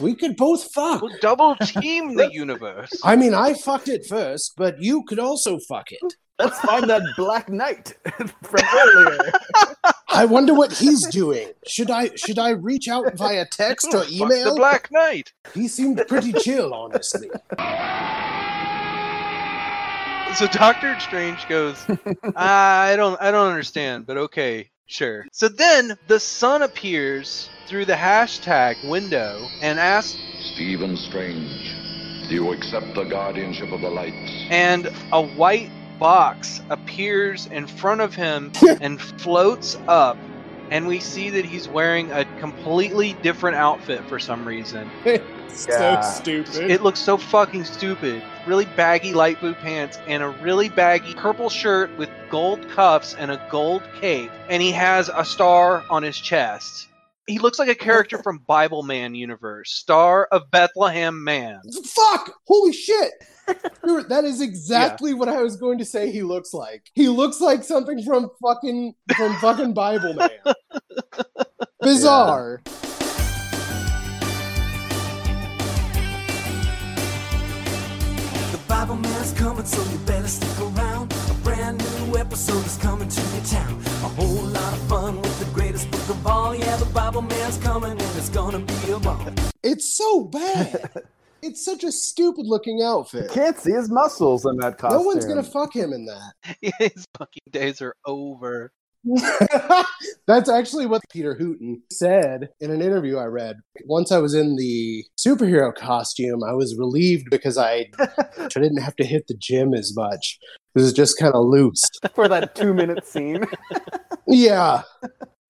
[SPEAKER 4] We could both fuck.
[SPEAKER 3] We'll double team the universe.
[SPEAKER 4] I mean, I fucked it first, but you could also fuck it.
[SPEAKER 5] Let's find that Black Knight from earlier.
[SPEAKER 4] I wonder what he's doing. Should I should I reach out via text or
[SPEAKER 3] Fuck
[SPEAKER 4] email?
[SPEAKER 3] the Black Knight.
[SPEAKER 4] He seemed pretty chill, honestly.
[SPEAKER 3] So Doctor Strange goes, "Ah, I don't I don't understand, but okay, sure. So then the sun appears through the hashtag window and asks
[SPEAKER 7] Stephen Strange, do you accept the guardianship of the light?
[SPEAKER 3] and a white box appears in front of him and floats up and we see that he's wearing a completely different outfit for some reason
[SPEAKER 5] Yeah.
[SPEAKER 4] stupid.
[SPEAKER 3] it looks so fucking stupid really baggy light blue pants and a really baggy purple shirt with gold cuffs and a gold cape and he has a star on his chest he looks like a character from bible man universe star of bethlehem man
[SPEAKER 4] Fuck! Holy shit! Dude, that is exactly what I was going to say he looks like. He looks like something from fucking from fucking Bible man. Bizarre.
[SPEAKER 15] The Bible man's coming, so you better stick around. A brand new episode is coming to your town. A whole lot of fun with the greatest book of all. Yeah, the Bible man's coming, and it's gonna be a ball.
[SPEAKER 4] It's so bad. It's such a stupid looking outfit.
[SPEAKER 5] Can't see his muscles in that costume.
[SPEAKER 4] No one's gonna fuck him in that.
[SPEAKER 3] His fucking days are over.
[SPEAKER 4] That's actually what Peter Hooton said in an interview I read. Once I was in the superhero costume, I was relieved because I, I didn't have to hit the gym as much. It was just kind of loose.
[SPEAKER 5] for that two minute scene.
[SPEAKER 4] Yeah.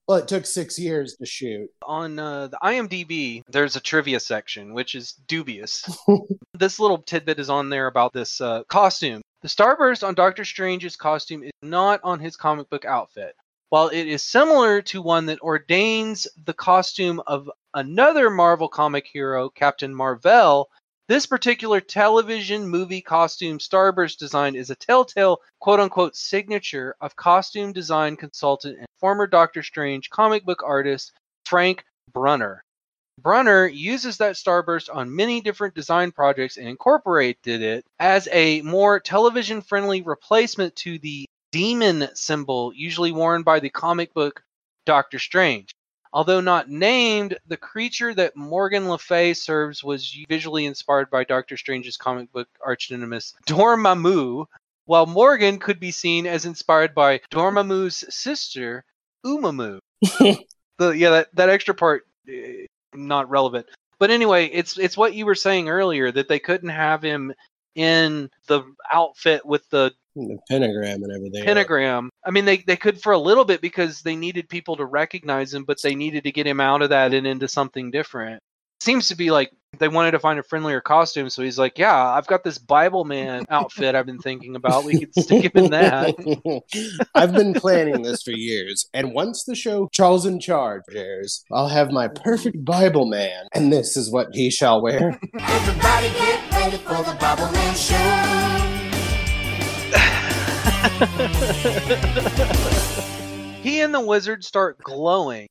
[SPEAKER 4] Well, it took six years to shoot.
[SPEAKER 3] On uh, the IMDb, there's a trivia section, which is dubious. this little tidbit is on there about this uh, costume. The starburst on Doctor Strange's costume is not on his comic book outfit. While it is similar to one that ordains the costume of another Marvel comic hero, Captain Marvel, this particular television movie costume starburst design is a telltale quote unquote signature of costume design consultant and former Doctor Strange comic book artist Frank Brunner. Brunner uses that starburst on many different design projects and incorporated it as a more television friendly replacement to the demon symbol usually worn by the comic book Doctor Strange. Although not named, the creature that Morgan Le Fay serves was visually inspired by Doctor Strange's comic book archnemiss Dormammu, while Morgan could be seen as inspired by Dormammu's sister Umamu. the, yeah, that, that extra part eh, not relevant. But anyway, it's it's what you were saying earlier that they couldn't have him in the outfit with the
[SPEAKER 4] The pentagram and everything.
[SPEAKER 3] pentagram. I mean, they, they could for a little bit because they needed people to recognize him, but they needed to get him out of that and into something different. Seems to be like they wanted to find a friendlier costume, so he's like, "Yeah, I've got this Bible man outfit I've been thinking about. We could stick him in that."
[SPEAKER 4] I've been planning this for years, and once the show Charles in Charge airs, I'll have my perfect Bible man, and this is what he shall wear.
[SPEAKER 15] Everybody get ready for the Bible Man Show.
[SPEAKER 3] He and the wizard start glowing.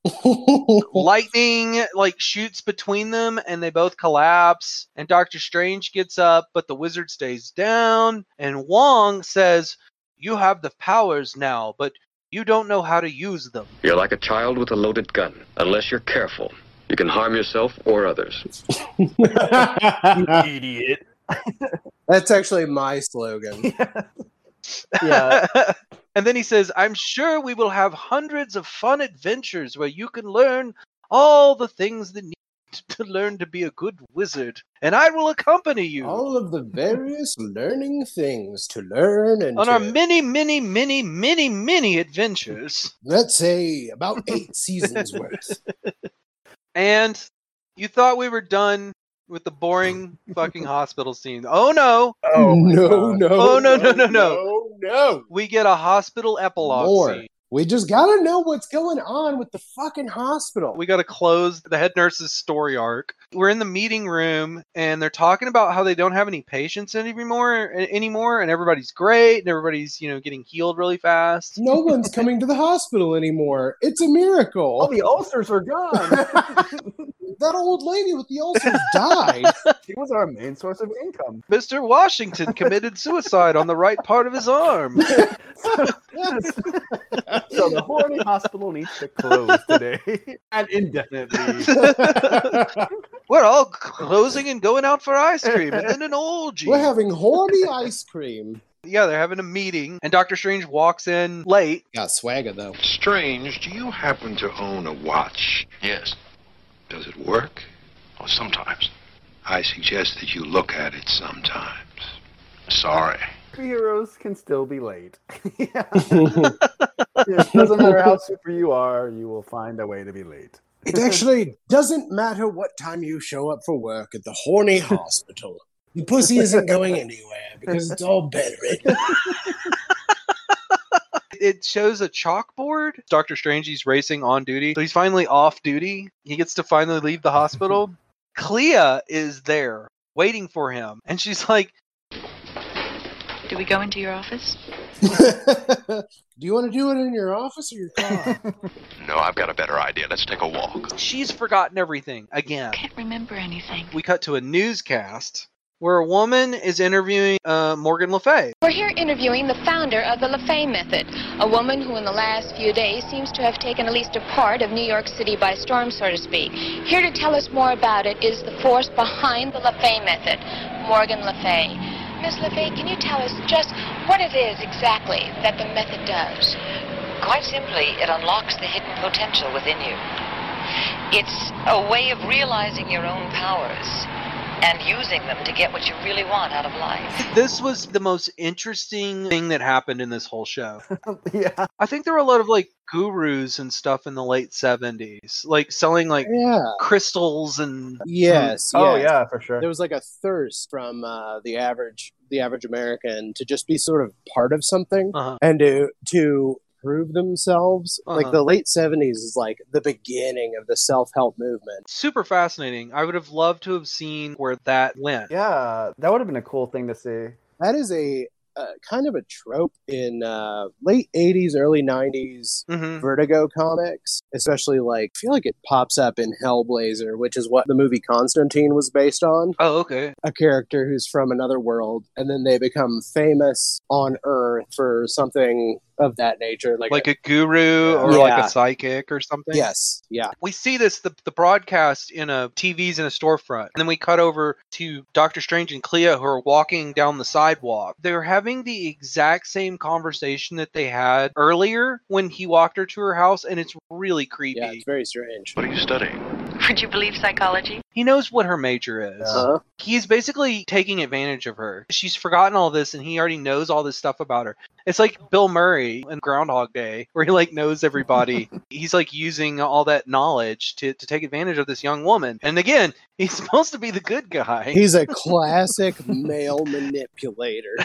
[SPEAKER 3] Lightning like shoots between them and they both collapse and Doctor Strange gets up but the wizard stays down and Wong says, "You have the powers now, but you don't know how to use them."
[SPEAKER 18] You're like a child with a loaded gun. Unless you're careful, you can harm yourself or others.
[SPEAKER 4] Idiot. That's actually my slogan.
[SPEAKER 3] and then he says, I'm sure we will have hundreds of fun adventures where you can learn all the things that need to learn to be a good wizard, and I will accompany you.
[SPEAKER 4] All of the various learning things to learn and
[SPEAKER 3] on
[SPEAKER 4] to-
[SPEAKER 3] our many, many, many, many, many adventures.
[SPEAKER 4] Let's say about eight seasons worth.
[SPEAKER 3] And you thought we were done with the boring fucking hospital scene. Oh no!
[SPEAKER 4] Oh, my No, God. no,
[SPEAKER 3] Oh no! No! No!
[SPEAKER 4] no,
[SPEAKER 3] No! No!
[SPEAKER 4] no.
[SPEAKER 3] We get a hospital epilogue
[SPEAKER 4] More.
[SPEAKER 3] scene.
[SPEAKER 4] We just gotta know what's going on with the fucking hospital.
[SPEAKER 3] We got to close the head nurse's story arc. We're in the meeting room and they're talking about how they don't have any patients anymore anymore and everybody's great and everybody's, you know, getting healed really fast.
[SPEAKER 4] No one's coming to the hospital anymore. It's a miracle. All
[SPEAKER 5] the ulcers are gone.
[SPEAKER 4] that old lady with the ulcers died.
[SPEAKER 5] He was our main source of income.
[SPEAKER 3] Mr. Washington committed suicide on the right part of his arm.
[SPEAKER 5] So the horny hospital needs to close today and indefinitely.
[SPEAKER 3] We're all closing and going out for ice cream and then an orgy.
[SPEAKER 4] We're having horny ice cream.
[SPEAKER 3] Yeah, they're having a meeting and Doctor Strange walks in late.
[SPEAKER 4] Got swagger though.
[SPEAKER 16] Strange, do you happen to own a watch? Yes. Does it work? Oh, sometimes. I suggest that you look at it sometimes. Sorry.
[SPEAKER 5] Superheroes can still be late. yeah. It doesn't matter how super you are, you will find a way to be late.
[SPEAKER 4] It actually doesn't matter what time you show up for work at the horny hospital. The pussy isn't going anywhere because it's all bedridden.
[SPEAKER 3] It shows a chalkboard. Doctor Strange, he's racing on duty. So he's finally off duty. He gets to finally leave the hospital. Clea is there waiting for him. And she's like,
[SPEAKER 22] Do we go into your office?
[SPEAKER 4] Do you want to do it in your office or your car?
[SPEAKER 16] No, I've got a better idea. Let's take a walk.
[SPEAKER 3] she's forgotten everything again.
[SPEAKER 22] Can't remember anything.
[SPEAKER 3] We cut to a newscast where a woman is interviewing uh, Morgan Le Fay.
[SPEAKER 12] We're here interviewing the founder of the LaFay method, a woman who in the last few days seems to have taken at least a part of New York City by storm, so to speak. Here to tell us more about it is the force behind the LaFay method, Morgan Le Fay. Miss LaFay, can you tell us just what it is exactly that the method does?
[SPEAKER 19] Quite simply, it unlocks the hidden potential within you. It's a way of realizing your own powers and using them to get what you really want out of life.
[SPEAKER 3] This was the most interesting thing that happened in this whole show.
[SPEAKER 5] yeah.
[SPEAKER 3] I think there were a lot of like gurus and stuff in the late 70s, like selling like crystals and
[SPEAKER 4] Yes.
[SPEAKER 5] Oh,
[SPEAKER 4] yes.
[SPEAKER 5] yeah, for sure.
[SPEAKER 4] There was like a thirst from uh, the average the average American to just be sort of part of something and to to prove themselves. Like
[SPEAKER 3] Uh-huh.
[SPEAKER 4] the late seventies is like the beginning of the self help movement.
[SPEAKER 3] super fascinating. I would have loved to have seen where that went.
[SPEAKER 5] Yeah, that would have been a cool thing to see.
[SPEAKER 4] That is a uh, kind of a trope in uh, late 80s, early 90s
[SPEAKER 3] Mm-hmm.
[SPEAKER 4] Vertigo comics, especially like, I feel like it pops up in Hellblazer, which is what the movie Constantine was based on.
[SPEAKER 3] Oh, okay.
[SPEAKER 4] a character who's from another world and then they become famous on earth for something of that nature like,
[SPEAKER 3] Like a guru or like
[SPEAKER 4] Yeah.
[SPEAKER 3] a psychic or something.
[SPEAKER 4] yes yeah
[SPEAKER 3] We see this the, the broadcast in a TVs in a storefront. And then we cut over to Doctor Strange and Clea who are walking down the sidewalk. They're having the exact same conversation that they had earlier when he walked her to her house and it's really creepy. Yeah, it's
[SPEAKER 4] very strange.
[SPEAKER 3] What are you studying?
[SPEAKER 22] Would you believe psychology?
[SPEAKER 3] He knows what her major is.
[SPEAKER 4] Uh,
[SPEAKER 22] Uh-huh.
[SPEAKER 3] He's basically taking advantage of her. She's forgotten all this and he already knows all this stuff about her. It's like Bill Murray in Groundhog Day, where he like knows everybody. he's like using all that knowledge to, to take advantage of this young woman. And again, he's supposed to be the good guy.
[SPEAKER 4] he's a classic male manipulator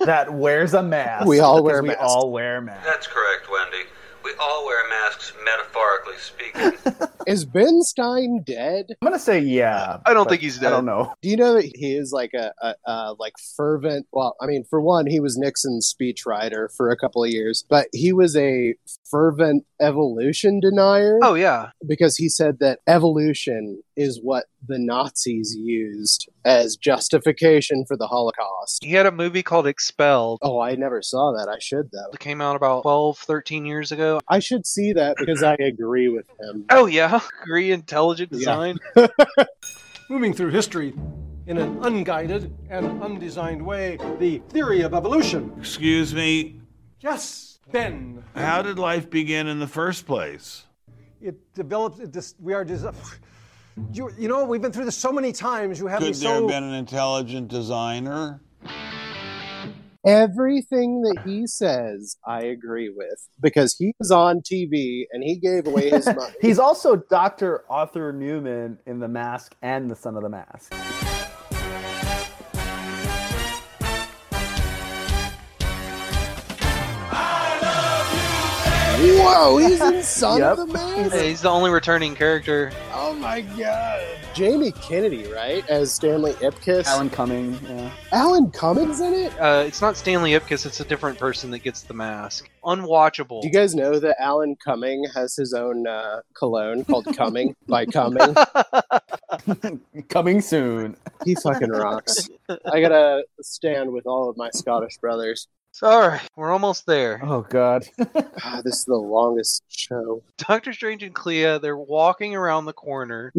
[SPEAKER 5] that wears a mask
[SPEAKER 4] we all
[SPEAKER 5] because
[SPEAKER 4] wear
[SPEAKER 5] we
[SPEAKER 4] masks.
[SPEAKER 5] all wear masks
[SPEAKER 20] That's correct, Wendy. We all wear masks, metaphorically speaking.
[SPEAKER 4] is ben stein dead
[SPEAKER 5] i'm gonna say yeah
[SPEAKER 3] I don't
[SPEAKER 4] but
[SPEAKER 3] think he's dead.
[SPEAKER 4] I don't
[SPEAKER 5] know.
[SPEAKER 4] Do you know that he is like a, a, a like fervent? Well, I mean, for one, he was Nixon's speechwriter for a couple of years, but he was a fervent evolution denier.
[SPEAKER 3] Oh yeah,
[SPEAKER 4] because he said that evolution is what the Nazis used as justification for the Holocaust.
[SPEAKER 3] He had a movie called Expelled.
[SPEAKER 4] Oh, I never saw that. I should though.
[SPEAKER 3] It came out about 12, 13 years ago.
[SPEAKER 4] I should see that because I agree with him.
[SPEAKER 3] Oh yeah, agree intelligent design.
[SPEAKER 23] Moving through history in an unguided and undesigned way, the theory of evolution.
[SPEAKER 24] Excuse me,
[SPEAKER 23] Yes, Ben.
[SPEAKER 24] how did life begin in the first place?
[SPEAKER 23] It develops. It dis- we are. Dis- you, you know, we've been through this so many times. You have me
[SPEAKER 24] Could there
[SPEAKER 23] so.
[SPEAKER 24] have been an intelligent designer?
[SPEAKER 4] Everything that he says, I agree with because he was on TV and he gave away his money.
[SPEAKER 5] He's also Dr. Arthur Newman in The Mask and The Son of the Mask.
[SPEAKER 4] Whoa, he's in Son of the Mask.
[SPEAKER 3] Yeah, he's the only returning character.
[SPEAKER 4] Oh my god. Jamie Kennedy, right? As Stanley Ipkiss.
[SPEAKER 5] Alan Cumming, yeah.
[SPEAKER 4] Alan Cumming's in it?
[SPEAKER 3] Uh, it's not Stanley Ipkiss, it's a different person that gets the mask. Unwatchable.
[SPEAKER 4] Do you guys know that Alan Cumming has his own uh, cologne called Cumming by Cumming?
[SPEAKER 5] Coming soon.
[SPEAKER 4] He fucking rocks. I gotta stand with all of my Scottish brothers.
[SPEAKER 3] Sorry, we're almost there.
[SPEAKER 5] Oh god.
[SPEAKER 4] Ah, this is the longest show.
[SPEAKER 3] Doctor Strange and Clea, they're walking around the corner,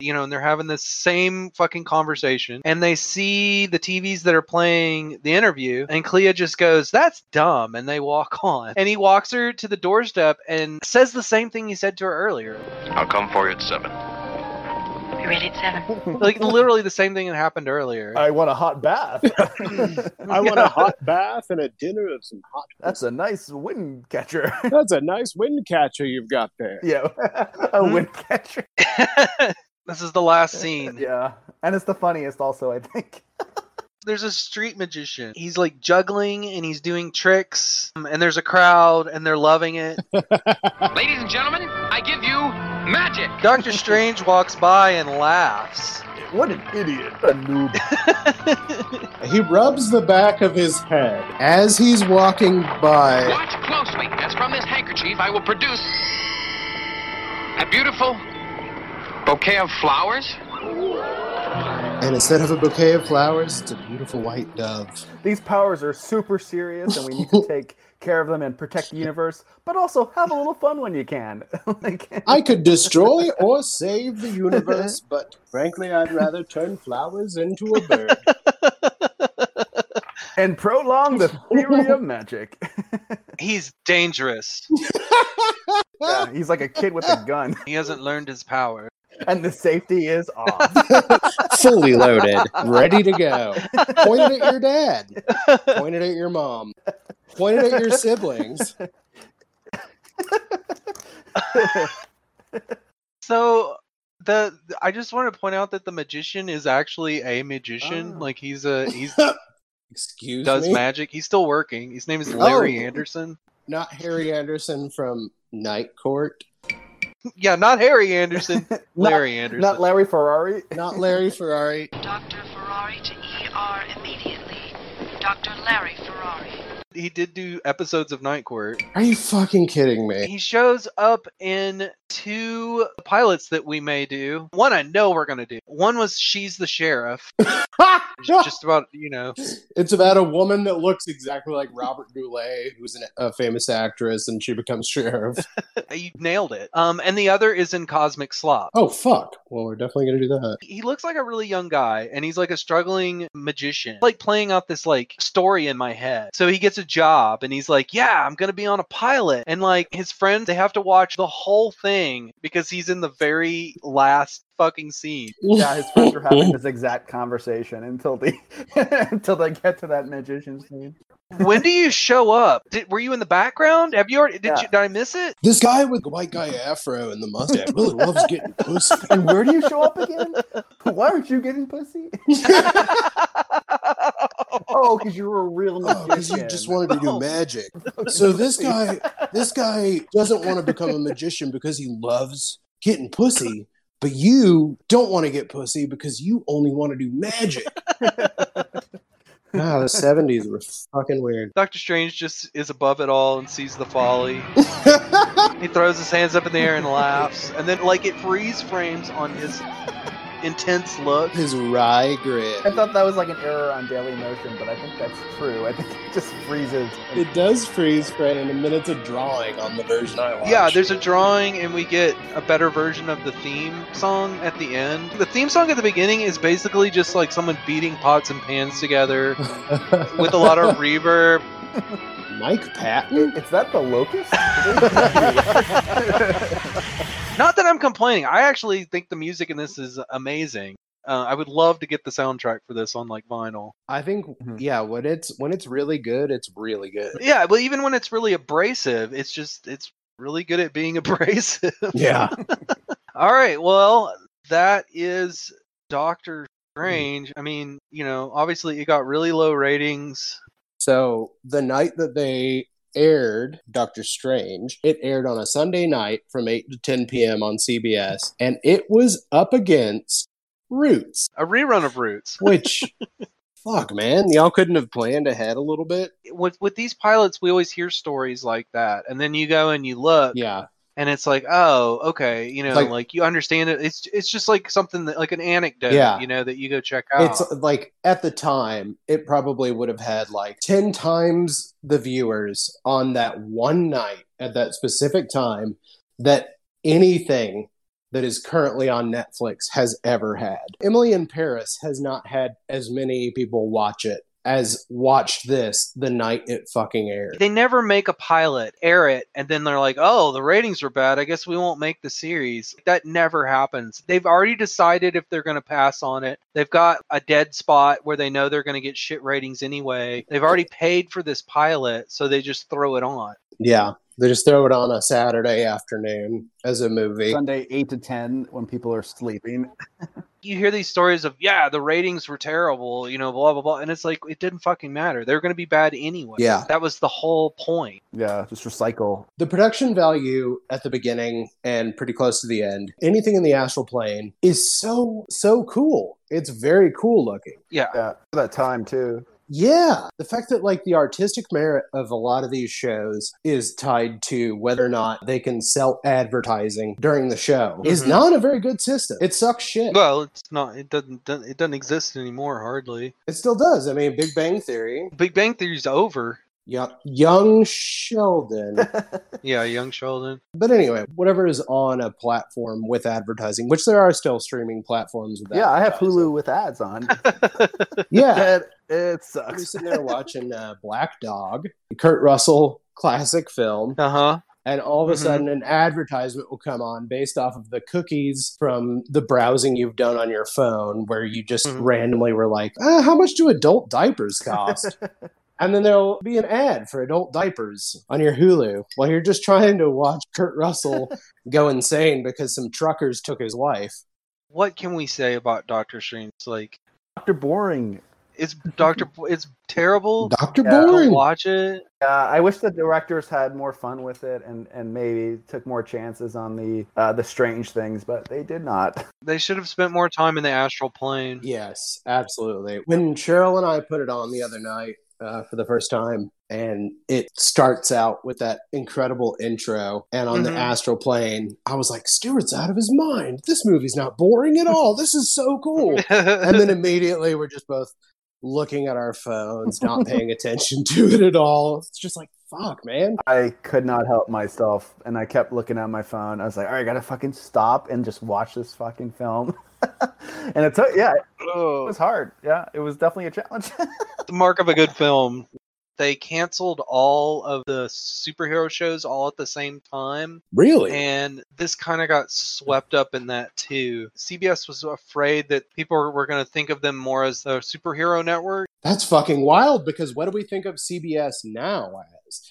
[SPEAKER 3] you know, and they're having this same fucking conversation. And they see the TVs that are playing the interview, and Clea just goes, That's dumb. And they walk on. And he walks her to the doorstep and says the same thing he said to her earlier.
[SPEAKER 7] I'll come for you at seven.
[SPEAKER 22] Really, it's seven.
[SPEAKER 3] Like, literally the same thing that happened earlier.
[SPEAKER 5] I want a hot bath.
[SPEAKER 4] I want a hot bath and a dinner of some hot.
[SPEAKER 5] That's a nice wind catcher.
[SPEAKER 4] That's a nice wind catcher you've got there.
[SPEAKER 5] Yeah, a wind catcher.
[SPEAKER 3] This is the last scene.
[SPEAKER 5] yeah, and it's the funniest also, I think.
[SPEAKER 3] there's a street magician. He's like juggling and he's doing tricks, um, and there's a crowd and they're loving it.
[SPEAKER 9] Ladies and gentlemen, I give you magic.
[SPEAKER 3] Doctor Strange walks by and laughs.
[SPEAKER 5] What an idiot, a noob.
[SPEAKER 4] He rubs the back of his head as he's walking by.
[SPEAKER 19] Watch closely, as from this handkerchief I will produce a beautiful bouquet of flowers,
[SPEAKER 4] And instead of a bouquet of flowers, it's a beautiful white dove.
[SPEAKER 5] These powers are super serious, and we need to take care of them and protect the universe, but also have a little fun when you can.
[SPEAKER 4] I could destroy or save the universe, but frankly, I'd rather turn flowers into a bird.
[SPEAKER 5] and prolong the theory of magic.
[SPEAKER 3] He's dangerous.
[SPEAKER 5] Yeah, he's like a kid with a gun,
[SPEAKER 3] He hasn't learned his power.
[SPEAKER 5] and the safety is off.
[SPEAKER 4] Fully loaded, ready to go. Pointed at your dad, pointed at your mom, pointed at your siblings.
[SPEAKER 3] So the I just want to point out that the magician is actually a magician. Like he's a he's
[SPEAKER 4] excuse
[SPEAKER 3] does
[SPEAKER 4] me?
[SPEAKER 3] magic. He's still working. His name is Larry
[SPEAKER 4] Oh.
[SPEAKER 3] Anderson.
[SPEAKER 4] Not Harry Anderson from Night Court.
[SPEAKER 3] Yeah, not Harry Anderson. Larry Anderson.
[SPEAKER 5] Not Larry Ferrari.
[SPEAKER 4] Not Larry Ferrari.
[SPEAKER 19] Dr. Ferrari to ER immediately. Dr. Larry Ferrari.
[SPEAKER 3] He did do episodes of Night Court.
[SPEAKER 4] Are you fucking kidding me?
[SPEAKER 3] He shows up in two pilots that we may do. One I know we're gonna do. One was She's the Sheriff. Which is just about you know
[SPEAKER 4] It's about a woman that looks exactly like Robert Goulet, who's an, a famous actress, and she becomes sheriff.
[SPEAKER 3] you nailed it. Um and the other is in Cosmic Slop.
[SPEAKER 4] oh fuck! Well, we're definitely gonna do that.
[SPEAKER 3] He looks like a really young guy and he's like a struggling magician. Like playing out this like story in my head. So he gets a job and he's like, "Yeah, I'm going to be on a pilot." And like his friends, they have to watch the whole thing because he's in the very last fucking scene.
[SPEAKER 5] yeah, his friends are having this exact conversation until the until they get to that magician's scene.
[SPEAKER 3] when do you show up? Did, were you in the background? Have you already did, you, did I miss it?
[SPEAKER 4] This guy with the white guy afro and the mustache really loves getting pussy.
[SPEAKER 5] And where do you show up again? Why aren't you getting pussy? oh, because you were a real
[SPEAKER 4] Oh, because
[SPEAKER 5] magician.
[SPEAKER 4] you just wanted to do magic. So this guy, this guy doesn't want to become a magician because he loves getting pussy, but you don't want to get pussy because you only want to do magic. Wow, the seventies were fucking weird.
[SPEAKER 3] Doctor Strange just is above it all and sees the folly. he throws his hands up in the air and laughs, and then like it freeze frames on his intense look.
[SPEAKER 4] His wry grin.
[SPEAKER 5] I thought that was like an error on Daily Motion, but I think that's true. I think it just freezes.
[SPEAKER 4] It does freeze frame, and then it's a drawing on the version I watched.
[SPEAKER 3] Yeah, there's a drawing, and we get a better version of the theme song at the end. The theme song at the beginning is basically just like someone beating pots and pans together with a lot of reverb.
[SPEAKER 4] Mike Patton.
[SPEAKER 5] Is that the locust?
[SPEAKER 3] Not that I'm complaining. I actually think the music in this is amazing. Uh, I would love to get the soundtrack for this on like vinyl.
[SPEAKER 4] I think yeah, when it's when it's really good, it's really good.
[SPEAKER 3] Yeah, but even when it's really abrasive, it's just it's really good at being abrasive.
[SPEAKER 4] Yeah.
[SPEAKER 3] All right. Well, that is Doctor Strange. I mean, you know, obviously it got really low ratings.
[SPEAKER 4] So the night that they aired Doctor Strange, it aired on a Sunday night from 8 to 10 p.m. on CBS, and it was up against Roots,
[SPEAKER 3] A rerun of Roots.
[SPEAKER 4] which, fuck, man, y'all couldn't have planned ahead a little bit.
[SPEAKER 3] With with these pilots, we always hear stories like that, and then you go and you look,
[SPEAKER 4] Yeah.
[SPEAKER 3] and it's like, oh, okay, you know, like,
[SPEAKER 4] Like-
[SPEAKER 3] you understand it. It's it's just like something that like an anecdote,
[SPEAKER 4] Yeah.
[SPEAKER 3] you know, that you go check out.
[SPEAKER 4] It's like at the time, it probably would have had like 10 times the viewers on that one night at that specific time that anything that is currently on Netflix has ever had. Emily in Paris has not had as many people watch it as watched this the night it fucking aired.
[SPEAKER 3] they never make a pilot, air it, and then they're like, oh, the ratings are bad. I guess we won't make the series. That never happens. They've already decided if they're going to pass on it. They've got a dead spot where they know they're going to get shit ratings anyway. They've already paid for this pilot, so they just throw it on.
[SPEAKER 4] Yeah. They just throw it on a Saturday afternoon as a movie.
[SPEAKER 5] Sunday eight to ten when people are sleeping.
[SPEAKER 3] You hear these stories of, yeah, the ratings were terrible, you know, blah, blah, blah. And it's like, it didn't fucking matter. They're going to be bad anyway.
[SPEAKER 4] Yeah.
[SPEAKER 3] That was the whole point.
[SPEAKER 5] Yeah, just recycle.
[SPEAKER 4] The production value at the beginning and pretty close to the end, anything in the astral plane is so, so cool. It's very cool looking.
[SPEAKER 3] Yeah.
[SPEAKER 5] Yeah, for that time too.
[SPEAKER 4] Yeah. The fact that, like, the artistic merit of a lot of these shows is tied to whether or not they can sell advertising during the show is
[SPEAKER 5] Mm-hmm.
[SPEAKER 3] Mhm.
[SPEAKER 4] not a very good system. It sucks shit.
[SPEAKER 3] Well, it's not. It doesn't. doesn't- It doesn't exist anymore. Hardly.
[SPEAKER 4] It still does. I mean, Big Bang Theory.
[SPEAKER 3] Big Bang Theory's over.
[SPEAKER 4] Young, young Sheldon.
[SPEAKER 3] Yeah, Young Sheldon.
[SPEAKER 4] but anyway, whatever is on a platform with advertising, which there are still streaming platforms with
[SPEAKER 5] Yeah, I have Hulu with ads on.
[SPEAKER 4] Yeah.
[SPEAKER 5] it sucks.
[SPEAKER 4] I'm sitting there watching uh, Black Dog, Kurt Russell classic film.
[SPEAKER 3] Uh huh.
[SPEAKER 4] And all of a
[SPEAKER 3] Mhm.
[SPEAKER 4] sudden, an advertisement will come on based off of the cookies from the browsing you've done on your phone, where you just randomly were like, uh, How much do adult diapers cost? and then there'll be an ad for adult diapers on your Hulu while you're just trying to watch Kurt Russell go insane because some truckers took his wife.
[SPEAKER 3] What can we say about Doctor Strange? Like
[SPEAKER 5] Doctor Boring.
[SPEAKER 3] It's Doctor. Bo- it's terrible.
[SPEAKER 4] Doctor
[SPEAKER 3] Don't watch it.
[SPEAKER 5] Yeah, I wish the directors had more fun with it and, and maybe took more chances on the uh, the strange things, but they did not.
[SPEAKER 3] They should have spent more time in the astral plane.
[SPEAKER 4] Yes, absolutely. When Cheryl and I put it on the other night uh, for the first time, and it starts out with that incredible intro, and on
[SPEAKER 10] Mhm.
[SPEAKER 4] the astral plane, I was like, Stewart's out of his mind. This movie's not boring at all. This is so cool. and then immediately we're just both looking at our phones, not paying attention to it at all. It's just like, fuck, man.
[SPEAKER 5] I could not help myself, and I kept looking at my phone. I was like, "All right, I gotta fucking stop and just watch this fucking film." and it took, yeah, it was hard. Yeah, it was definitely a challenge.
[SPEAKER 3] the mark of a good film. They canceled all of the superhero shows all at the same time.
[SPEAKER 4] Really?
[SPEAKER 3] And this kind of got swept up in that too. CBS was afraid that people were, were going to think of them more as the superhero network.
[SPEAKER 4] That's fucking wild because what do we think of CBS now as?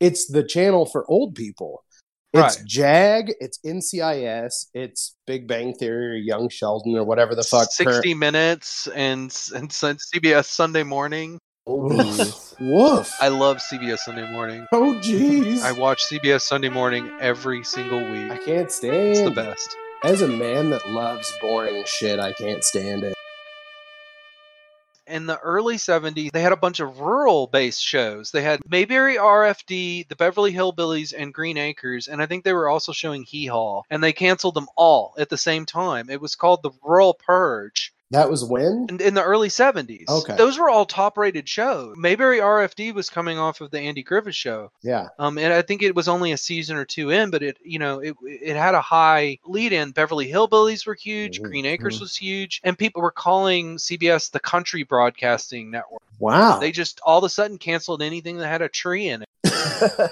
[SPEAKER 4] It's the channel for old people. It's JAG, it's NCIS, it's Big Bang Theory or Young Sheldon or whatever the fuck.
[SPEAKER 3] 60 Minutes and, s- and Sun- CBS Sunday Morning.
[SPEAKER 4] Woof.
[SPEAKER 3] I love CBS Sunday Morning.
[SPEAKER 4] Oh, jeez.
[SPEAKER 3] I watch CBS Sunday Morning every single week.
[SPEAKER 4] I can't stand It's
[SPEAKER 3] the best.
[SPEAKER 4] As a man that loves boring shit, I can't stand it.
[SPEAKER 3] in the early 70s, they had a bunch of rural based shows. They had Mayberry RFD, the Beverly Hillbillies, and Green Acres, and I think they were also showing Hee Haw, and they canceled them all at the same time. It was called The Rural Purge.
[SPEAKER 4] That was when?
[SPEAKER 3] In, in the early 70s.
[SPEAKER 4] Okay.
[SPEAKER 3] Those were all top rated shows. Mayberry RFD was coming off of the Andy Griffith show.
[SPEAKER 4] Yeah.
[SPEAKER 3] Um, and I think it was only a season or two in, but it, you know, it it had a high lead in. Beverly Hillbillies were huge, Green Acres was huge, and people were calling CBS the country broadcasting network.
[SPEAKER 4] Wow.
[SPEAKER 3] They just all of a sudden canceled anything that had a tree in it.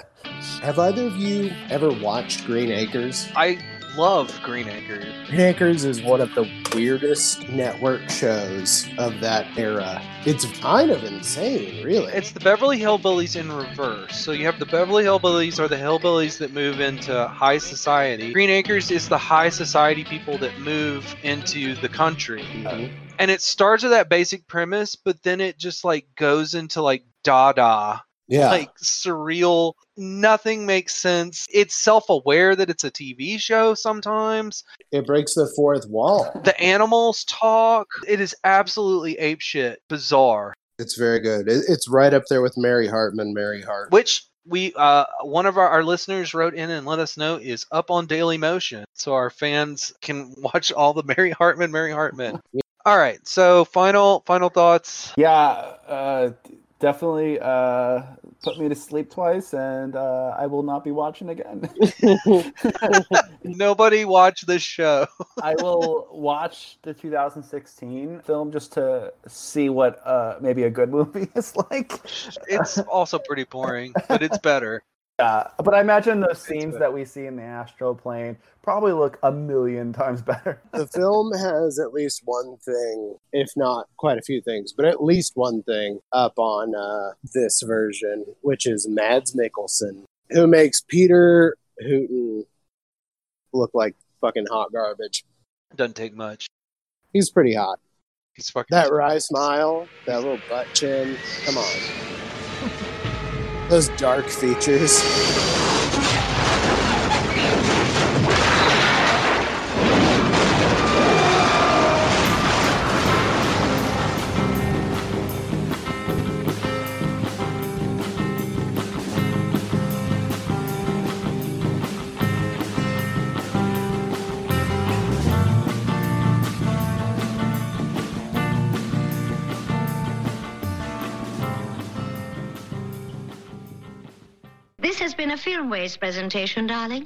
[SPEAKER 4] Have either of you ever watched Green Acres?
[SPEAKER 3] I love Green Acres.
[SPEAKER 4] Green Acres is one of the weirdest network shows of that era. It's kind of insane, really.
[SPEAKER 3] It's the Beverly Hillbillies in reverse. So you have the Beverly Hillbillies are the hillbillies that move into high society. Green Acres is the high society people that move into the country. And it starts with that basic premise, but then it just like goes into like dada.
[SPEAKER 4] Yeah.
[SPEAKER 3] Like surreal. Nothing makes sense. It's self aware that it's a TV show sometimes.
[SPEAKER 4] It breaks the fourth wall.
[SPEAKER 3] The animals talk. It is absolutely apeshit bizarre.
[SPEAKER 4] It's very good. It- It's right up there with Mary Hartman. Mary Hartman.
[SPEAKER 3] which we uh, one of our, our listeners wrote in and let us know is up on Daily Motion, so our fans can watch all the Mary Hartman, Mary Hartman. All right, so final final thoughts.
[SPEAKER 5] yeah, uh, definitely uh, put me to sleep twice, and uh, I will not be watching again.
[SPEAKER 3] Nobody watch this show.
[SPEAKER 5] I will watch the 2016 film just to see what uh, maybe a good movie is like.
[SPEAKER 3] It's also pretty boring, but it's better.
[SPEAKER 5] Yeah, but I imagine those scenes that we see in the astral plane probably look a million times better.
[SPEAKER 4] the film has at least one thing, if not quite a few things, but at least one thing up on uh, this version, which is Mads Mikkelsen, who makes Peter Hooten look like fucking hot garbage.
[SPEAKER 3] Doesn't take much.
[SPEAKER 4] He's pretty hot.
[SPEAKER 3] He's fucking
[SPEAKER 4] that wry smile, that little butt chin. Come on, those dark features.
[SPEAKER 12] has been a Filmways presentation, darling.